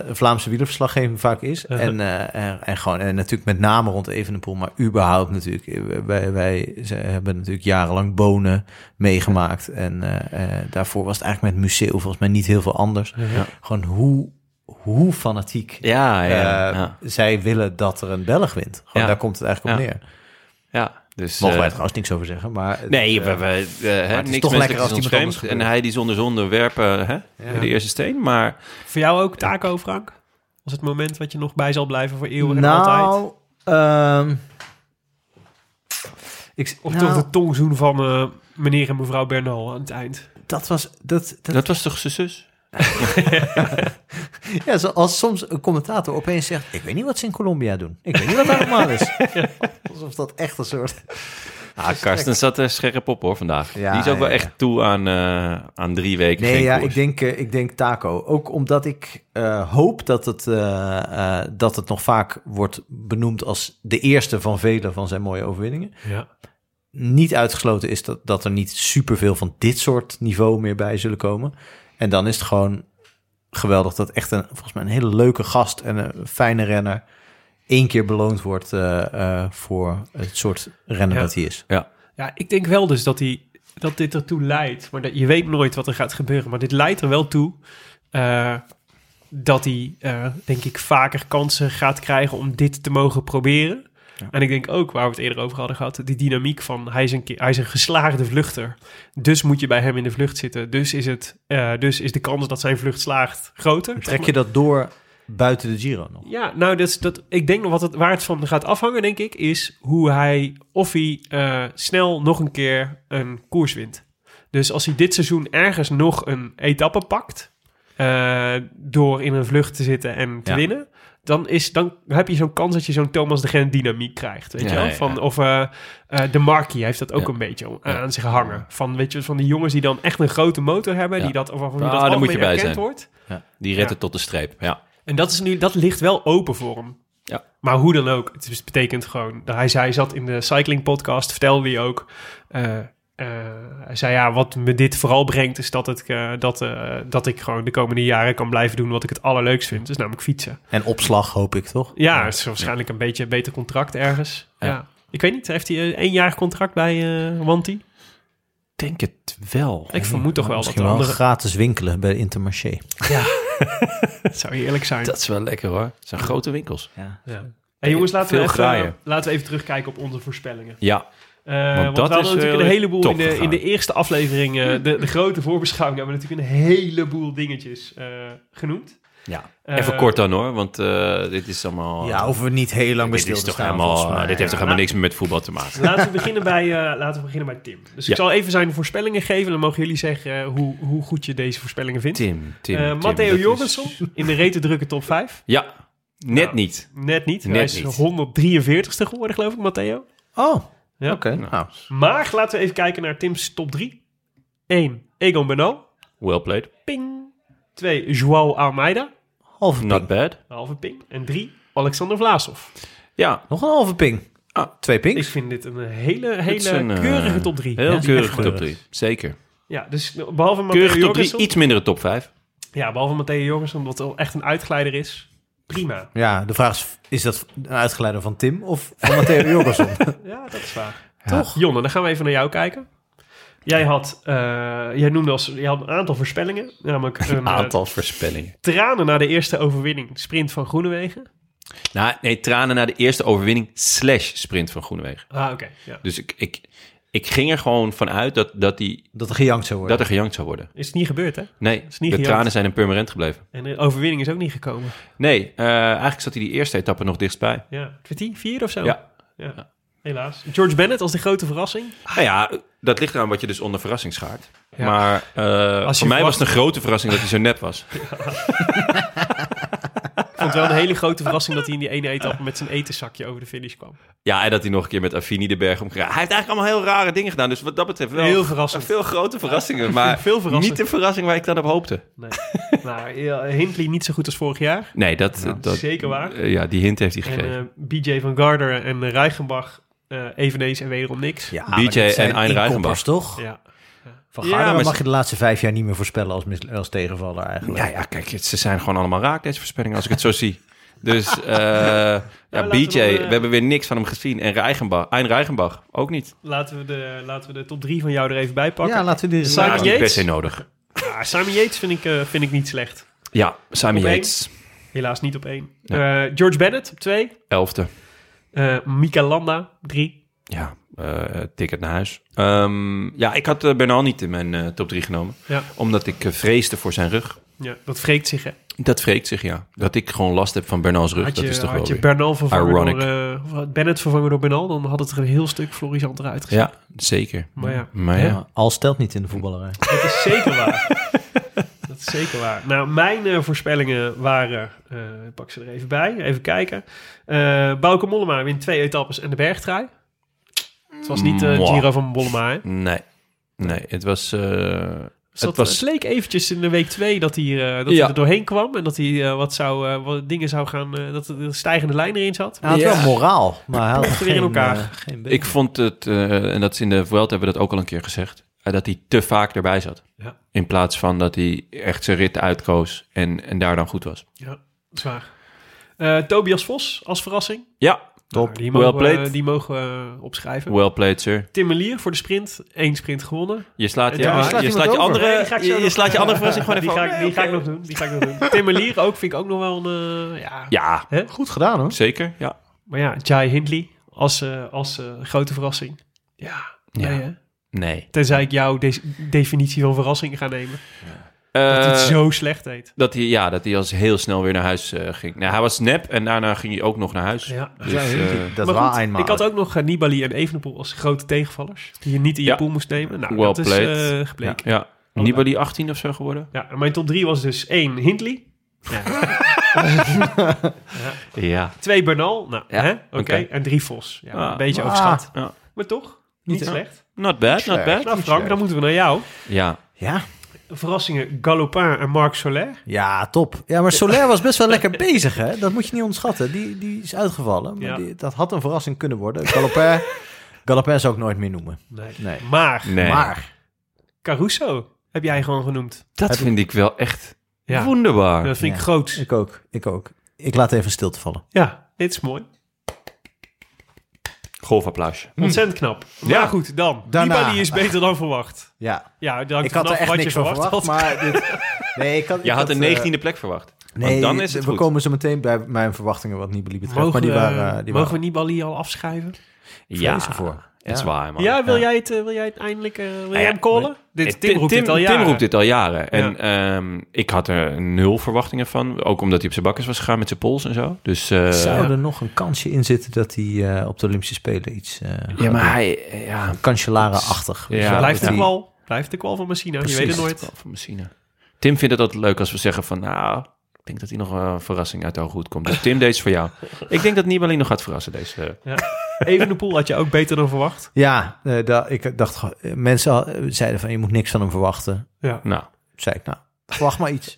B: eh, Vlaamse wielerverslaggeving vaak is.
E: Uh-huh.
B: En, eh, en, en gewoon, en natuurlijk met name rond Evenepoel, maar überhaupt natuurlijk. eh, Wij, wij ze hebben natuurlijk jarenlang bonen meegemaakt. En eh, eh, daarvoor was het eigenlijk met Museeuw volgens mij niet heel veel anders.
E: Ja.
B: Gewoon hoe, hoe fanatiek
A: Ja, ja,
B: eh,
A: ja,
B: zij willen dat er een Belg wint. Gewoon,
A: Ja.
B: Daar komt het eigenlijk op
A: Ja.
B: neer.
A: ja. Dus,
B: Mogen wij
A: eh,
B: trouwens niks over zeggen, maar...
A: Nee,
B: eh,
A: we, we, eh, hè,
B: is
A: niks
B: toch lekker
A: menselijks is
B: als iemand anders
A: ons En
B: gebeurt.
A: hij die zonder zonde werpen hè, de eerste steen. Maar
E: Voor jou ook taco, Frank? Was het moment wat je nog bij zal blijven voor eeuwig en altijd?
B: nou, ehm, ik,
E: Of
B: nou,
E: toch de tongzoen van eh, meneer en mevrouw Bernal aan het eind?
B: dat was... Dat, dat,
A: dat was toch zijn zus?
B: ja, zoals soms een commentator opeens zegt... Ik weet niet wat ze in Colombia doen. Ik weet niet wat daar normaal is. Alsof dat echt een soort...
A: Ah, Karsten zat er scherp op hoor vandaag.
B: Ja,
A: die is ook wel
B: ja, ja.
A: echt toe aan, eh, aan drie weken.
B: Nee,
A: geen
B: ja,
A: koers.
B: ik denk, eh, ik denk taco. Ook omdat ik eh, hoop dat het, eh, eh, dat het nog vaak wordt benoemd... als de eerste van vele van zijn mooie overwinningen.
E: Ja.
B: niet uitgesloten is dat, dat er niet superveel van dit soort niveau meer bij zullen komen. En dan is het gewoon geweldig dat echt een, volgens mij een hele leuke gast en een fijne renner één keer beloond wordt eh, eh, voor het soort renner
E: Ja.
B: dat hij is.
E: Ja, ik denk wel dus dat, die, dat dit ertoe leidt. Maar dat, je weet nooit wat er gaat gebeuren. Maar dit leidt er wel toe eh, dat hij, eh, denk ik, vaker kansen gaat krijgen om dit te mogen proberen. En ik denk ook, waar we het eerder over hadden gehad, die dynamiek van hij is een, ki- hij is een geslaagde vluchter. Dus moet je bij hem in de vlucht zitten. Dus is, het, eh, dus is de kans dat zijn vlucht slaagt groter. zeg
B: Trek je dat door buiten de Giro nog?
E: ja, nou, dat, is- dat, ik denk nog wat het, waar het van gaat afhangen, denk ik, is hoe hij, of hij eh, snel nog een keer een koers wint. Dus als hij dit seizoen ergens nog een etappe pakt, eh, door in een vlucht te zitten en te
A: Ja.
E: winnen, dan, is, dan heb je zo'n kans dat je zo'n Thomas de Gent dynamiek krijgt, weet
A: Ja,
E: je wel?
A: ja,
E: Van,
A: ja.
E: Of eh, eh, de Marquis heeft dat ook
A: Ja.
E: een beetje aan-
A: Ja.
E: aan zich hangen. Van, weet je, van die jongens die dan echt een grote motor hebben,
A: Ja.
E: die dat, of, of
A: Ah,
E: dat
A: daar moet
E: algemeen
A: je bij
E: erkend
A: zijn.
E: wordt.
A: Die redt
E: Ja.
A: het tot de streep. Ja.
E: En dat, is nu, dat ligt wel open voor hem.
A: Ja.
E: Maar hoe dan ook, het is- betekent gewoon... Hij, zei, hij zat in de cycling podcast, vertelde hij ook... eh, eh, hij zei, ja, wat me dit vooral brengt... is dat, het, eh, dat, eh, dat ik gewoon de komende jaren kan blijven doen... wat ik het allerleukst vind, dus namelijk fietsen.
B: En opslag hoop ik toch?
E: Ja, het is waarschijnlijk een beetje een beter contract ergens. Ja. Ik weet niet, heeft hij eh, één jaar contract bij eh Wanti?
A: Ik denk het wel.
E: Ik vermoed toch wel dat
B: Misschien
E: de
B: wel
E: andere...
B: gratis winkelen bij Intermarché.
E: Dat zou eerlijk zijn.
A: Dat is wel lekker hoor. Het zijn grote winkels.
E: hey, jongens, laten we,
A: Veel graaien.
E: even, eh, laten we even terugkijken op onze voorspellingen.
A: Ja,
E: Eh, want,
A: Want dat
E: we hadden
A: is,
E: natuurlijk
A: eh,
E: een heleboel
A: top
E: in de,
A: gegaan.
E: in de eerste aflevering, eh, de, de grote voorbeschouwing, hebben we natuurlijk een heleboel dingetjes eh, genoemd.
A: ja.
E: Eh,
A: even kort dan hoor, want eh, dit is allemaal...
B: Ja, hoeven we niet heel lang bij
A: dit,
B: stil
A: is
B: te
A: toch
B: staan.
A: helemaal, eh,
B: volgens mij.
A: dit heeft toch helemaal niks meer met voetbal te maken.
E: Laten we, beginnen bij, eh, laten we beginnen bij Tim. Dus ik
A: Ja.
E: zal even zijn voorspellingen geven en dan mogen jullie zeggen eh, hoe, hoe goed je deze voorspellingen vindt.
A: Tim, Tim,
E: Eh,
A: Tim, dat
E: Matteo
A: is-
E: Jorgensen in de rete drukke top 5.
A: Ja, net
E: Nou.
A: niet.
E: Net niet. Hij
A: Net
E: is
A: niet.
E: 143ste geworden, geloof ik, Matteo.
B: Oh,
E: Ja.
B: oké. Nou,
E: Maar laten we even kijken naar Tim's top 3. 1. Egon Bernal.
A: Well played.
E: Ping. 2. Joao Almeida.
B: halve ping.
A: Not bad.
E: Een halve ping. En drie, Alexander Vlaasov.
A: Ja,
B: Nog een halve ping.
A: Ah,
B: Twee
E: Ik
B: pings.
E: vind dit een hele,
A: is
E: hele
A: een, eh,
E: keurige top drie.
A: heel
E: ja.
A: keurige top
B: keurig.
A: 3. Zeker.
E: Ja, dus behalve Matteo
A: Keurige top 3,
E: Jorgensen.
A: iets mindere top 5.
E: Ja, behalve Matteo Jorgensen, wat wel echt een uitglijder is. Prima.
B: Ja, de vraag is, is dat een uitgeleider van Tim of van Matteo Jorgensen?
E: Ja, dat is waar. Toch? Jonne, dan gaan we even naar jou kijken. Jij had, eh, jij noemde als, jij had een aantal voorspellingen. Namelijk een eh,
A: voorspellingen.
E: tranen na de eerste overwinning. Sprint van Groenewegen.
A: Nou, nee, tranen na de eerste overwinning slash sprint van Groenewegen.
E: Ah, oké. Ja.
A: Dus ik, ik, ik ging er gewoon vanuit dat, dat, die,
B: Dat er gejankt zou worden.
A: dat er gejankt zou worden.
E: Is het niet gebeurd, hè?
A: Nee,
E: is
A: de
E: niet gejankt.
A: tranen zijn hem permanent gebleven.
E: En de overwinning is ook niet gekomen.
A: Nee, eh, eigenlijk zat hij die eerste etappe nog dichtstbij.
E: Ja, werd die vier of zo?
A: Ja.
E: Ja. Helaas. George Bennett als de grote verrassing.
A: Nou ja, dat ligt eraan wat je dus onder verrassing schaart.
E: Ja.
A: Maar eh, voor
E: verwacht-
A: mij was het een grote verrassing dat hij zo net was.
E: Ik vond het wel een hele grote verrassing dat hij in die ene etappe met zijn etenzakje over de finish kwam.
A: Ja, en dat hij nog een keer met Affini de berg omgeraakt. Hij heeft eigenlijk allemaal heel rare dingen gedaan. Dus wat dat betreft wel
E: Heel verrassend.
A: veel grote verrassingen. Maar
E: Veel verrassend.
A: niet de verrassing waar ik dan op hoopte.
E: Nee. maar Nou, ja, Hindley niet zo goed als vorig jaar.
A: Nee, dat... dat
E: zeker waar.
A: eh, ja, die hint heeft hij
E: En
A: gegeven.
E: eh, BJ van Garder en eh, Reichenbach eh, eveneens en wederom niks.
B: Ja,
A: DJ
B: maar dit zijn
A: en Ein
B: inkoppers,
A: Reichenbach.
B: toch?
E: Ja.
B: Van
A: Ja,
B: Gaarder
A: maar
B: mag
A: ze-
B: je de laatste vijf jaar niet meer voorspellen als, mis- als tegenvaller eigenlijk.
A: ja, ja, kijk, het- ze zijn gewoon allemaal raak, deze voorspellingen, als ik het zo zie. Dus eh, ja,
E: laten
A: BJ,
E: we dan, eh,
A: we hebben weer niks van hem gezien. En Reichenbach, Ein Reichenbach, ook niet.
E: Laten, we de, laten we de top drie van jou er even bij pakken.
B: Ja, laten we dit
E: Simon
A: Nou, is niet
E: Yates?
A: per se nodig.
E: Ah, Simon Yates vind ik, eh, vind ik niet slecht.
A: Ja, Simon
E: Op één.
A: Yates,
E: Helaas niet op één. Eh, George Bennett op twee.
A: elfde.
E: Eh Mika Landa drie.
A: Ja, eh, ticket naar huis. Ehm, ja, ik had eh, Bernal niet in mijn eh, top 3 genomen.
E: Ja.
A: Omdat ik eh, vreesde voor zijn rug.
E: Ja, dat wreekt zich, hè.
A: Dat vreekt zich, ja. Dat ik gewoon last heb van Bernal's rug.
E: Had je,
A: dat is toch wel
E: had je
A: weer...
E: Bernal vervangen
A: ironic.
E: door... eh, of had Bennett vervangen door Bernal, dan had het er een heel stuk florisant eruit gezien.
A: Ja, zeker.
E: Maar ja,
A: Maar ja.
B: Al stelt niet in de voetballerij.
E: dat is zeker waar. dat is zeker waar. Nou, mijn eh, voorspellingen waren... eh, ik pak ze er even bij, even kijken. Eh Bauke Mollema wint twee etappes en de bergtrui. Het was niet eh
A: Mwah.
E: Giro van Mollema, hè.
A: Nee. Nee, het was... eh,
E: Het,
A: het
E: was...
A: was...
E: leek eh, eventjes in de week twee dat, hij, eh, dat
A: Ja.
E: hij er doorheen kwam. En dat hij eh, wat, zou, eh, wat dingen zou gaan... eh, dat er een stijgende lijn erin zat.
B: Hij had
A: Ja.
B: wel moraal, maar hij had
E: Weer in
B: geen,
E: elkaar.
B: eh, geen been.
A: Ik vond het, eh, en dat is in de Vuelta hebben we dat ook al een keer gezegd, eh, dat hij te vaak erbij zat.
E: Ja.
A: In plaats van dat hij echt zijn rit uitkoos en, en daar dan goed was.
E: Zwaar. Eh, Tobias Vos als verrassing.
A: Ja,
E: Nou, die, mogen,
A: Well
E: we-
A: played.
E: die mogen we opschrijven.
A: well played, sir.
E: Tim Melier voor de sprint. Eén sprint gewonnen.
A: Je slaat je,
E: Ja,
A: je
E: je slaat
A: slaat je,
B: iemand over.
A: andere,
E: Nee, die ga ik zo
A: je, je
E: nog-
A: slaat je andere verrassing gewoon
E: Die
A: even
E: ga, ik,
A: over.
E: die ga ik nog doen. Die ga ik nog doen. Tim Melier ook vind ik ook nog wel een... eh, ja.
A: Ja,
E: Hè?
B: Goed gedaan hoor.
A: zeker. Ja.
E: Maar ja, Jai Hindley als, eh, als eh, grote verrassing. Ja.
A: Ja.
E: Nee, hè?
A: Nee.
E: Tenzij ik jouw de- definitie van verrassing ga nemen. Dat hij het zo slecht deed.
A: Eh, dat hij, ja, dat hij als heel snel weer naar huis eh, ging. Nou, hij was nep en daarna ging hij ook nog naar huis.
E: Ja.
A: Dus,
B: Ja,
A: eh,
B: dat
E: Maar
B: was
E: goed,
B: eenmaal.
E: ik had ook nog eh, Nibali en Evenepoel als grote tegenvallers. Die je niet in je
A: Ja.
E: pool moest nemen. Nou,
A: Well
E: dat is
A: played.
E: eh, gebleken.
A: ja. Nibali 18 of zo geworden?
E: Ja, en mijn top 3 was dus 1 Hindley,
A: Ja.
E: 2 Bernal, nou,
A: Ja,
E: hè? Oké,
A: oké.
E: en 3 Vos. Ja,
A: Ah,
E: een beetje
B: ah.
E: overschat.
A: Ja.
E: Maar toch, niet
A: Ja.
E: slecht.
A: Not bad, not bad.
E: Nou Frank, dan moeten we naar jou.
A: Ja.
B: Ja.
E: Verrassingen Galopin en Marc Soler.
B: ja, top. Ja, maar Soler was best wel lekker bezig hè. Dat moet je niet ontschatten. Die, die is uitgevallen. Maar
E: Ja.
B: die- dat had een verrassing kunnen worden. Galopin, Galopin zou ik nooit meer noemen.
E: Nee.
B: Nee.
E: Maar
A: Nee.
B: Maar,
E: Caruso heb jij gewoon genoemd.
A: dat vind ik wel echt
E: Ja,
A: wonderbaar.
E: dat vind ik
B: Ja.
E: groot.
B: ik ook. Ik ook. Ik laat even stilte vallen.
E: Ja, dit is mooi.
A: Golfapplausje.
E: Ontzettend knap. Ja,
A: Ja.
E: goed, dan.
B: Hm. Daarna.
E: Nibali is beter dan verwacht.
B: Ja,
E: Ja, dan
B: ik had er echt
E: wat
B: niks
E: je
B: van
E: verwacht,
B: verwacht.
E: had.
B: Maar dit, nee, ik had, ik
A: Je had
B: had,
A: een
B: eh,
A: 19e plek verwacht.
B: Nee,
A: Want dan is het
B: we
A: goed.
B: komen zo meteen bij mijn verwachtingen wat Nibali betreft.
E: Mogen,
B: maar die
E: we,
B: waren, eh, die
E: mogen
B: waren
E: we Nibali al afschrijven?
A: ja,
B: vrezen voor.
A: dat is
B: Ja. Nou
A: waar, man.
E: Ja, wil jij het, eh, wil jij het eindelijk eh, wil jij
A: ja,
E: hem callen?
A: Eh,
E: Dit, Tim, roept dit al
A: Tim
E: jaren.
A: roept dit al jaren. En ehm, ik had er nul verwachtingen van. Ook omdat hij op zijn bakkers was gegaan met zijn pols en zo. Dus, eh,
B: Zou er nog een kansje in zitten dat hij eh, op de Olympische Spelen iets... eh
A: ja, maar hij... eh, Ja,
B: Kanselaren-achtig.
A: Ja, Ja,
E: Blijft
A: dat
E: de
A: hij-
E: kwal. Blijft de kwal van Messina. Je weet het nooit.
A: Van Messina. Tim vindt het altijd leuk als we zeggen van... Nou, ik denk dat hij nog een verrassing uit de hoed komt. Dus Tim, deze is voor jou. Ik denk dat Nibali nog gaat verrassen deze... eh,
E: Even de pool had je ook beter dan verwacht.
B: Ja, eh, da- ik dacht, gewoon- eh, mensen al- eh, zeiden van je moet niks van hem verwachten.
E: Ja.
A: nou,
B: Toen zei ik, nou, verwacht maar iets.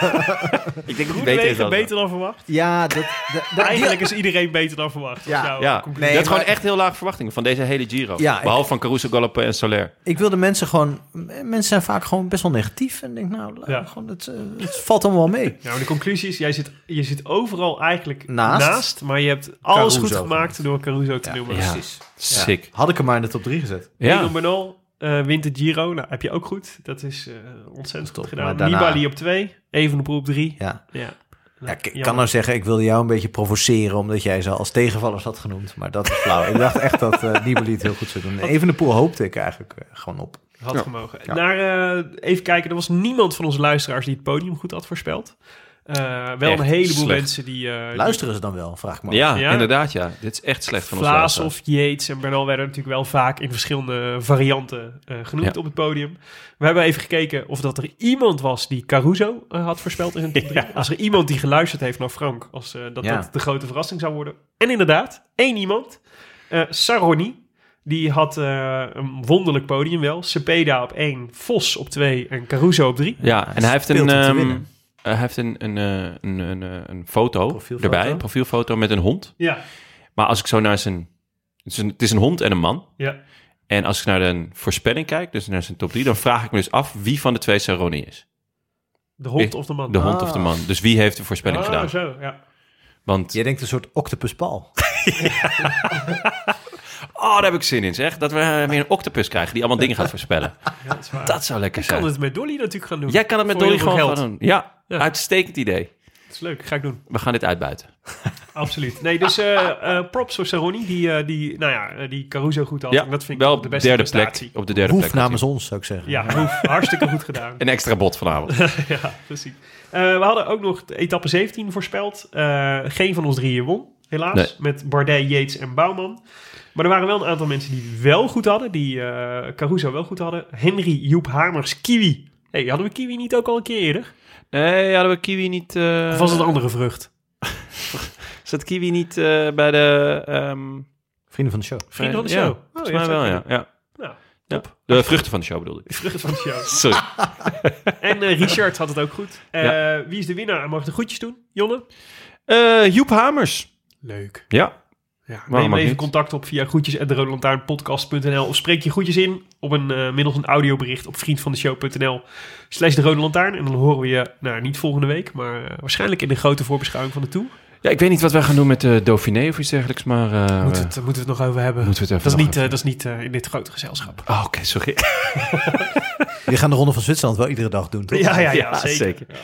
A: ik denk dat
E: Groenewegen beter dan verwacht.
B: ja, dat, dat, dat-
E: Eigenlijk is iedereen beter dan verwacht.
B: Ja.
E: Dat is jouw
A: Ja,
E: conclusie.
B: Nee,
A: je had
B: maar-
A: gewoon echt heel lage verwachtingen van deze hele Giro.
B: Ja, ik-
A: Behalve van Caruso, Galopin en Soler.
B: ik wilde mensen gewoon... m- Mensen zijn vaak gewoon best wel negatief. En ik denk, nou, laat
E: Ja.
B: me gewoon, het, eh, het valt allemaal wel mee.
E: Nou, de conclusie is, jij zit, je zit overal eigenlijk naast,
B: Naast.
E: maar je hebt alles
B: Caruso
E: goed gemaakt door Caruso te noemen.
A: ja.
E: Precies.
A: Sick.
B: Had ik hem maar in de top 3 gezet.
A: Ja.
E: Egan Bernal eh, wint de Giro. Nou, heb je ook goed. Dat is eh, ontzettend
B: Top,
E: goed gedaan.
B: maar daarna-
E: Nibali op twee. Evenepoel op drie.
B: Ja.
E: Ja.
B: Ja, ik ik
E: jammer.
B: kan nou zeggen, ik wilde jou een beetje provoceren... omdat jij ze als tegenvallers had genoemd. Maar dat is flauw. ik dacht echt dat eh Nibali het heel goed zou doen. Even de poel hoopte ik eigenlijk eh, gewoon op.
E: Had gemogen. Naar, eh, even kijken, er was niemand van onze luisteraars die het podium goed had voorspeld. Eh, wel
A: Echt
E: een heleboel
A: slecht.
E: mensen die... eh, die-
B: Luisteren ze dan wel, vraag ik me af.
A: Ja,
E: Ja.
A: inderdaad, ja. Dit is echt slecht van ons.
E: Vlaas
A: luisteraars.
E: of Yates en Bernal werden natuurlijk wel vaak in verschillende varianten eh, genoemd
A: Ja.
E: op het podium. We hebben even gekeken of dat er iemand was die Caruso eh, had voorspeld in zijn top drie. Als er iemand die geluisterd heeft naar Frank, als eh, dat
B: Ja.
E: dat de grote verrassing zou worden. En inderdaad, één iemand, eh, Saroni, die had eh, een wonderlijk podium wel. Cepeda op één, Vos op twee en Caruso op drie.
A: Ja, en hij heeft een,
B: speelt om te
A: ehm,
B: winnen.
A: eh, hij heeft een, een, eh, een, een, eh, een foto
B: Profielfoto.
A: erbij, een profielfoto met een hond.
E: Ja,
A: Maar als ik zo naar zijn... Het is een, het is een hond en een man.
E: ja.
A: En als ik naar de voorspelling kijk, dus naar zijn top 3, dan vraag ik me dus af wie van de twee Saroni is.
E: de hond
A: Ik-
E: of de man.
A: De hond of de man. Dus wie heeft de voorspelling
E: Ah,
A: gedaan?
E: zo, Ah. ja.
A: Want,
B: Jij denkt een soort octopuspal.
A: oh, daar heb ik zin in zeg. Dat we eh, weer een octopus krijgen die allemaal dingen gaat voorspellen.
E: Ja, dat is waar.
A: Dat zou lekker
E: kan
A: zijn.
E: het met Dolly natuurlijk gaan doen.
A: Jij kan het met
E: Voor
A: Dolly
E: heel veel
A: gewoon gaan
E: geld.
A: doen. Ja,
E: Ja.
A: uitstekend idee.
E: Dat is leuk, ga ik doen.
A: We gaan dit uitbuiten.
E: Absoluut. Nee, dus eh, eh, props voor Saroni, die, eh, die, nou ja, eh, die Caruso goed had.
A: Ja,
E: en dat vind ik
A: wel
E: wel de beste
A: derde
E: prestatie.
A: plek, op de derde
B: Hoef
A: plek.
B: namens ons, zou ik zeggen.
E: Ja, Hoef, hartstikke goed gedaan.
A: Een extra bot vanavond.
E: ja, precies. Eh, we hadden ook nog de etappe 17 voorspeld. Eh, geen van ons drieën won, helaas.
A: Nee.
E: Met Bardet, Yates en Bouwman. Maar er waren wel een aantal mensen die wel goed hadden. Die eh, Caruso wel goed hadden. Henry, Joep Hamers, Kiwi. Hé, hey, hadden we Kiwi niet ook al een keer eerder?
A: Nee, hadden we Kiwi niet... eh,
E: Of was het een andere vrucht?
A: Zat Kiwi niet eh, bij de... ehm eh,
B: Vrienden van de show.
E: Vriend van de
A: ja,
E: show. Oh,
A: volgens
E: ja,
A: mij wel,
E: zou
A: ja. ja.
E: Nou,
A: Ja. De vruchten van de show bedoelde ik.
E: Vrucht van de show.
A: Sorry.
E: En eh, Richard had het ook goed. Eh, Wie is de winnaar? Hij Mag de groetjes doen, Jonne?
A: Eh, Joep Hamers.
E: Leuk.
A: Ja.
E: Ja,
A: mag
E: neem even
A: niet?
E: contact op via groetjes of spreek je groetjes in op een, eh, middels een audiobericht op vriendvandeshow.nl slash de Rode Lantaarn. En dan horen we je, nou niet volgende week, maar eh, waarschijnlijk in de grote voorbeschouwing van de Tour.
A: Ja, ik weet niet wat wij gaan doen met de Dauphiné of iets dergelijks, maar... eh,
E: moeten, we het, moeten we het nog over hebben?
A: moeten we het
E: dat
A: even
E: is
A: nog
E: niet, eh, dat is niet eh, in dit grote gezelschap.
A: Oh, oké, sorry.
B: Die gaan de Ronde van Zwitserland wel iedere dag doen, toch?
E: Ja, ja, ja,
A: Ja,
E: zeker.
A: zeker. Eh,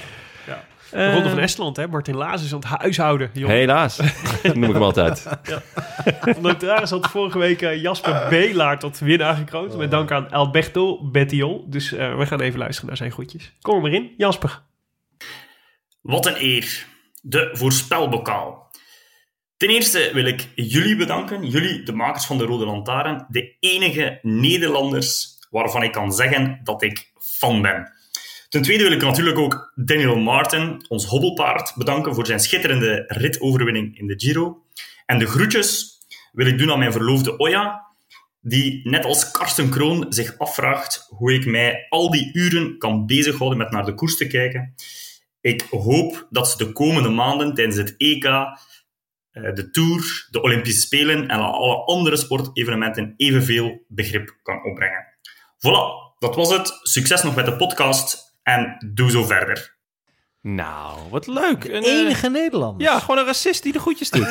E: Ja, ja. De Ronde van Estland, hè? Martin Lazers is aan het huishouden. jongen.
A: Helaas. Dat noem ik hem altijd.
E: Van Notaris had vorige week eh,
A: Ah.
E: Jasper Belaar tot winnaar gekroond. Met dank aan Alberto Bettiol. Dus eh, we gaan even luisteren naar zijn groetjes. Kom er maar in, Jasper.
H: Wat een eer. De voorspelbokaal. Ten eerste wil ik jullie bedanken, jullie, de makers van de Rode Lantaarn, de enige Nederlanders waarvan ik kan zeggen dat ik fan ben. Ten tweede wil ik natuurlijk ook Daniel Martin, ons hobbelpaard, bedanken voor zijn schitterende ritoverwinning in de Giro. En de groetjes wil ik doen aan mijn verloofde Oya, die net als Karsten Kroon zich afvraagt hoe ik mij al die uren kan bezighouden met naar de koers te kijken. Ik hoop dat ze de komende maanden tijdens het EK, eh, de Tour, de Olympische Spelen en alle andere sportevenementen evenveel begrip kan opbrengen. Voilà, dat was het. Succes nog met de podcast en doe zo verder.
A: Nou, wat leuk. Een, eh,
B: Enige Nederlander.
A: Ja, gewoon een racist die de goedjes doet.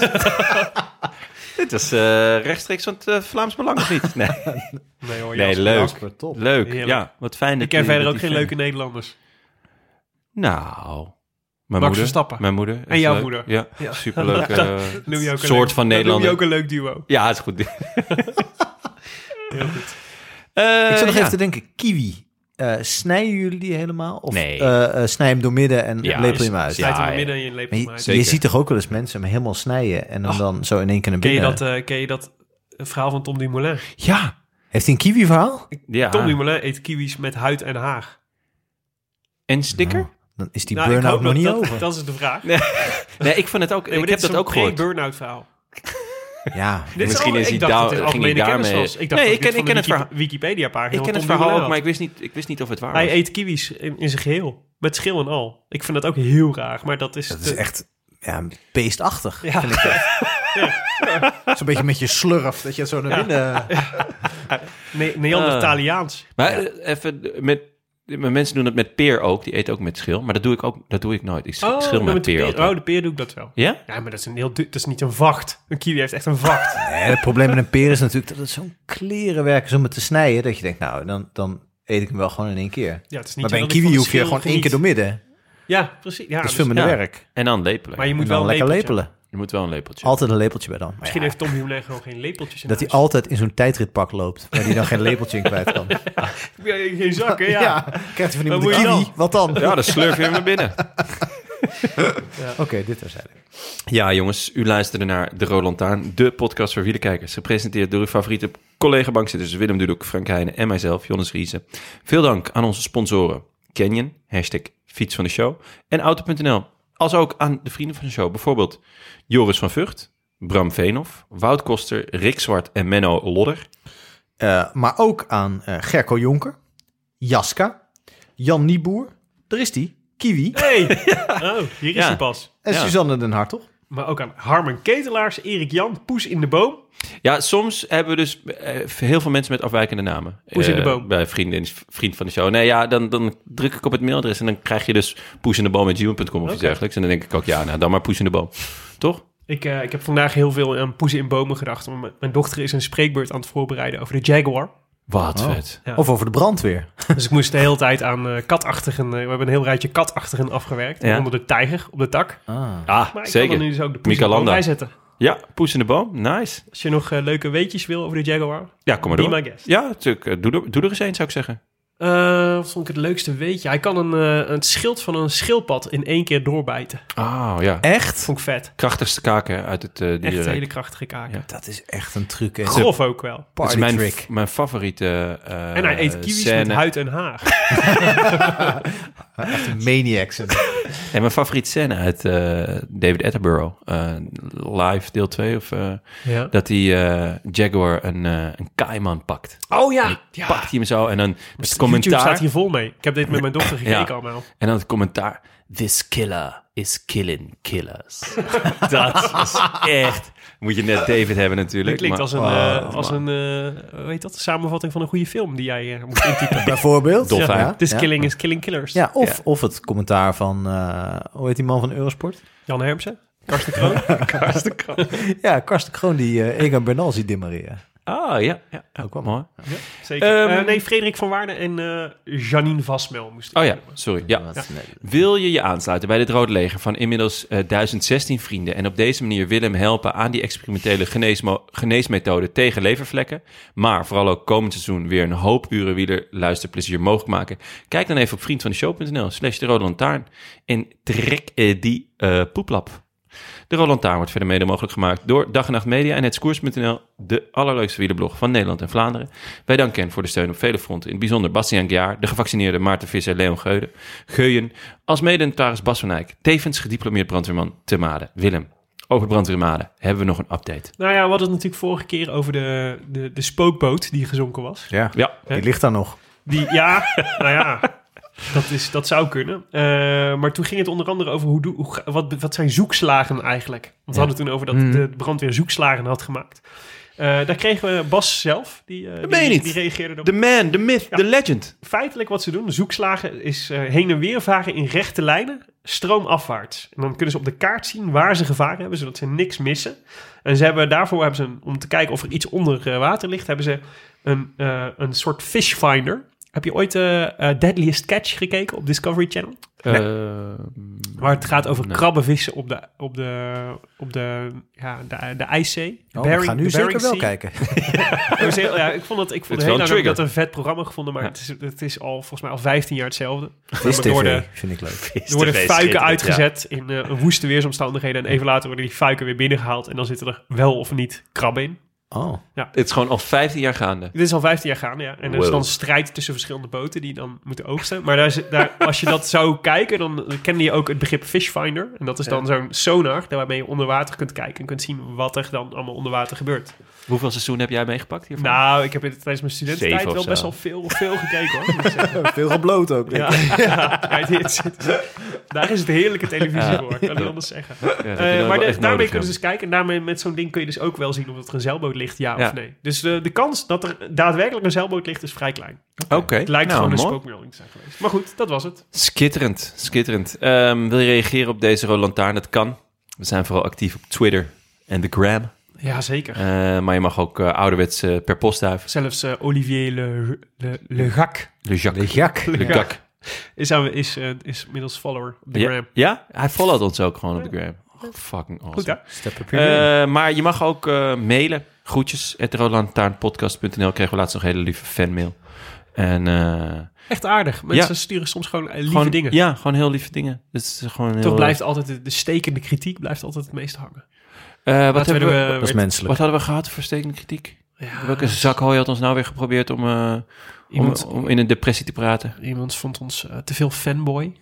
A: Dit is eh, rechtstreeks van het eh, Vlaams Belang, of niet? Nee,
E: Nee hoor,
A: nee leuk.
B: Jasper, top.
A: Leuk,
E: Heerlijk.
A: ja. Wat fijn dat
E: Ik ken
A: die-
E: verder
A: dat
E: ook
A: die
E: geen
A: fan-
E: leuke Nederlanders.
A: Nou, mijn
E: Max
A: moeder.
E: Verstappen.
A: Mijn moeder. is
E: En jouw
A: leuk.
E: moeder.
A: Ja,
E: Ja.
A: superleuk. eh,
E: Noem je ook een
A: soort
E: leuk-
A: van
E: dat Noem je
A: Nederlander.
E: ook een leuk duo.
A: Ja, het is goed.
E: Heel goed.
B: Ik zat nog
A: ja.
B: even te denken, kiwi. Eh, snijden jullie die helemaal? Of
A: Nee.
B: eh, eh, snij hem door midden en
A: Ja,
B: lepel je hem
A: dus-
B: uit?
A: ja.
E: Tijd in het midden en je lepelt
B: Maar
E: hem
B: je-
E: uit.
B: je,
A: zeker.
B: ziet toch ook wel eens mensen hem helemaal snijden en hem dan zo in één keer naar
E: Ken je
B: binnen.
E: dat, eh, ken je dat verhaal van Tom Dumoulin?
A: Ja.
B: Heeft hij een kiwi-verhaal?
A: ja.
E: Tom Dumoulin eet kiwis met huid en haar.
A: En sticker?
B: Dan is die
E: Nou, ik
B: burn-out
E: hoop
B: nog
E: dat-
B: niet
E: dat,
B: over.
E: Dat is de vraag.
A: Nee, ik vond het ook.
E: Nee, maar
A: ik
E: dit
A: heb
E: is
A: dat
E: zo'n
A: ook gehoord.
E: pre-burnout verhaal.
B: Ja,
E: Dit
A: Misschien
E: al-
A: is
E: ik
A: hij
E: dacht
A: daar-
E: dat dit
A: ging hij
E: algemene kennis
A: daarmee-
E: was. Ik dacht
A: Nee,
E: dat
A: ik
E: dit
A: ken-
E: van
A: ik
E: de
A: ken het
E: Wiki- Wikipedia-pagina.
A: Ik
E: van
A: ken het
E: Tom
A: verhaal
E: Dumoulin
A: ook,
E: was.
A: maar ik wist niet, ik wist niet of het waar was.
E: Hij eet kiwis in, in zijn geheel. Met schil en al. Ik vind dat ook heel raar. Maar dat is,
B: dat is
E: de-
B: echt ja, beestachtig.
E: Ja.
B: Vind ik dat. Zo'n beetje met je slurf, dat je het zo naar binnen...
E: Ne- Neandertaliaans.
A: Maar eh, even met. maar mensen doen dat met peer ook. Die eten ook met schil. Maar dat doe ik ook. Dat doe ik nooit. Ik sch-
E: Oh,
A: schil
E: maar
A: Ah. met
E: met de
A: peer.
E: peer,
A: altijd.
E: oh, de peer doe ik dat wel.
A: Ja?
E: Ja, maar dat is, een heel, du- dat is niet een vacht. Een kiwi heeft echt een vacht.
B: Nee, het probleem met een peer is natuurlijk dat het zo'n klerenwerk is om het te snijden. Dat je denkt, nou, dan, dan eet ik hem wel gewoon in één keer.
E: Ja, het is niet
B: Maar bij
E: zo
B: een
E: dat ik
B: kiwi
E: van de
B: hoef je
E: schil
B: gewoon één keer
E: geniet.
B: door midden.
E: Ja, precies. Ja,
B: dat is
E: dus-
B: veel minder
A: ja.
B: werk.
A: En dan lepelen.
E: maar je moet
B: En dan
E: wel
B: lekker
E: lepelen.
B: lepelen.
A: Je moet wel een lepeltje.
B: Altijd een lepeltje bij dan. Maar
E: Misschien
B: ja,
E: heeft Tom Hughes gewoon geen lepeltjes in
B: dat hij
E: huis.
B: altijd in zo'n tijdritpak loopt, waar hij dan geen lepeltje in kwijt kan.
E: Ja, geen zakken, ja.
B: krijgt hij van
E: Wat
B: iemand
E: moet
B: een
E: je
B: kiwi?
E: dan?
B: Wat dan?
A: Ja, dan slurf je hem naar binnen.
B: Oké, dit terzijde.
A: Ja, jongens, u luisterde naar De Roland Taan, de podcast voor wielerkijkers. Gepresenteerd door uw favoriete collega-bankzitters Willem Dudok, Frank Heijnen en mijzelf, Jonas Riese. Veel dank aan onze sponsoren Canyon, hashtag fiets van de show en Auto.nl. Als ook aan de vrienden van de show, bijvoorbeeld Joris van Vught, Bram Veenhoff, Wout Koster, Rick Zwart en Menno Lodder.
B: Eh, maar ook aan eh, Gerco Jonker, Jaska, Jan Nieboer, daar is die, Kiwi
E: Hey. Oh, hier is
A: Ja.
E: hij pas.
B: en
A: Ja.
B: Suzanne den Hartog.
E: Maar ook aan Harmen Ketelaars, Erik Jan, Poes in de Boom.
A: Ja, soms hebben we dus eh, heel veel mensen met afwijkende namen.
E: Poes in de
A: Eh,
E: boom.
A: bij vrienden, en vriend van de show. Nee, ja, dan, dan druk ik op het mailadres en dan krijg je dus poes in de boom of iets dergelijks. En dan denk ik ook, ja, nou dan maar poes in de boom. Toch?
E: Ik, eh, ik heb vandaag heel veel aan Poes in Bomen gedacht. want mijn- Mijn dochter is een spreekbeurt aan het voorbereiden over de Jaguar.
A: Wat vet.
E: Oh. Ja.
B: Of over de brandweer.
E: Dus ik moest de hele tijd aan eh, katachtigen... eh, we hebben een heel rijtje katachtigen afgewerkt.
A: Ja.
E: Onder de tijger op de tak.
A: Ah,
E: Maar ik kan
A: zeker.
E: er nu dus ook de Poes in de Boom
A: Michelanda.
E: bij zetten.
A: Ja, poes in de boom. Nice.
E: Als je nog eh, leuke weetjes wil over de Jaguar.
A: Ja, kom maar
E: Be
A: door.
E: my guest.
A: Ja, natuurlijk. Eh, Doe er, doe er eens een, zou ik zeggen.
E: Eh, wat vond ik het leukste weetje? Hij kan een, eh, een schild van een schildpad in één keer doorbijten.
A: Ah, ja.
B: Echt?
E: Vond ik vet.
A: Krachtigste kaken uit het eh
E: Echt
A: dierenrijk.
E: hele krachtige kaken.
A: Ja.
B: Dat is echt een truc. hè.
E: Grof ook wel.
A: Dat
B: Party
A: is mijn,
B: trick.
A: mijn favoriete eh
E: En hij eet kiwis
A: scène.
E: met huid en haar.
B: Echt een maniacs.
A: En mijn favoriete scène uit eh, David Attenborough. eh, live deel 2 of... eh,
E: Ja.
A: Dat die eh, Jaguar een, eh een kaiman pakt.
E: Oh ja. ja.
A: Pakt hij hem zo en dan het
E: YouTube staat
A: commentaar.
E: hier vol mee. Ik heb dit met mijn dochter gekeken
A: Ja.
E: allemaal.
A: En dan het commentaar. This killer is killing killers.
E: Dat
A: Echt. Moet je net David hebben natuurlijk.
E: klinkt
A: maar-
E: als een,
A: Oh,
E: eh, als
A: man.
E: een eh, hoe heet dat? samenvatting van een goede film die jij eh, moet intypen.
B: Bijvoorbeeld.
A: Dolfijn.
B: Ja.
E: This
B: Ja.
E: killing is killing killers.
B: Ja, of, of het commentaar van, eh, hoe heet die man van Eurosport?
E: Jan Hermsen. Karsten Kroon. Karsten Kroon.
B: Ja, Karsten Kroon die eh Egan Bernal ziet dimmereren.
A: Ah, ja. ja, ook wel mooi.
E: Zeker.
A: Ehm,
E: Eh, nee, Frederik van Waarden en eh, Janine Vasmel moesten.
A: Oh ja, sorry. Ja. Wil je je aansluiten bij dit Rood Leger van inmiddels eh, 1016 vrienden en op deze manier Willem helpen aan die experimentele geneesmo- geneesmethode tegen levervlekken, maar vooral ook komend seizoen weer een hoop uren wieler luisterplezier mogelijk maken? Kijk dan even op vriendvandeshow.nl slash de Rode Lantaarn en trek eh, die eh, poeplap. De Rode Lantaarn wordt verder mede mogelijk gemaakt door Dag en Nacht Media en hetskoers.nl, de allerleukste wielerblog van Nederland en Vlaanderen. Wij danken hen voor de steun op vele fronten, in het bijzonder Bastiaan Gjaar, de gevaccineerde Maarten Visser, Leon Geude, Geuyen, als mede notaris Bas van Eyck, tevens gediplomeerd brandweerman te Maden. Willem, over brandweer Maden hebben we nog een update.
E: Nou ja, we hadden het natuurlijk vorige keer over de, de, de spookboot die gezonken was.
B: Ja.
A: Ja,
B: Die ligt daar nog. Oh,
E: Die, ja, nou ja, dat, is, dat zou kunnen. Eh, maar toen ging het onder andere over hoe, doe- hoe, ga- wat, wat zijn zoekslagen eigenlijk. Want we hadden het toen over dat
A: Mhm.
E: de brandweer zoekslagen had gemaakt. Eh, daar kregen we Bas zelf, die, eh,
A: meen je
E: die,
A: niet.
E: die reageerde erop.
A: the man, the myth, the legend.
E: Feitelijk wat ze doen, zoekslagen, is eh, heen en weer varen in rechte lijnen, stroomafwaarts. En dan kunnen ze op de kaart zien waar ze gevaren hebben, zodat ze niks missen. En ze hebben, daarvoor hebben ze, een- om te kijken of er iets onder eh, water ligt, hebben ze een, eh, een soort fish finder. Heb je ooit eh, eh, Deadliest Catch gekeken op Discovery Channel?
A: Eh,
E: Waar het gaat over krabbenvissen op de, op de, op de, ja, de, de IJszee.
B: Oh,
E: Bering-
B: we gaan
E: de
B: nu zeker
E: Bering
B: wel
E: Sea.
B: kijken.
E: Dat was heel- ja, ik vond dat, ik vond
A: is
E: heel
A: wel een
E: lang heb ik
A: trigger.
E: dat een vet programma gevonden, maar het, is, het is al volgens mij al 15 jaar hetzelfde.
B: Vis
E: maar door de-
B: TV vind ik leuk.
E: Er worden fuiken uitgezet in eh, een woeste weersomstandigheden en even later worden die fuiken weer binnengehaald en dan zitten er wel of niet krabben in.
B: Oh.
A: Het is gewoon al 15 jaar gaande.
E: Dit is al 15 jaar gaande, ja. En er is
A: Wow.
E: dan strijd tussen verschillende boten die dan moeten oogsten. Maar daar, zit- daar, als je dat zou kijken, dan kende je ook het begrip fishfinder. En dat is dan zo'n sonar waarmee je onder water kunt kijken en kunt zien wat er dan allemaal onder water gebeurt.
A: Hoeveel seizoen heb jij meegepakt hiervan?
E: Nou, ik heb in- tijdens mijn studententijd
A: Zeven of
E: wel
A: zo.
E: best wel veel, veel gekeken hoor. moet ik zeggen.
B: Veel gebloot ook.
E: Ja, Ja, het is- het is- daar is het heerlijke televisie voor, ik kan niet anders zeggen.
A: Ja, dat
E: Eh,
A: heb je dan wel
E: maar de-
A: echt
E: daarmee
A: nodig,
E: kunnen ze
A: ja.
E: dus kijken. En daarmee met zo'n ding kun je dus ook wel zien of het er een zeilboot ligt, ja,
A: Ja.
E: of nee. Dus eh, de kans dat er daadwerkelijk een zeilboot ligt is vrij klein.
A: Oké,
E: Het lijkt
A: nou,
E: gewoon een
A: mooi.
E: spookmelding te zijn geweest. Maar goed, dat was het.
A: Skitterend, skitterend. Ehm, wil je reageren op deze Roland Lantaarn? Dat kan. We zijn vooral actief op Twitter en de Gram.
E: Jazeker.
A: Eh, maar je mag ook eh, ouderwets eh, per postduif.
E: Zelfs eh, Olivier Le, Le, Le Gac.
A: De Jacques.
B: De jak.
A: De Gak.
E: Is, hij- is, eh, is inmiddels follower op de
A: Ja,
E: gram.
A: ja, hij followt ons ook gewoon op de gram. Oh, fucking
E: Goed hè?
A: awesome.
B: Step up your game.
A: Eh, maar je mag ook eh, mailen. Groetjes, rolantaarnpodcast.nl. Kregen we laatst nog een hele lieve fanmail. En eh,
E: Echt aardig. Mensen
A: Ja.
E: sturen soms gewoon eh, lieve
A: gewoon,
E: dingen.
A: Ja, gewoon heel lieve dingen. Het is gewoon heel,
E: Toch blijft altijd de, de stekende kritiek blijft altijd het meest hangen.
A: Eh, wat,
E: Laten
A: hebben
E: we
A: we,
B: Dat
E: de- Ah,
B: is
E: werd-
A: wat
B: menselijk.
A: hadden we gehad voor stekende kritiek?
E: Ja,
A: Welke zakhooi had ons nou weer geprobeerd om, eh, om,
E: iemand,
A: om in een depressie te praten?
E: iemand vond ons eh, te veel fanboy.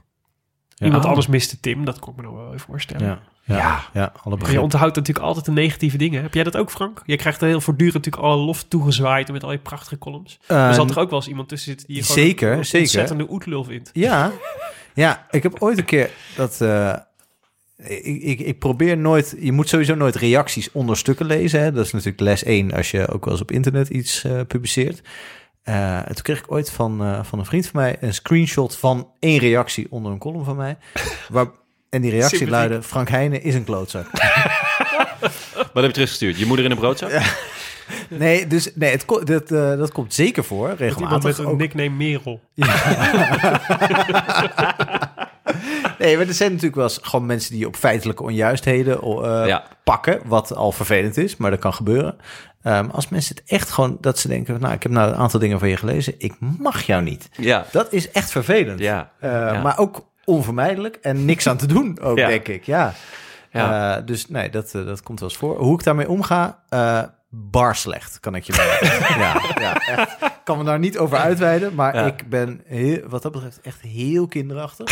B: Ja.
E: Iemand
B: Oh.
E: anders miste Tim, dat kon ik me nog wel even voorstellen.
B: Ja, ja, ja. alle
E: Maar je
B: begrip.
E: onthoudt natuurlijk altijd de negatieve dingen. Heb jij dat ook, Frank? Je krijgt er heel voortdurend natuurlijk alle lof toegezwaaid met al je prachtige columns.
B: Eh,
E: er zal toch ook wel eens iemand tussen zitten die je gewoon
B: Zeker,
E: een
B: zeker.
E: ontzettende oetlul vindt.
B: Ja. ja, ik heb ooit een keer dat. eh, ik, ik, ik probeer nooit. Je moet sowieso nooit reacties onder stukken lezen. Hè? Dat is natuurlijk les 1 als je ook wel eens op internet iets eh, publiceert. Eh, en toen kreeg ik ooit van, eh, van een vriend van mij een screenshot van één reactie onder een column van mij. Waar, en die reactie
E: Sympathiek.
B: luidde: Frank Heijnen is een klootzak.
A: Wat heb je teruggestuurd? Je moeder in een broodzak?
B: Nee, dus, nee het, ko- dat, eh, dat komt zeker voor.
E: Dat iemand met
B: Regelmatig.
E: een
B: ook.
E: nickname Merel.
B: Nee, maar er zijn natuurlijk wel eens gewoon mensen die je op feitelijke onjuistheden eh,
A: Ja.
B: pakken, wat al vervelend is, maar dat kan gebeuren. Ehm, als mensen het echt gewoon, dat ze denken, nou, ik heb nou een aantal dingen van je gelezen, ik mag jou niet.
A: Ja.
B: Dat is echt vervelend.
A: Ja.
B: Eh,
A: Ja.
B: Maar ook onvermijdelijk en niks aan te doen ook,
A: Ja.
B: denk ik. Ja.
A: Ja.
B: Eh, dus nee, dat, eh, dat komt wel eens voor. Hoe ik daarmee omga, eh, bar slecht, kan ik je zeggen. ja, ja, echt. Ik kan me daar niet over uitweiden, maar
A: Ja.
B: ik ben heel- wat dat betreft echt heel kinderachtig.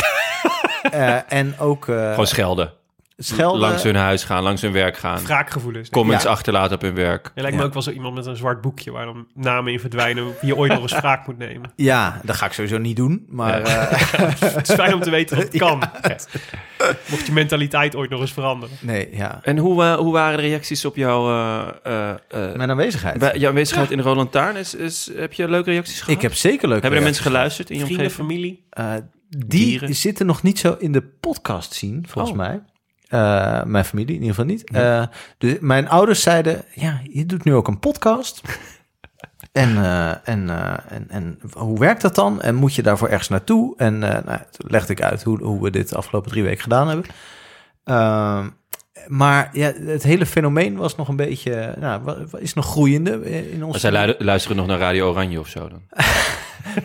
B: Eh, en ook eh,
A: Gewoon schelden.
B: schelden.
A: Langs hun huis gaan, langs hun werk gaan.
E: Wraakgevoelens. Nee.
A: Comments
B: Ja.
A: achterlaten op hun werk.
E: Je lijkt me ook wel zo iemand met een zwart boekje waar dan namen in verdwijnen die je ooit nog eens wraak moet nemen.
B: Ja, dat ga ik sowieso niet doen. Maar eh,
E: Het is fijn om te weten dat het kan. Mocht je mentaliteit ooit nog eens veranderen.
B: nee, ja.
A: En hoe, eh, hoe waren de reacties op jouw, eh, eh, eh,
B: Mijn aanwezigheid.
A: bij jouw aanwezigheid in Roland Taarn? Is, is, heb je leuke reacties gehad?
B: ik heb zeker leuk.
A: Hebben er mensen geluisterd in je
E: Vrienden,
A: omgeving?
E: familie.
B: Eh, die
A: Dieren.
B: zitten nog niet zo in de podcast zien, volgens
A: Oh.
B: mij. Eh, mijn familie in ieder geval niet. Eh, dus mijn ouders zeiden, ja, je doet nu ook een podcast. en, eh, en, eh, en, en hoe werkt dat dan? En moet je daarvoor ergens naartoe? En eh, nou, toen legde ik uit hoe, hoe we dit de afgelopen drie weken gedaan hebben. Ehm, maar ja, het hele fenomeen was nog een beetje, nou, wa- wa- is nog groeiende in ons.
A: Zij luiden- luisteren nog naar Radio Oranje of zo dan?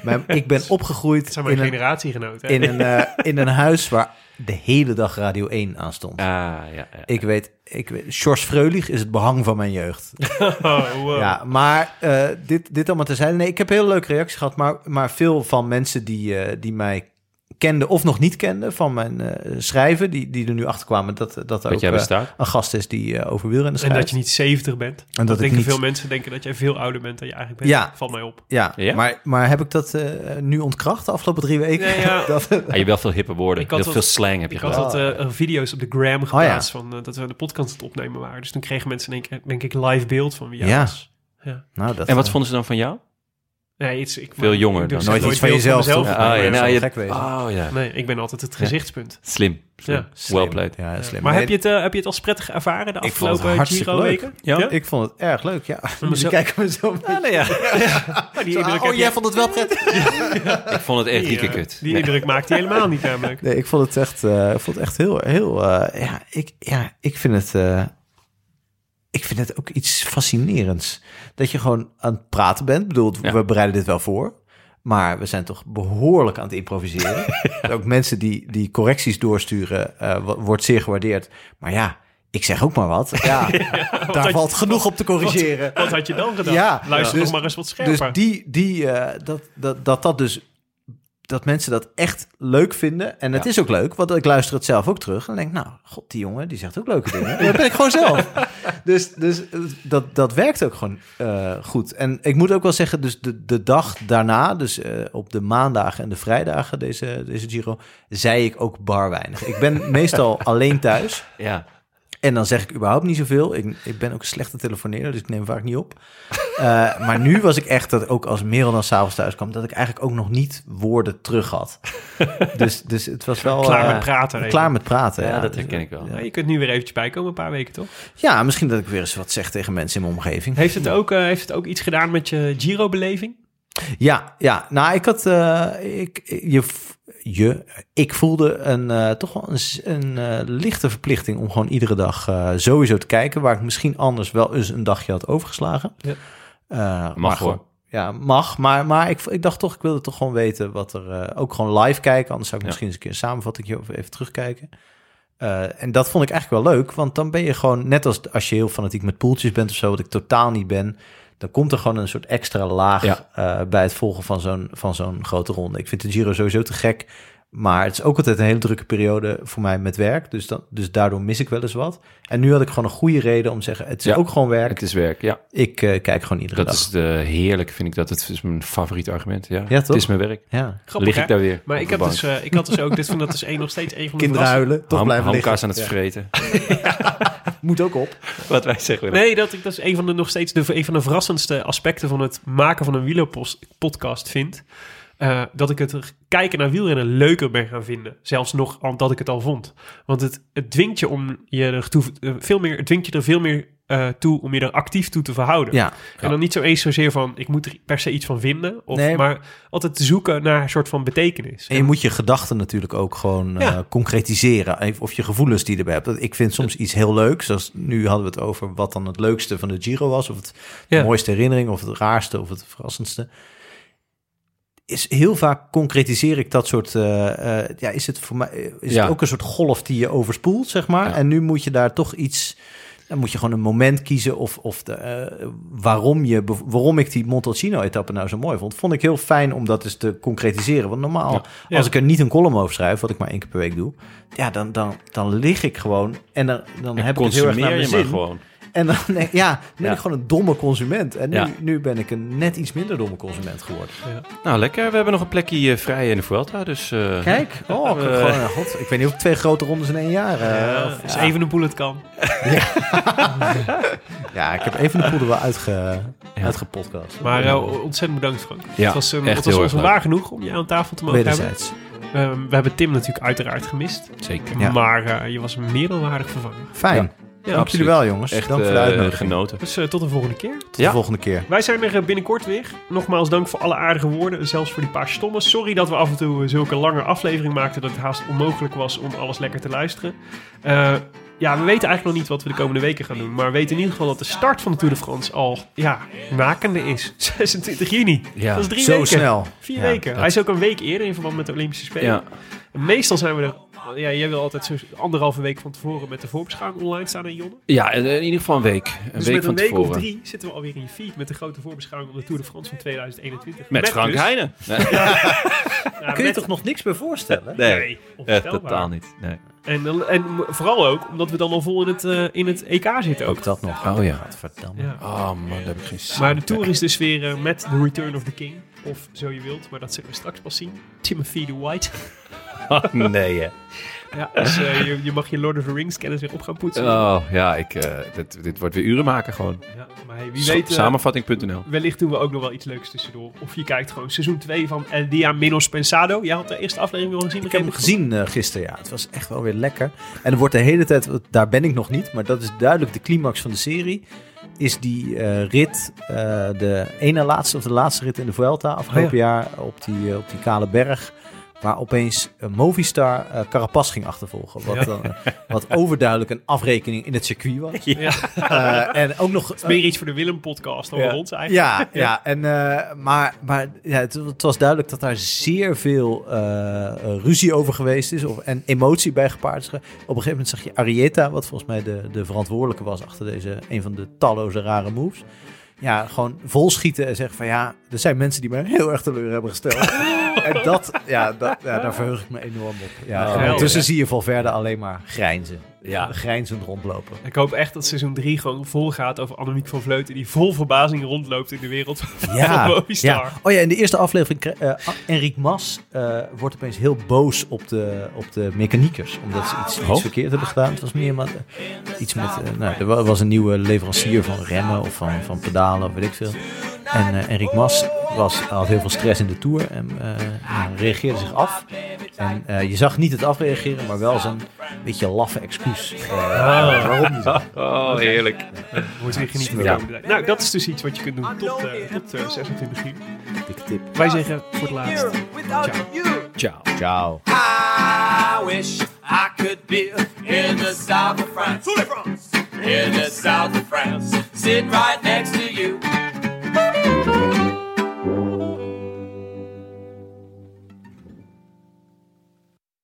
B: Maar ik ben opgegroeid
E: Dat zijn
B: in
E: mijn
B: een
E: generatiegenoten. hè?
B: in een, eh, in een huis waar de hele dag Radio 1 aan stond.
A: Ah, ja. ja.
B: Ik weet, ik weet, George Freulich is het behang van mijn jeugd.
E: Oh, wow.
B: Ja, maar eh, dit, dit allemaal terzijde. Nee, ik heb heel leuke reacties gehad, maar, maar veel van mensen die, eh, die mij kenden of nog niet kenden van mijn eh, schrijven, die, die er nu achter kwamen dat, dat er
A: Dat
B: ook
A: jij
B: eh,
A: bestaat.
B: een gast is die eh over wielrennen
E: En
B: schrijft.
E: dat je niet 70 bent.
B: en dat
E: Ik
B: ik
E: denk
B: niet...
E: veel mensen denken dat jij veel ouder bent dan je eigenlijk bent.
B: Ja.
E: Valt mij op.
B: Ja,
A: Ja?
B: Maar, maar heb ik dat eh, nu ontkracht de afgelopen drie weken?
E: Nee, ja.
B: dat,
A: Ah, je hebt wel veel hippe woorden.
E: Ik had
A: Heel
E: wel-
A: veel slang heb je
E: Ik had
A: gehad.
E: wat eh, eh, video's op de gram geplaatst
B: Oh, ja.
E: van eh, dat we de podcast aan het opnemen waren. Dus toen kregen mensen denk, ik- denk ik live beeld van wie jij
B: Ja.
E: was. Ja.
B: nou, dat,
A: En wat
B: eh,
A: vonden ze dan van jou?
E: Nee, iets, ik,
A: Veel
E: ik
A: jonger
E: doe
A: dan.
E: zelf
B: Nooit iets van
E: beeld
B: jezelf,
E: mezelf.
B: toch?
E: Ja,
B: Ah, ja,
E: nee.
B: nou, je- gek wezen.
A: Oh ja.
E: Nee, ik ben altijd het gezichtspunt.
A: Slim. slim.
E: Ja.
A: Well played.
B: Ja, slim.
E: Maar
B: Nee,
E: heb je, het, eh, heb je het als prettig ervaren
B: Ik
E: de
B: vond het
E: afgelopen
B: hartstikke leuk.
E: Giro-weken?
A: Ja?
B: Ik vond het erg leuk, ja.
E: maar zo-
B: Ze kijken me zo
A: Ah, nee, ja.
E: Maar Ah, die indruk, heb
B: oh,
E: je-
B: jij vond het wel prettig?
A: Ik vond het echt
E: die, eh,
A: rieke kut.
E: die indruk maakt hij helemaal niet namelijk.
B: Nee, ik vond het echt, eh, ik vond het echt heel, heel eh, ja, ik, ja, ik vind het, eh, ik vind het ook iets fascinerends. Dat je gewoon aan het praten bent. Ik bedoel,
A: Ja.
B: we bereiden dit wel voor. Maar we zijn toch behoorlijk aan het improviseren. Dus Ook mensen die, die correcties doorsturen, eh, wo- wordt zeer gewaardeerd. Maar ja, ik zeg ook maar wat. Ja, daar valt genoeg op te corrigeren.
E: Wat had je dan gedaan?
B: Ja.
E: Luister
B: Dus-
E: nog maar eens wat scherper.
B: Dus die, die eh, dat, dat, dat dat dus dat mensen dat echt leuk vinden. En het is ook leuk, want ik luister het zelf ook terug. En denk, nou, god, die jongen, die zegt ook leuke dingen. Dat ben ik gewoon zelf. Dus, dus dat, dat werkt ook gewoon eh, goed. En ik moet ook wel zeggen, dus de, de dag daarna, dus eh, op de maandagen en de vrijdagen deze, deze Giro, zei ik ook bar weinig. Ik ben meestal alleen thuis.
A: Ja.
B: En dan zeg ik überhaupt niet zoveel. Ik, ik ben ook een slechte telefoneerder, dus ik neem vaak niet op. Eh, maar nu was ik echt dat ook als Merel dan s'avonds thuis kwam... dat ik eigenlijk ook nog niet woorden terug had. Dus, dus het was wel...
E: Klaar
B: eh,
E: met praten even.
B: Klaar met praten, ja.
A: ja, dat
B: Dus,
A: herken ik wel.
E: Ja, je kunt nu weer eventjes bijkomen, een paar weken toch?
B: ja, misschien dat ik weer eens wat zeg tegen mensen in mijn omgeving.
E: Heeft het ook, eh, heeft het ook iets gedaan met je Giro-beleving?
B: Ja, ja. Nou, ik had. eh, ik, je, je, ik voelde een, eh, toch wel een, s- een eh, lichte verplichting om gewoon iedere dag eh, sowieso te kijken. Waar ik misschien anders wel eens een dagje had overgeslagen.
E: Ja.
B: Eh,
A: hoor.
B: maar gewoon- Ja, mag. Maar, maar ik, ik dacht toch, ik wilde toch gewoon weten wat er. eh, ook gewoon live kijken. Anders zou
A: Ja.
B: ik misschien eens een keer een samenvatting of even terugkijken. Eh, en dat vond ik eigenlijk wel leuk, want dan ben je gewoon, net als als je heel fanatiek met poeltjes bent of zo, wat ik totaal niet ben, dan komt er gewoon een soort extra laag
A: Ja.
B: eh, bij het volgen van zo'n, van zo'n grote ronde. Ik vind de Giro sowieso te gek, maar het is ook altijd een hele drukke periode voor mij met werk, dus, dan, dus daardoor mis ik wel eens wat. En nu had ik gewoon een goede reden om te zeggen, het is
A: Ja.
B: ook gewoon werk,
A: Het is werk, ja.
B: ik eh, kijk gewoon iedere
A: Dat
B: dag.
A: is de, heerlijk, vind ik dat. Het is mijn favoriet argument. Ja,
B: Ja, toch?
A: Het is mijn werk.
B: Ja.
E: Grappig,
A: Lig ik
E: hè?
A: daar weer
E: Maar
A: op
E: ik
A: de
E: had,
A: bank.
E: dus, eh, ik had dus ook, dit van dat is één, nog steeds een van de
I: Kinderen
E: verrassingen.
I: huilen, toch
A: Ham-
I: blijven liggen.
A: hamkaas aan het vreten.
B: Moet ook op.
A: Wat wij zeggen.
E: Nee, dat, ik, dat is een van de nog steeds de, een van de verrassendste aspecten van het maken van een wielerpodcast vind. Eh, dat ik het er- kijken naar wielrennen leuker ben gaan vinden. Zelfs nog al dat ik het al vond. Want het, het dwingt je om je er toe, eh, veel meer, het dwingt je er veel meer eh, toe om je er actief toe te verhouden.
B: Ja,
E: En dan niet zo eens zozeer van ik moet er per se iets van vinden. Of,
B: Nee,
E: maar altijd te zoeken naar een soort van betekenis.
B: en je moet je gedachten natuurlijk ook gewoon eh,
E: Ja.
B: concretiseren. Even Of je gevoelens die je erbij hebt. Ik vind soms iets heel leuks. Zoals nu hadden we het over wat dan het leukste van de Giro was. Of het
E: Ja.
B: mooiste herinnering, of het raarste, of het verrassendste. Is heel vaak concretiseer ik dat soort. eh, eh, ja, is het voor mij. Is
A: Ja.
B: het ook een soort golf die je overspoelt, zeg maar.
A: Ja.
B: En nu moet je daar toch iets. Dan moet je gewoon een moment kiezen of, of de, eh, waarom, je, bev- waarom ik die Montalcino-etappe nou zo mooi vond. Vond ik heel fijn om dat eens te concretiseren. Want normaal,
E: Ja.
B: als ik er niet een column over schrijf, wat ik maar één keer per week doe, ja, dan, dan, dan lig ik gewoon en dan, dan heb ik het heel erg
A: Consumeer
B: naar mijn
A: je maar
B: zin.
A: gewoon.
B: En dan nee, ja, dan ben
A: Ja.
B: ik gewoon een domme consument. En nu,
A: Ja.
B: nu ben ik een net iets minder domme consument geworden.
A: Nou, lekker. We hebben nog een plekje eh, vrij in de Vuelta. Dus eh,
B: Kijk, oh, ik,
A: eh,
B: gewoon, eh, god, ik weet niet of ik twee grote rondes in één jaar. eh,
E: Ja,
B: of-
E: als
B: ja.
E: even een bullet kan.
B: ja, ik heb even de poeder wel uitge, uitgepodcast.
E: Maar eh, ontzettend bedankt Frank.
A: Ja,
E: het was, een,
A: echt
E: het was
A: heel
E: ons
A: erg
E: waar genoeg om je aan tafel te mogen hebben.
B: Wederzijds.
E: Ehm, we hebben Tim natuurlijk uiteraard gemist.
A: zeker.
B: Ja.
E: Maar eh, je was meer dan waardig vervangen.
B: Fijn.
E: Ja,
B: Dank
A: absoluut.
B: jullie wel, jongens.
A: Echt
B: Dank voor de
A: eh,
B: uitnodiging.
A: genoten.
E: Dus eh, tot de volgende keer.
B: Tot de
A: Ja.
B: volgende keer.
E: Wij zijn er eh, binnenkort weer. Nogmaals dank voor alle aardige woorden. Zelfs voor die paar stomme. Sorry dat we af en toe eh, zulke lange aflevering maakten. Dat het haast onmogelijk was om alles lekker te luisteren. Eh, ja, we weten eigenlijk nog niet wat we de komende weken gaan doen. Maar we weten in ieder geval dat de start van de Tour de France al ja, nakende is. 26 juni.
A: Ja,
E: dat is drie
B: Zo
E: weken.
B: snel.
E: Vier
B: Ja,
E: weken.
B: dat-
E: Hij is ook een week eerder in verband met de Olympische Spelen.
A: Ja.
E: En meestal zijn we er... Ja, jij wil altijd zo anderhalve week van tevoren met de voorbeschouwing online staan, hè, Jonne?
A: Ja, in in ieder geval een week. Een
E: dus
A: week
E: met
A: van
E: een week
A: tevoren.
E: of drie zitten we alweer in je feed met de grote voorbeschouwing op de Tour de France van 2021.
A: Met Frank
E: dus-
A: Heijnen. Nee,
E: Ja,
B: Kun je
E: met-
B: toch nog niks meer voorstellen?
A: nee,
E: Nee,
A: echt
E: onvoorstelbaar.
A: totaal niet. Nee.
E: En, dan- en vooral ook omdat we dan al vol in het, eh, in het EK zitten ook.
B: Ook dat nog.
A: Oh ja.
B: Gadverdamme.
E: Ja.
A: Oh man, daar heb ik geen zin
E: Maar de Tour is dus weer eh, met The Return of the King. Of zo je wilt, maar dat zullen we straks pas zien. Timothy de White.
A: in. Oh, Nee, hè.
E: Ja, dus eh, je, je mag je Lord of the Rings kennis weer op gaan poetsen.
A: Oh, ja, ik, eh, dit, dit wordt weer uren maken gewoon.
E: Ja, maar hey, wie weet... eh,
A: Samenvatting.nl.
E: Wellicht doen we ook nog wel iets leuks tussendoor. Of je kijkt gewoon seizoen 2 van El Dia Menos Pensado. Jij had de eerste aflevering wel gezien.
B: Ik heb hem gezien eh, gisteren, ja. Het was echt wel weer lekker. En er wordt de hele tijd, want daar ben ik nog niet, maar dat is duidelijk de climax van de serie. Is die eh, rit, eh, de ene laatste of de laatste rit in de Vuelta afgelopen
E: Oh
B: jaar op die, eh, op die kale berg. Waar opeens een Movistar eh Carapaz ging achtervolgen. Wat, dan, eh, wat overduidelijk een afrekening in het circuit was. Eh, en ook nog...
E: Meer iets voor de Willem podcast dan voor ons eigenlijk.
B: Ja, ja. En, eh, maar maar ja, het, het was duidelijk dat daar zeer veel eh, eh, ruzie over geweest is. Of, en emotie bij gepaard is. ge- Op een gegeven moment zag je Arieta, wat volgens mij de, de verantwoordelijke was achter deze een van de talloze rare moves. Ja, gewoon volschieten en zeggen van ja, er zijn mensen die mij heel erg teleur hebben gesteld. en dat, ja, dat, ja, daar verheug ik me enorm op. Ja,
E: geweldig.
B: ondertussen zie je Valverde alleen maar grijnzen.
A: Ja.
B: Grijnzend rondlopen.
E: Ik hoop echt dat seizoen 3 gewoon vol gaat over Annemiek van Vleuten. Die vol verbazing rondloopt in de wereld van Movistar.
B: ja. Oh ja, in de eerste aflevering, kre- eh, A- Enric Mas eh, wordt opeens heel boos op de, op de mechaniekers. Omdat ze iets,
E: Oh.
B: iets verkeerd hebben gedaan. Het was meer maar, eh, iets met... eh, nou, er wa- was een nieuwe leverancier van remmen of van, van pedalen, of weet ik veel. En eh Enric Mas was, had heel veel stress in de Tour en eh, nou, reageerde zich af. En eh, je zag niet het afreageren, maar wel zijn beetje laffe excuus. eh, Waarom niet?
A: Oh, heerlijk.
E: Wordt weer genieten van
B: Ja.
E: de komende tijd. Nou, dat is dus iets wat je kunt doen tot, eh, tot eh, 26 juni.
B: Dikke tip.
E: Wij zeggen voor het laatst.
A: Ciao.
B: Ciao.
D: I wish I could be in the south of France. In the south of France, sitting right next to you.